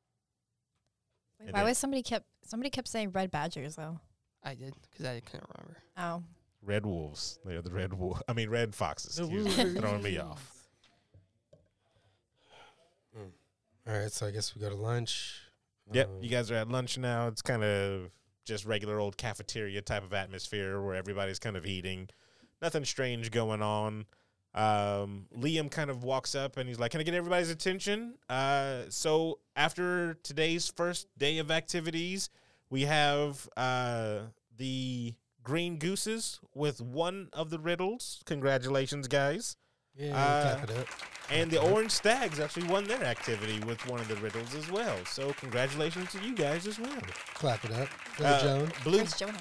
S4: Wait,
S1: And
S4: why
S1: then-
S4: was somebody kept somebody kept saying red badgers though?
S2: I did because I couldn't remember.
S4: Oh,
S1: Red wolves. They are the red wolf. I mean red foxes.
S3: The
S1: Excuse me. Throwing me off.
S3: All right, so I guess we go to lunch.
S1: Yep,
S3: Um,
S1: you guys are at lunch now. It's kind of just regular old cafeteria type of atmosphere where everybody's kind of eating. Nothing strange going on. Um, Liam kind of walks up and he's like, "Can I get everybody's attention?" Uh, so after today's first day of activities, we have uh, the green gooses with one of the riddles. Congratulations, guys!
S3: Yeah,
S1: uh,
S3: clap it up.
S1: And the Orange Stags actually won their activity with one of the riddles as well. So congratulations to you guys as well.
S3: Clap it up. Go,
S1: Uh,
S3: Joan.
S1: Blue
S4: where's Jonah?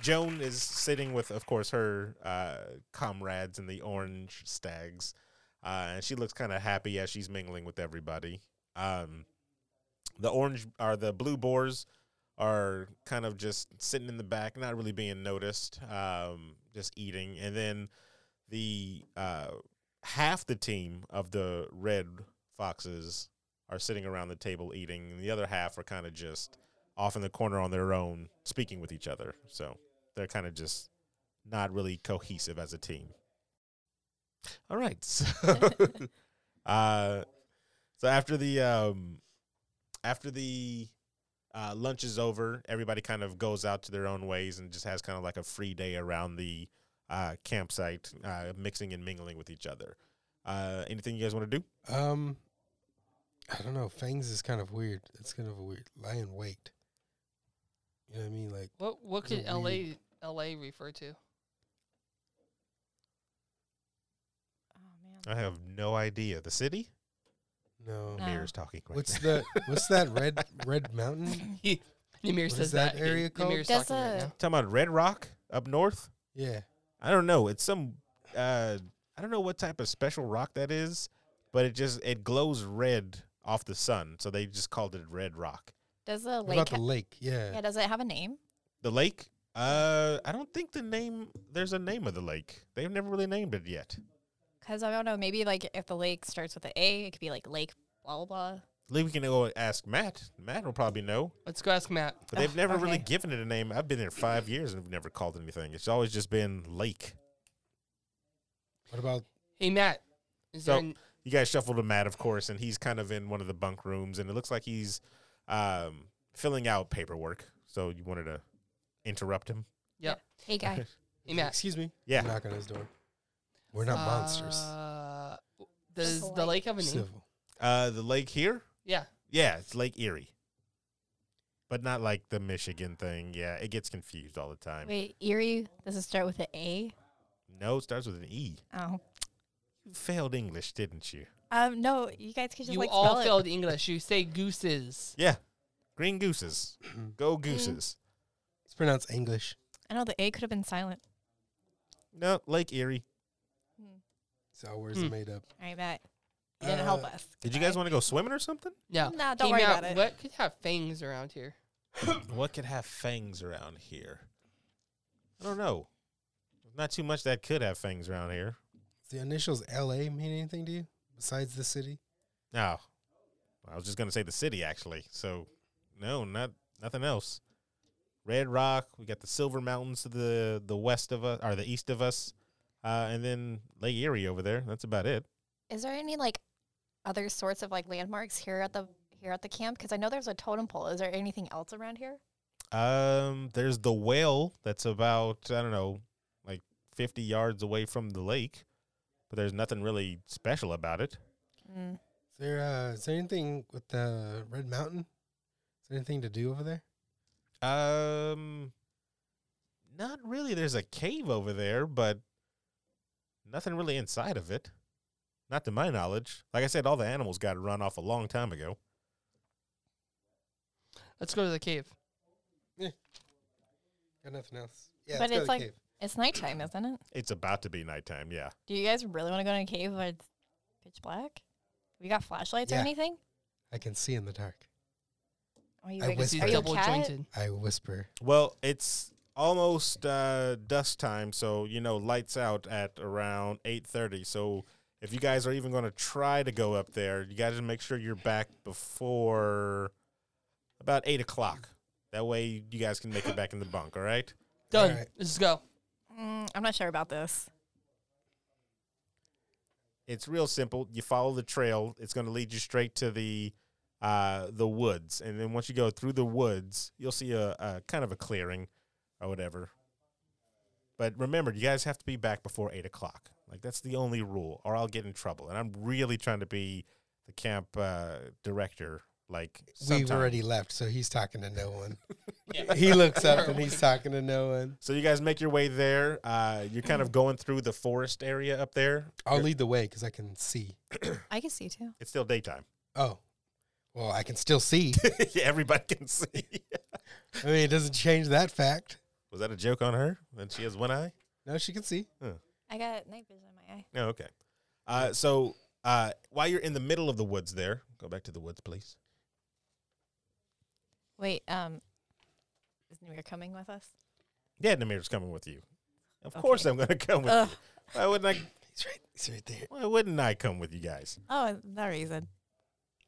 S1: Joan is sitting with, of course, her uh, comrades in the Orange Stags, uh, and she looks kind of happy as she's mingling with everybody. Um, the orange or the blue boars are kind of just sitting in the back, not really being noticed, um, just eating, and then the uh, half the team of the red foxes are sitting around the table eating, and the other half are kind of just off in the corner on their own, speaking with each other. So they're kind of just not really cohesive as a team. All right. So, uh, so after the um, after the uh, lunch is over, everybody kind of goes out to their own ways and just has kind of like a free day around the uh, campsite, uh, mixing and mingling with each other. Uh, anything you guys want to do?
S3: Um, I don't know. Fangs is kind of weird. It's kind of a weird. Lie in wait. You know what I mean? Like
S2: What what
S3: It's a
S2: could LA LA refer to?
S4: Oh
S1: I have no idea. The city?
S3: no.
S4: No.
S1: Namir's talking. Right
S3: What's
S1: now.
S3: the what's that red red mountain?
S2: Namir
S3: What
S2: says
S3: is that
S2: that,
S3: area
S2: Namir's talking
S3: called?
S4: That's
S2: right
S4: a-
S2: now.
S1: talking about Red Rock up north?
S3: Yeah.
S1: I don't know. It's some uh I don't know what type of special rock that is, but it just it glows red off the sun, so they just called it red rock.
S4: Does the
S3: What
S4: lake?
S3: about
S4: Ha-
S3: the lake? Yeah.
S4: yeah, does it have a name?
S1: The lake? Uh I don't think the name there's a name of the lake. They've never really named it yet.
S4: Because I don't know. Maybe like if the lake starts with an A, it could be like Lake blah blah blah.
S1: Maybe we can go ask Matt. Matt will probably know.
S2: Let's go ask Matt.
S1: But they've never really
S4: okay.
S1: given it a name. I've been there five years and have never called it anything. It's always just been lake.
S3: What about
S2: Hey Matt, is
S1: So-
S2: there an-
S1: you guys shuffle to Matt, of course, and he's kind of in one of the bunk rooms, and it looks like he's um, filling out paperwork. So you wanted to interrupt him?
S4: Hey guy.
S2: hey Matt?
S3: excuse me?
S1: Yeah.
S3: Knock on his door. We're not monsters.
S2: Uh, does
S4: Just
S2: the
S4: like-
S2: lake have a name?
S3: Civil.
S1: Uh, the lake here?
S2: Yeah.
S1: Yeah, it's Lake Erie, but not like the Michigan thing. Yeah, it gets confused all the time.
S4: Wait, Erie. Does it start with an A?
S1: No, it starts with an E.
S4: Oh.
S1: You failed English, didn't you?
S4: Um. No, you guys could just
S2: you
S4: like spell
S2: all
S4: it.
S2: failed English. You say gooses.
S1: Yeah, green gooses, go gooses.
S3: It's pronounced English.
S4: I know the A could have been silent.
S1: No, Lake Erie.
S3: So words
S2: Hmm.
S3: are made up.
S4: All right, Matt. You didn't help
S3: Uh,
S4: us.
S1: Did you guys want to go swimming or something?
S2: No.
S4: Nah, don't
S2: hey,
S4: worry
S2: Matt,
S4: about it.
S2: What could have fangs around here?
S1: what could have fangs around here? I don't know. Not too much that could have fangs around here.
S3: The initials LA mean anything to you besides the city?
S1: No, I was just gonna say the city actually. So, no, not nothing else. Red Rock. We got the Silver Mountains to the the west of us, or the east of us, uh, and then Lake Erie over there. That's about it.
S4: Is there any like other sorts of like landmarks here at the here at the camp? Because I know there's a totem pole. Is there anything else around here?
S1: Um, there's the whale that's about I don't know, like fifty yards away from the lake, but there's nothing really special about it.
S4: Mm.
S3: Is there uh is there anything with the Red Mountain? Is there anything to do over there?
S1: Um, not really. There's a cave over there, but nothing really inside of it. Not to my knowledge. Like I said, all the animals got run off a long time ago.
S2: Let's go to the cave.
S3: Got nothing else. Yeah,
S4: But
S3: let's go to
S4: it's
S3: the
S4: like-
S3: cave.
S4: It's nighttime, isn't it?
S1: It's about to be nighttime. Yeah.
S4: Do you guys really want to go in a cave where it's pitch black? We got flashlights or
S3: Yeah.
S4: anything?
S3: I can see in the dark.
S4: Are you,
S3: I
S4: like,
S3: was
S4: are
S3: Whisper.
S4: you a
S2: double
S4: cat?
S2: jointed.
S3: I whisper.
S1: Well, it's almost uh, dusk time, so you know, lights out at around eight thirty. So if you guys are even going to try to go up there, you guys make sure you're back before about eight o'clock. That way, you guys can make it back in the bunk. All right.
S2: Done.
S3: Alright.
S2: Let's go.
S4: Mm, I'm not sure about this.
S1: it's real simple. You follow the trail. It's going to lead you straight to the uh, the woods, and then once you go through the woods, you'll see a, a kind of a clearing or whatever. But remember, you guys have to be back before eight o'clock. Like that's the only rule, or I'll get in trouble. And I'm really trying to be the camp uh, director. Like
S3: We've
S1: sometime.
S3: already left, so he's talking to no one.
S2: Yeah.
S3: he looks up and he's talking to no one.
S1: So you guys make your way there. Uh, you're kind of going through the forest area up there.
S3: I'll lead the way because I can see.
S4: I can see too.
S1: It's still daytime.
S3: Oh, well, I can still see.
S1: yeah, everybody can see.
S3: I mean, it doesn't change that fact.
S1: Was that a joke on her? That she has one eye.
S3: No, she can see.
S4: I got night vision in my eye.
S1: Oh, okay. Uh, so uh, while you're in the middle of the woods there, go back to the woods, please.
S4: Wait, um, is Namir coming with us?
S1: Yeah, Namir's coming with you. Of course I'm going to come with
S4: Ugh.
S1: you. Why wouldn't I?
S3: He's right. He's right there.
S1: Why wouldn't I come with you guys?
S4: Oh, that reason.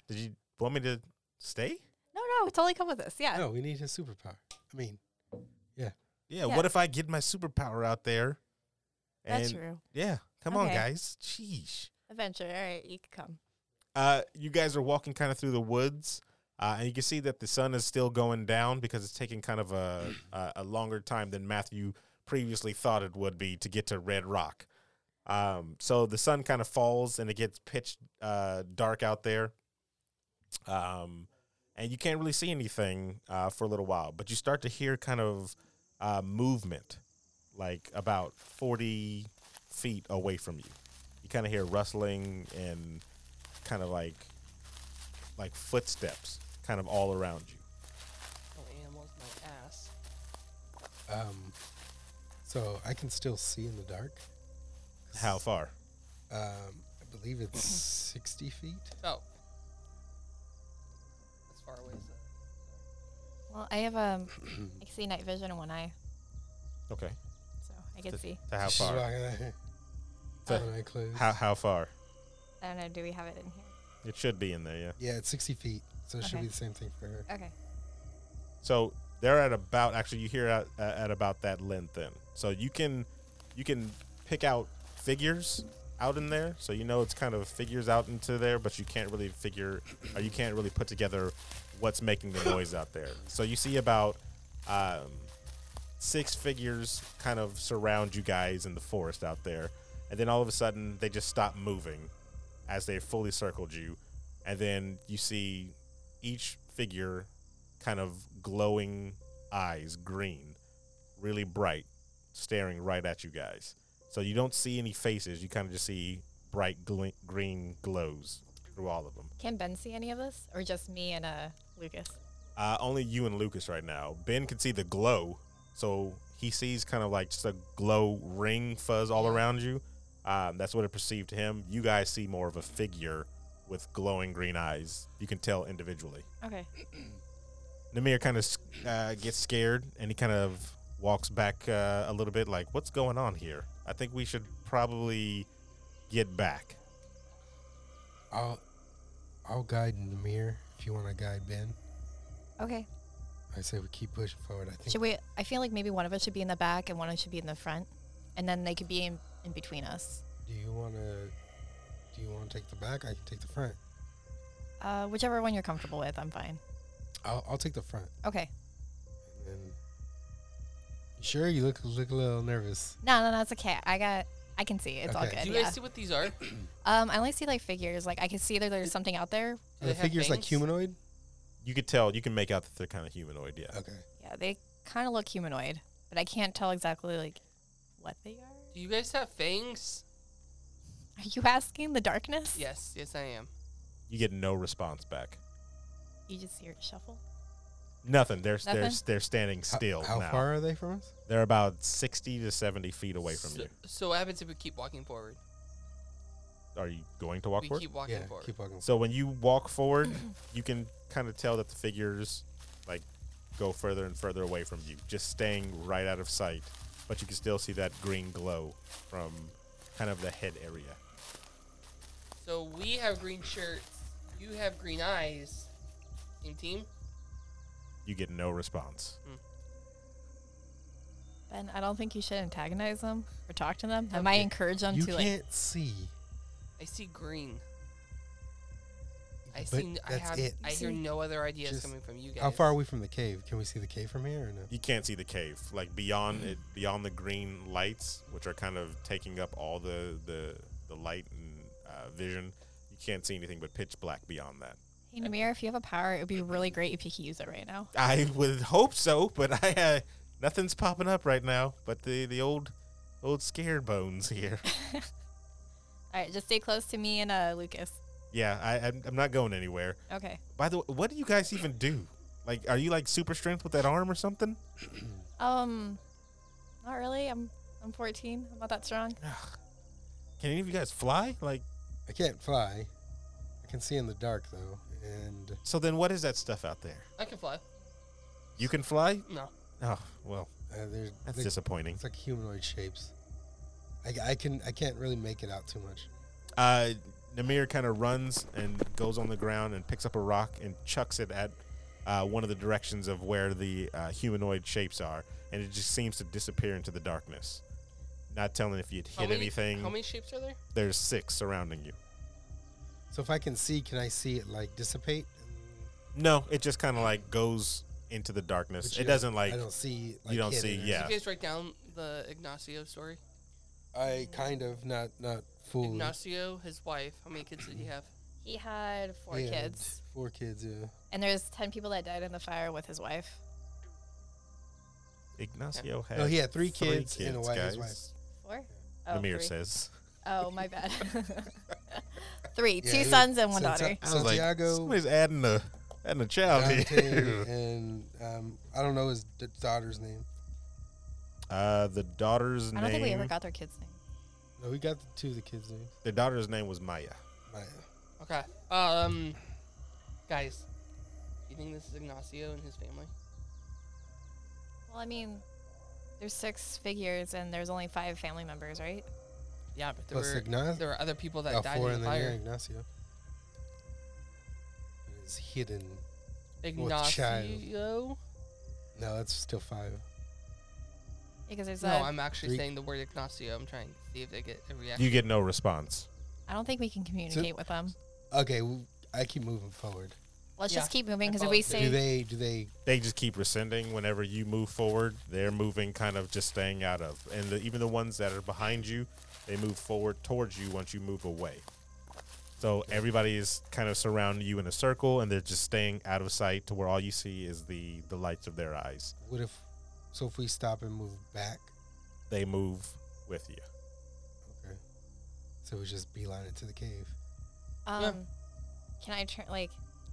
S1: Did you want me to stay?
S4: No, no, totally come with us. Yeah.
S1: Oh.
S3: No, we need his superpower. I mean,
S1: Yeah.
S4: Yeah.
S1: What if I get my superpower out there,
S4: That's
S1: And,
S4: true.
S1: Yeah, come on,
S4: Okay.
S1: guys. Sheesh.
S4: Adventure. All right, you can come.
S1: Uh, you guys are walking kind of through the woods, uh, and you can see that the sun is still going down because it's taking kind of a a, a longer time than Matthew previously thought it would be to get to Red Rock. Um, so the sun kind of falls and it gets pitch uh, dark out there, um, and you can't really see anything uh, for a little while. But you start to hear kind of uh, movement, like about forty feet away from you. You kind of hear rustling and kind of like like footsteps kind of all around you.
S2: Oh, animals, my ass.
S3: Um, so I can still see in the dark.
S1: How far?
S3: Um, I believe it's 60 feet.
S2: Oh. As far away as that.
S4: Well, I have um, I can see night vision in one eye,
S1: Okay.
S4: so I can
S1: To,
S4: see.
S1: to how
S3: She's
S1: far?
S3: walking out here.
S1: To-
S3: One eye closed.
S1: How how far?
S4: I don't know. Do we have it in here?
S1: It should be in there, yeah.
S3: Yeah, it's 60 feet. So it should
S4: Okay.
S3: be the same thing for her.
S4: Okay.
S1: So they're at about actually you hear at, at about that length then. So you can you can pick out figures out in there. So you know it's kind of figures out into there, but you can't really figure or you can't really put together what's making the noise out there. So you see about um, six figures kind of surround you guys in the forest out there, and then all of a sudden they just stop moving as they fully circled you, and then you see each figure kind of glowing eyes, green, really bright, staring right at you guys. So you don't see any faces. You kind of just see bright gl- green glows through all of them.
S4: Can Ben see any of this, or just me and uh Lucas?
S1: Uh, only you and Lucas right now. Ben can see the glow, so he sees kind of like just a glow ring fuzz all around you. Um, that's what it perceived to him. You guys see more of a figure with glowing green eyes. You can tell individually.
S4: Okay.
S1: Namir kind of uh, gets scared and he kind of walks back uh, a little bit, like, "What's going on here? I think we should probably get back."
S3: I'll, I'll guide Namir if you want to guide Ben.
S4: Okay.
S3: I say we keep pushing forward. I think
S4: Should we? I feel like maybe one of us should be in the back and one of us should be in the front, and then they could be in, in between us.
S3: Do you want to? Do you want to take the back? I can take the front.
S4: Uh, whichever one you're comfortable with, I'm fine.
S3: I'll, I'll take the front.
S4: Okay.
S3: And then, you sure, you look look a little nervous.
S4: No, no, that's okay. I got. I can see. It's all
S3: Okay.
S4: good.
S2: Do you
S4: yeah.
S2: guys see what these are? Do
S4: um, I only see like figures. Like I can see that there's something out there.
S3: Are
S2: they
S3: the
S2: have
S3: figures like
S2: fangs?
S3: humanoid?
S1: You could tell. You can make out that they're kind of humanoid. Yeah.
S3: Okay.
S4: Yeah, they kind of look humanoid, but I can't tell exactly like what they are.
S2: Do you guys have fangs?
S4: Are you asking the darkness?
S2: Yes, yes, I am.
S1: You get no response back.
S4: You just hear it shuffle.
S1: Nothing. They're they're
S4: Nothing?
S1: they're standing
S3: How-
S1: still
S3: How,
S1: now.
S3: far are they from us?
S1: They're about sixty to seventy feet away from
S2: so,
S1: you.
S2: So what happens if we keep walking forward?
S1: Are you going to walk
S2: we
S1: forward?
S2: keep walking
S3: yeah.
S2: forward.
S3: Keep walking.
S1: So when you walk forward, you can kind of tell that the figures like go further and further away from you, just staying right out of sight. But you can still see that green glow from kind of the head area.
S2: So we have green shirts. You have green eyes. Same team.
S1: You get no response.
S4: Ben, I don't think you should antagonize them or talk to them. I might encourage them
S3: you
S4: to like.
S3: can't see.
S2: I see green. I
S3: but
S2: see. n- I
S3: that's
S2: have.
S3: it.
S2: I hear no other ideas
S3: Just-
S2: coming from you guys.
S3: How far are we from the cave? Can we see the cave from here or no?
S1: You can't see the cave, like beyond it, beyond the green lights, which are kind of taking up all the the, the light and uh, vision. You can't see anything but pitch black beyond that.
S4: Hey Namir, if you have a power, it would be really great if you could use it right now.
S1: I would hope so, but I uh, nothing's popping up right now. But the the old old scared bones here.
S4: All right, just stay close to me and uh, Lucas.
S1: yeah, I I'm, I'm not going anywhere.
S4: Okay.
S1: By the way, what do you guys even do? Like, are you like super strength with that arm or something?
S4: Um, not really. I'm I'm 14. I'm not that strong.
S1: Can any of you guys fly? Like,
S3: I can't fly. I can see in the dark though, and
S1: so then what is that stuff out there?
S2: I can fly.
S1: You can fly?
S2: No.
S1: Oh, well,
S3: uh, there's
S1: that's
S3: like,
S1: disappointing.
S3: it's like humanoid shapes. I, I can I can't really make it out too much.
S1: Uh, Namir kind of runs and goes on the ground and picks up a rock and chucks it at uh, one of the directions of where the uh, humanoid shapes are, and it just seems to disappear into the darkness. Not telling if you'd
S2: How
S1: hit
S2: many-
S1: anything.
S2: How many shapes are there?
S1: There's six surrounding you.
S3: So if I can see, can I see it like dissipate?
S1: No, it just kind of like goes into the darkness.
S3: Which
S1: It
S3: you-
S1: doesn't like.
S3: I don't see. Like,
S1: don't
S3: hidden
S1: see,
S3: or
S1: yeah.
S2: Did you guys write down the Ignacio story?
S3: I kind of not not fully.
S2: Ignacio, his wife. How many kids did he have?
S4: He had four
S3: Yeah,
S4: kids,
S3: t- Four kids. Yeah.
S4: and there's ten people that died in the fire with his wife.
S1: Ignacio had.
S3: No, he had three kids and a wife- his
S1: guys.
S3: wife.
S4: Four. Oh,
S1: The mirror
S4: three.
S1: says.
S4: Oh, my bad. three,
S3: Yeah,
S4: two
S3: he-
S4: sons and one
S3: Santi-
S4: daughter.
S1: I was like,
S3: Santiago,
S1: somebody's adding a adding a child
S3: Dante,
S1: here.
S3: and um, I don't know his d- daughter's name.
S1: Uh, the daughter's
S4: I
S1: name.
S4: don't think we ever got their kids' name.
S3: No, we got the two of the kids' names.
S1: the daughter's name was Maya.
S3: Maya.
S2: Okay. Um, guys, you think this is Ignacio and his family?
S4: Well, I mean, there's six figures and there's only five family members, right?
S2: Yeah, but there
S3: Plus
S2: were
S3: Ignacio.
S2: there were other people that
S3: Oh,
S2: died
S3: four
S2: in
S3: and
S2: the
S3: then yeah,
S2: fire.
S3: Ignacio. It's hidden. fourth child.
S2: Ignacio.
S3: No, that's still five.
S4: Because there's
S2: No,
S4: a-
S2: I'm actually
S3: Three-
S2: saying the word Ignacio. I'm trying to see if they get a reaction.
S1: You get no response.
S4: I don't think we can communicate with them.
S3: Okay, w I I keep moving forward.
S4: Let's
S2: Yeah,
S4: just keep moving because if
S2: follow
S4: we
S2: suit.
S4: say
S3: Do they? Do they?
S1: They just keep rescinding whenever you move forward. They're moving, kind of just staying out of, and the, even the ones that are behind you, they move forward towards you once you move away. So everybody is kind of surrounding you in a circle, and they're just staying out of sight to where all you see is the the lights of their eyes.
S3: What if? So if we stop and move back,
S1: They move with you.
S3: okay. So we just beeline it to the cave.
S4: Um,
S2: Yeah.
S4: Can I turn like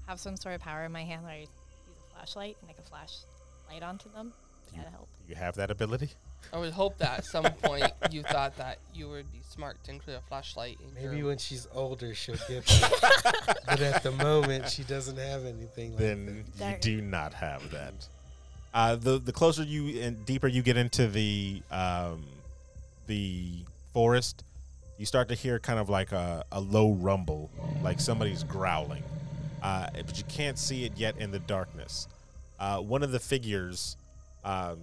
S4: have some sort of power in my hand, or use a flashlight and I can flash light onto them? Does
S1: You-
S4: that help?
S1: You have that ability.
S2: I would hope that at some point you thought that you would be smart to include a flashlight in
S3: Maybe
S2: your
S3: when she's older, she'll get it. but at the moment, she doesn't have anything. Like
S1: then you
S4: Dark.
S1: do not have that. Uh, the the closer you and deeper you get into the um, the forest, you start to hear kind of like a, a low rumble, like somebody's growling, uh, but you can't see it yet in the darkness. Uh, one of the figures um,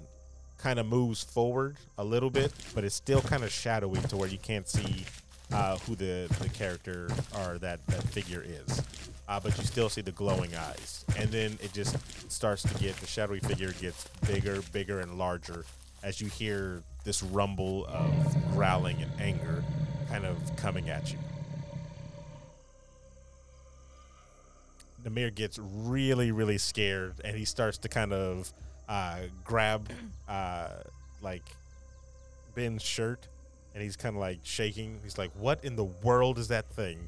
S1: kind of moves forward a little bit, but it's still kind of shadowy to where you can't see uh, who the, the character or that, that figure is. Uh, but you still see the glowing eyes. And then it just starts to get, the shadowy figure gets bigger, bigger, and larger as you hear this rumble of growling and anger kind of coming at you. Namir gets really, really scared, and he starts to kind of uh, grab uh, like Ben's shirt, and he's kind of like shaking. He's like, "What in the world is that thing?"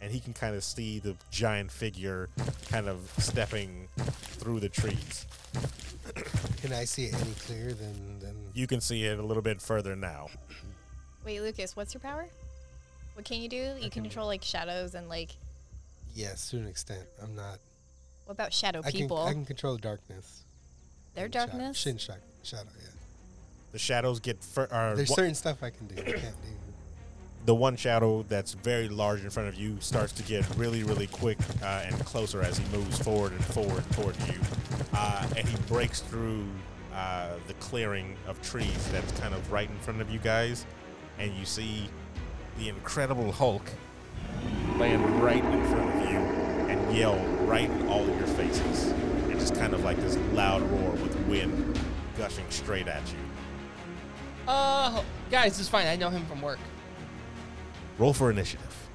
S1: And he can kind of see the giant figure kind of stepping through the trees.
S3: that. Can I see it any clearer than than?
S1: You can see it a little bit further now.
S4: Wait, Lucas, what's your power? What can you do? You can
S3: can-
S4: control like shadows and like
S3: Yes, to an extent. I'm not.
S4: what about shadow
S3: I
S4: people?
S3: can I can control darkness.
S4: Their
S3: And shadow-
S4: darkness.
S3: Shin shadow. Shadow. Yeah.
S1: The shadows get fur- are
S3: There's
S1: wa-
S3: certain stuff I can do. I can't do.
S1: the one shadow that's very large in front of you starts to get really, really quick uh, and closer as he moves forward and forward toward you. Uh, and he breaks through uh, the clearing of trees that's kind of right in front of you guys. And you see the Incredible Hulk land right in front of you and yell right in all of your faces. And just kind of like this loud roar with wind gushing straight at you.
S2: Oh, Uh, guys, it's fine. I know him from work.
S1: Roll for initiative.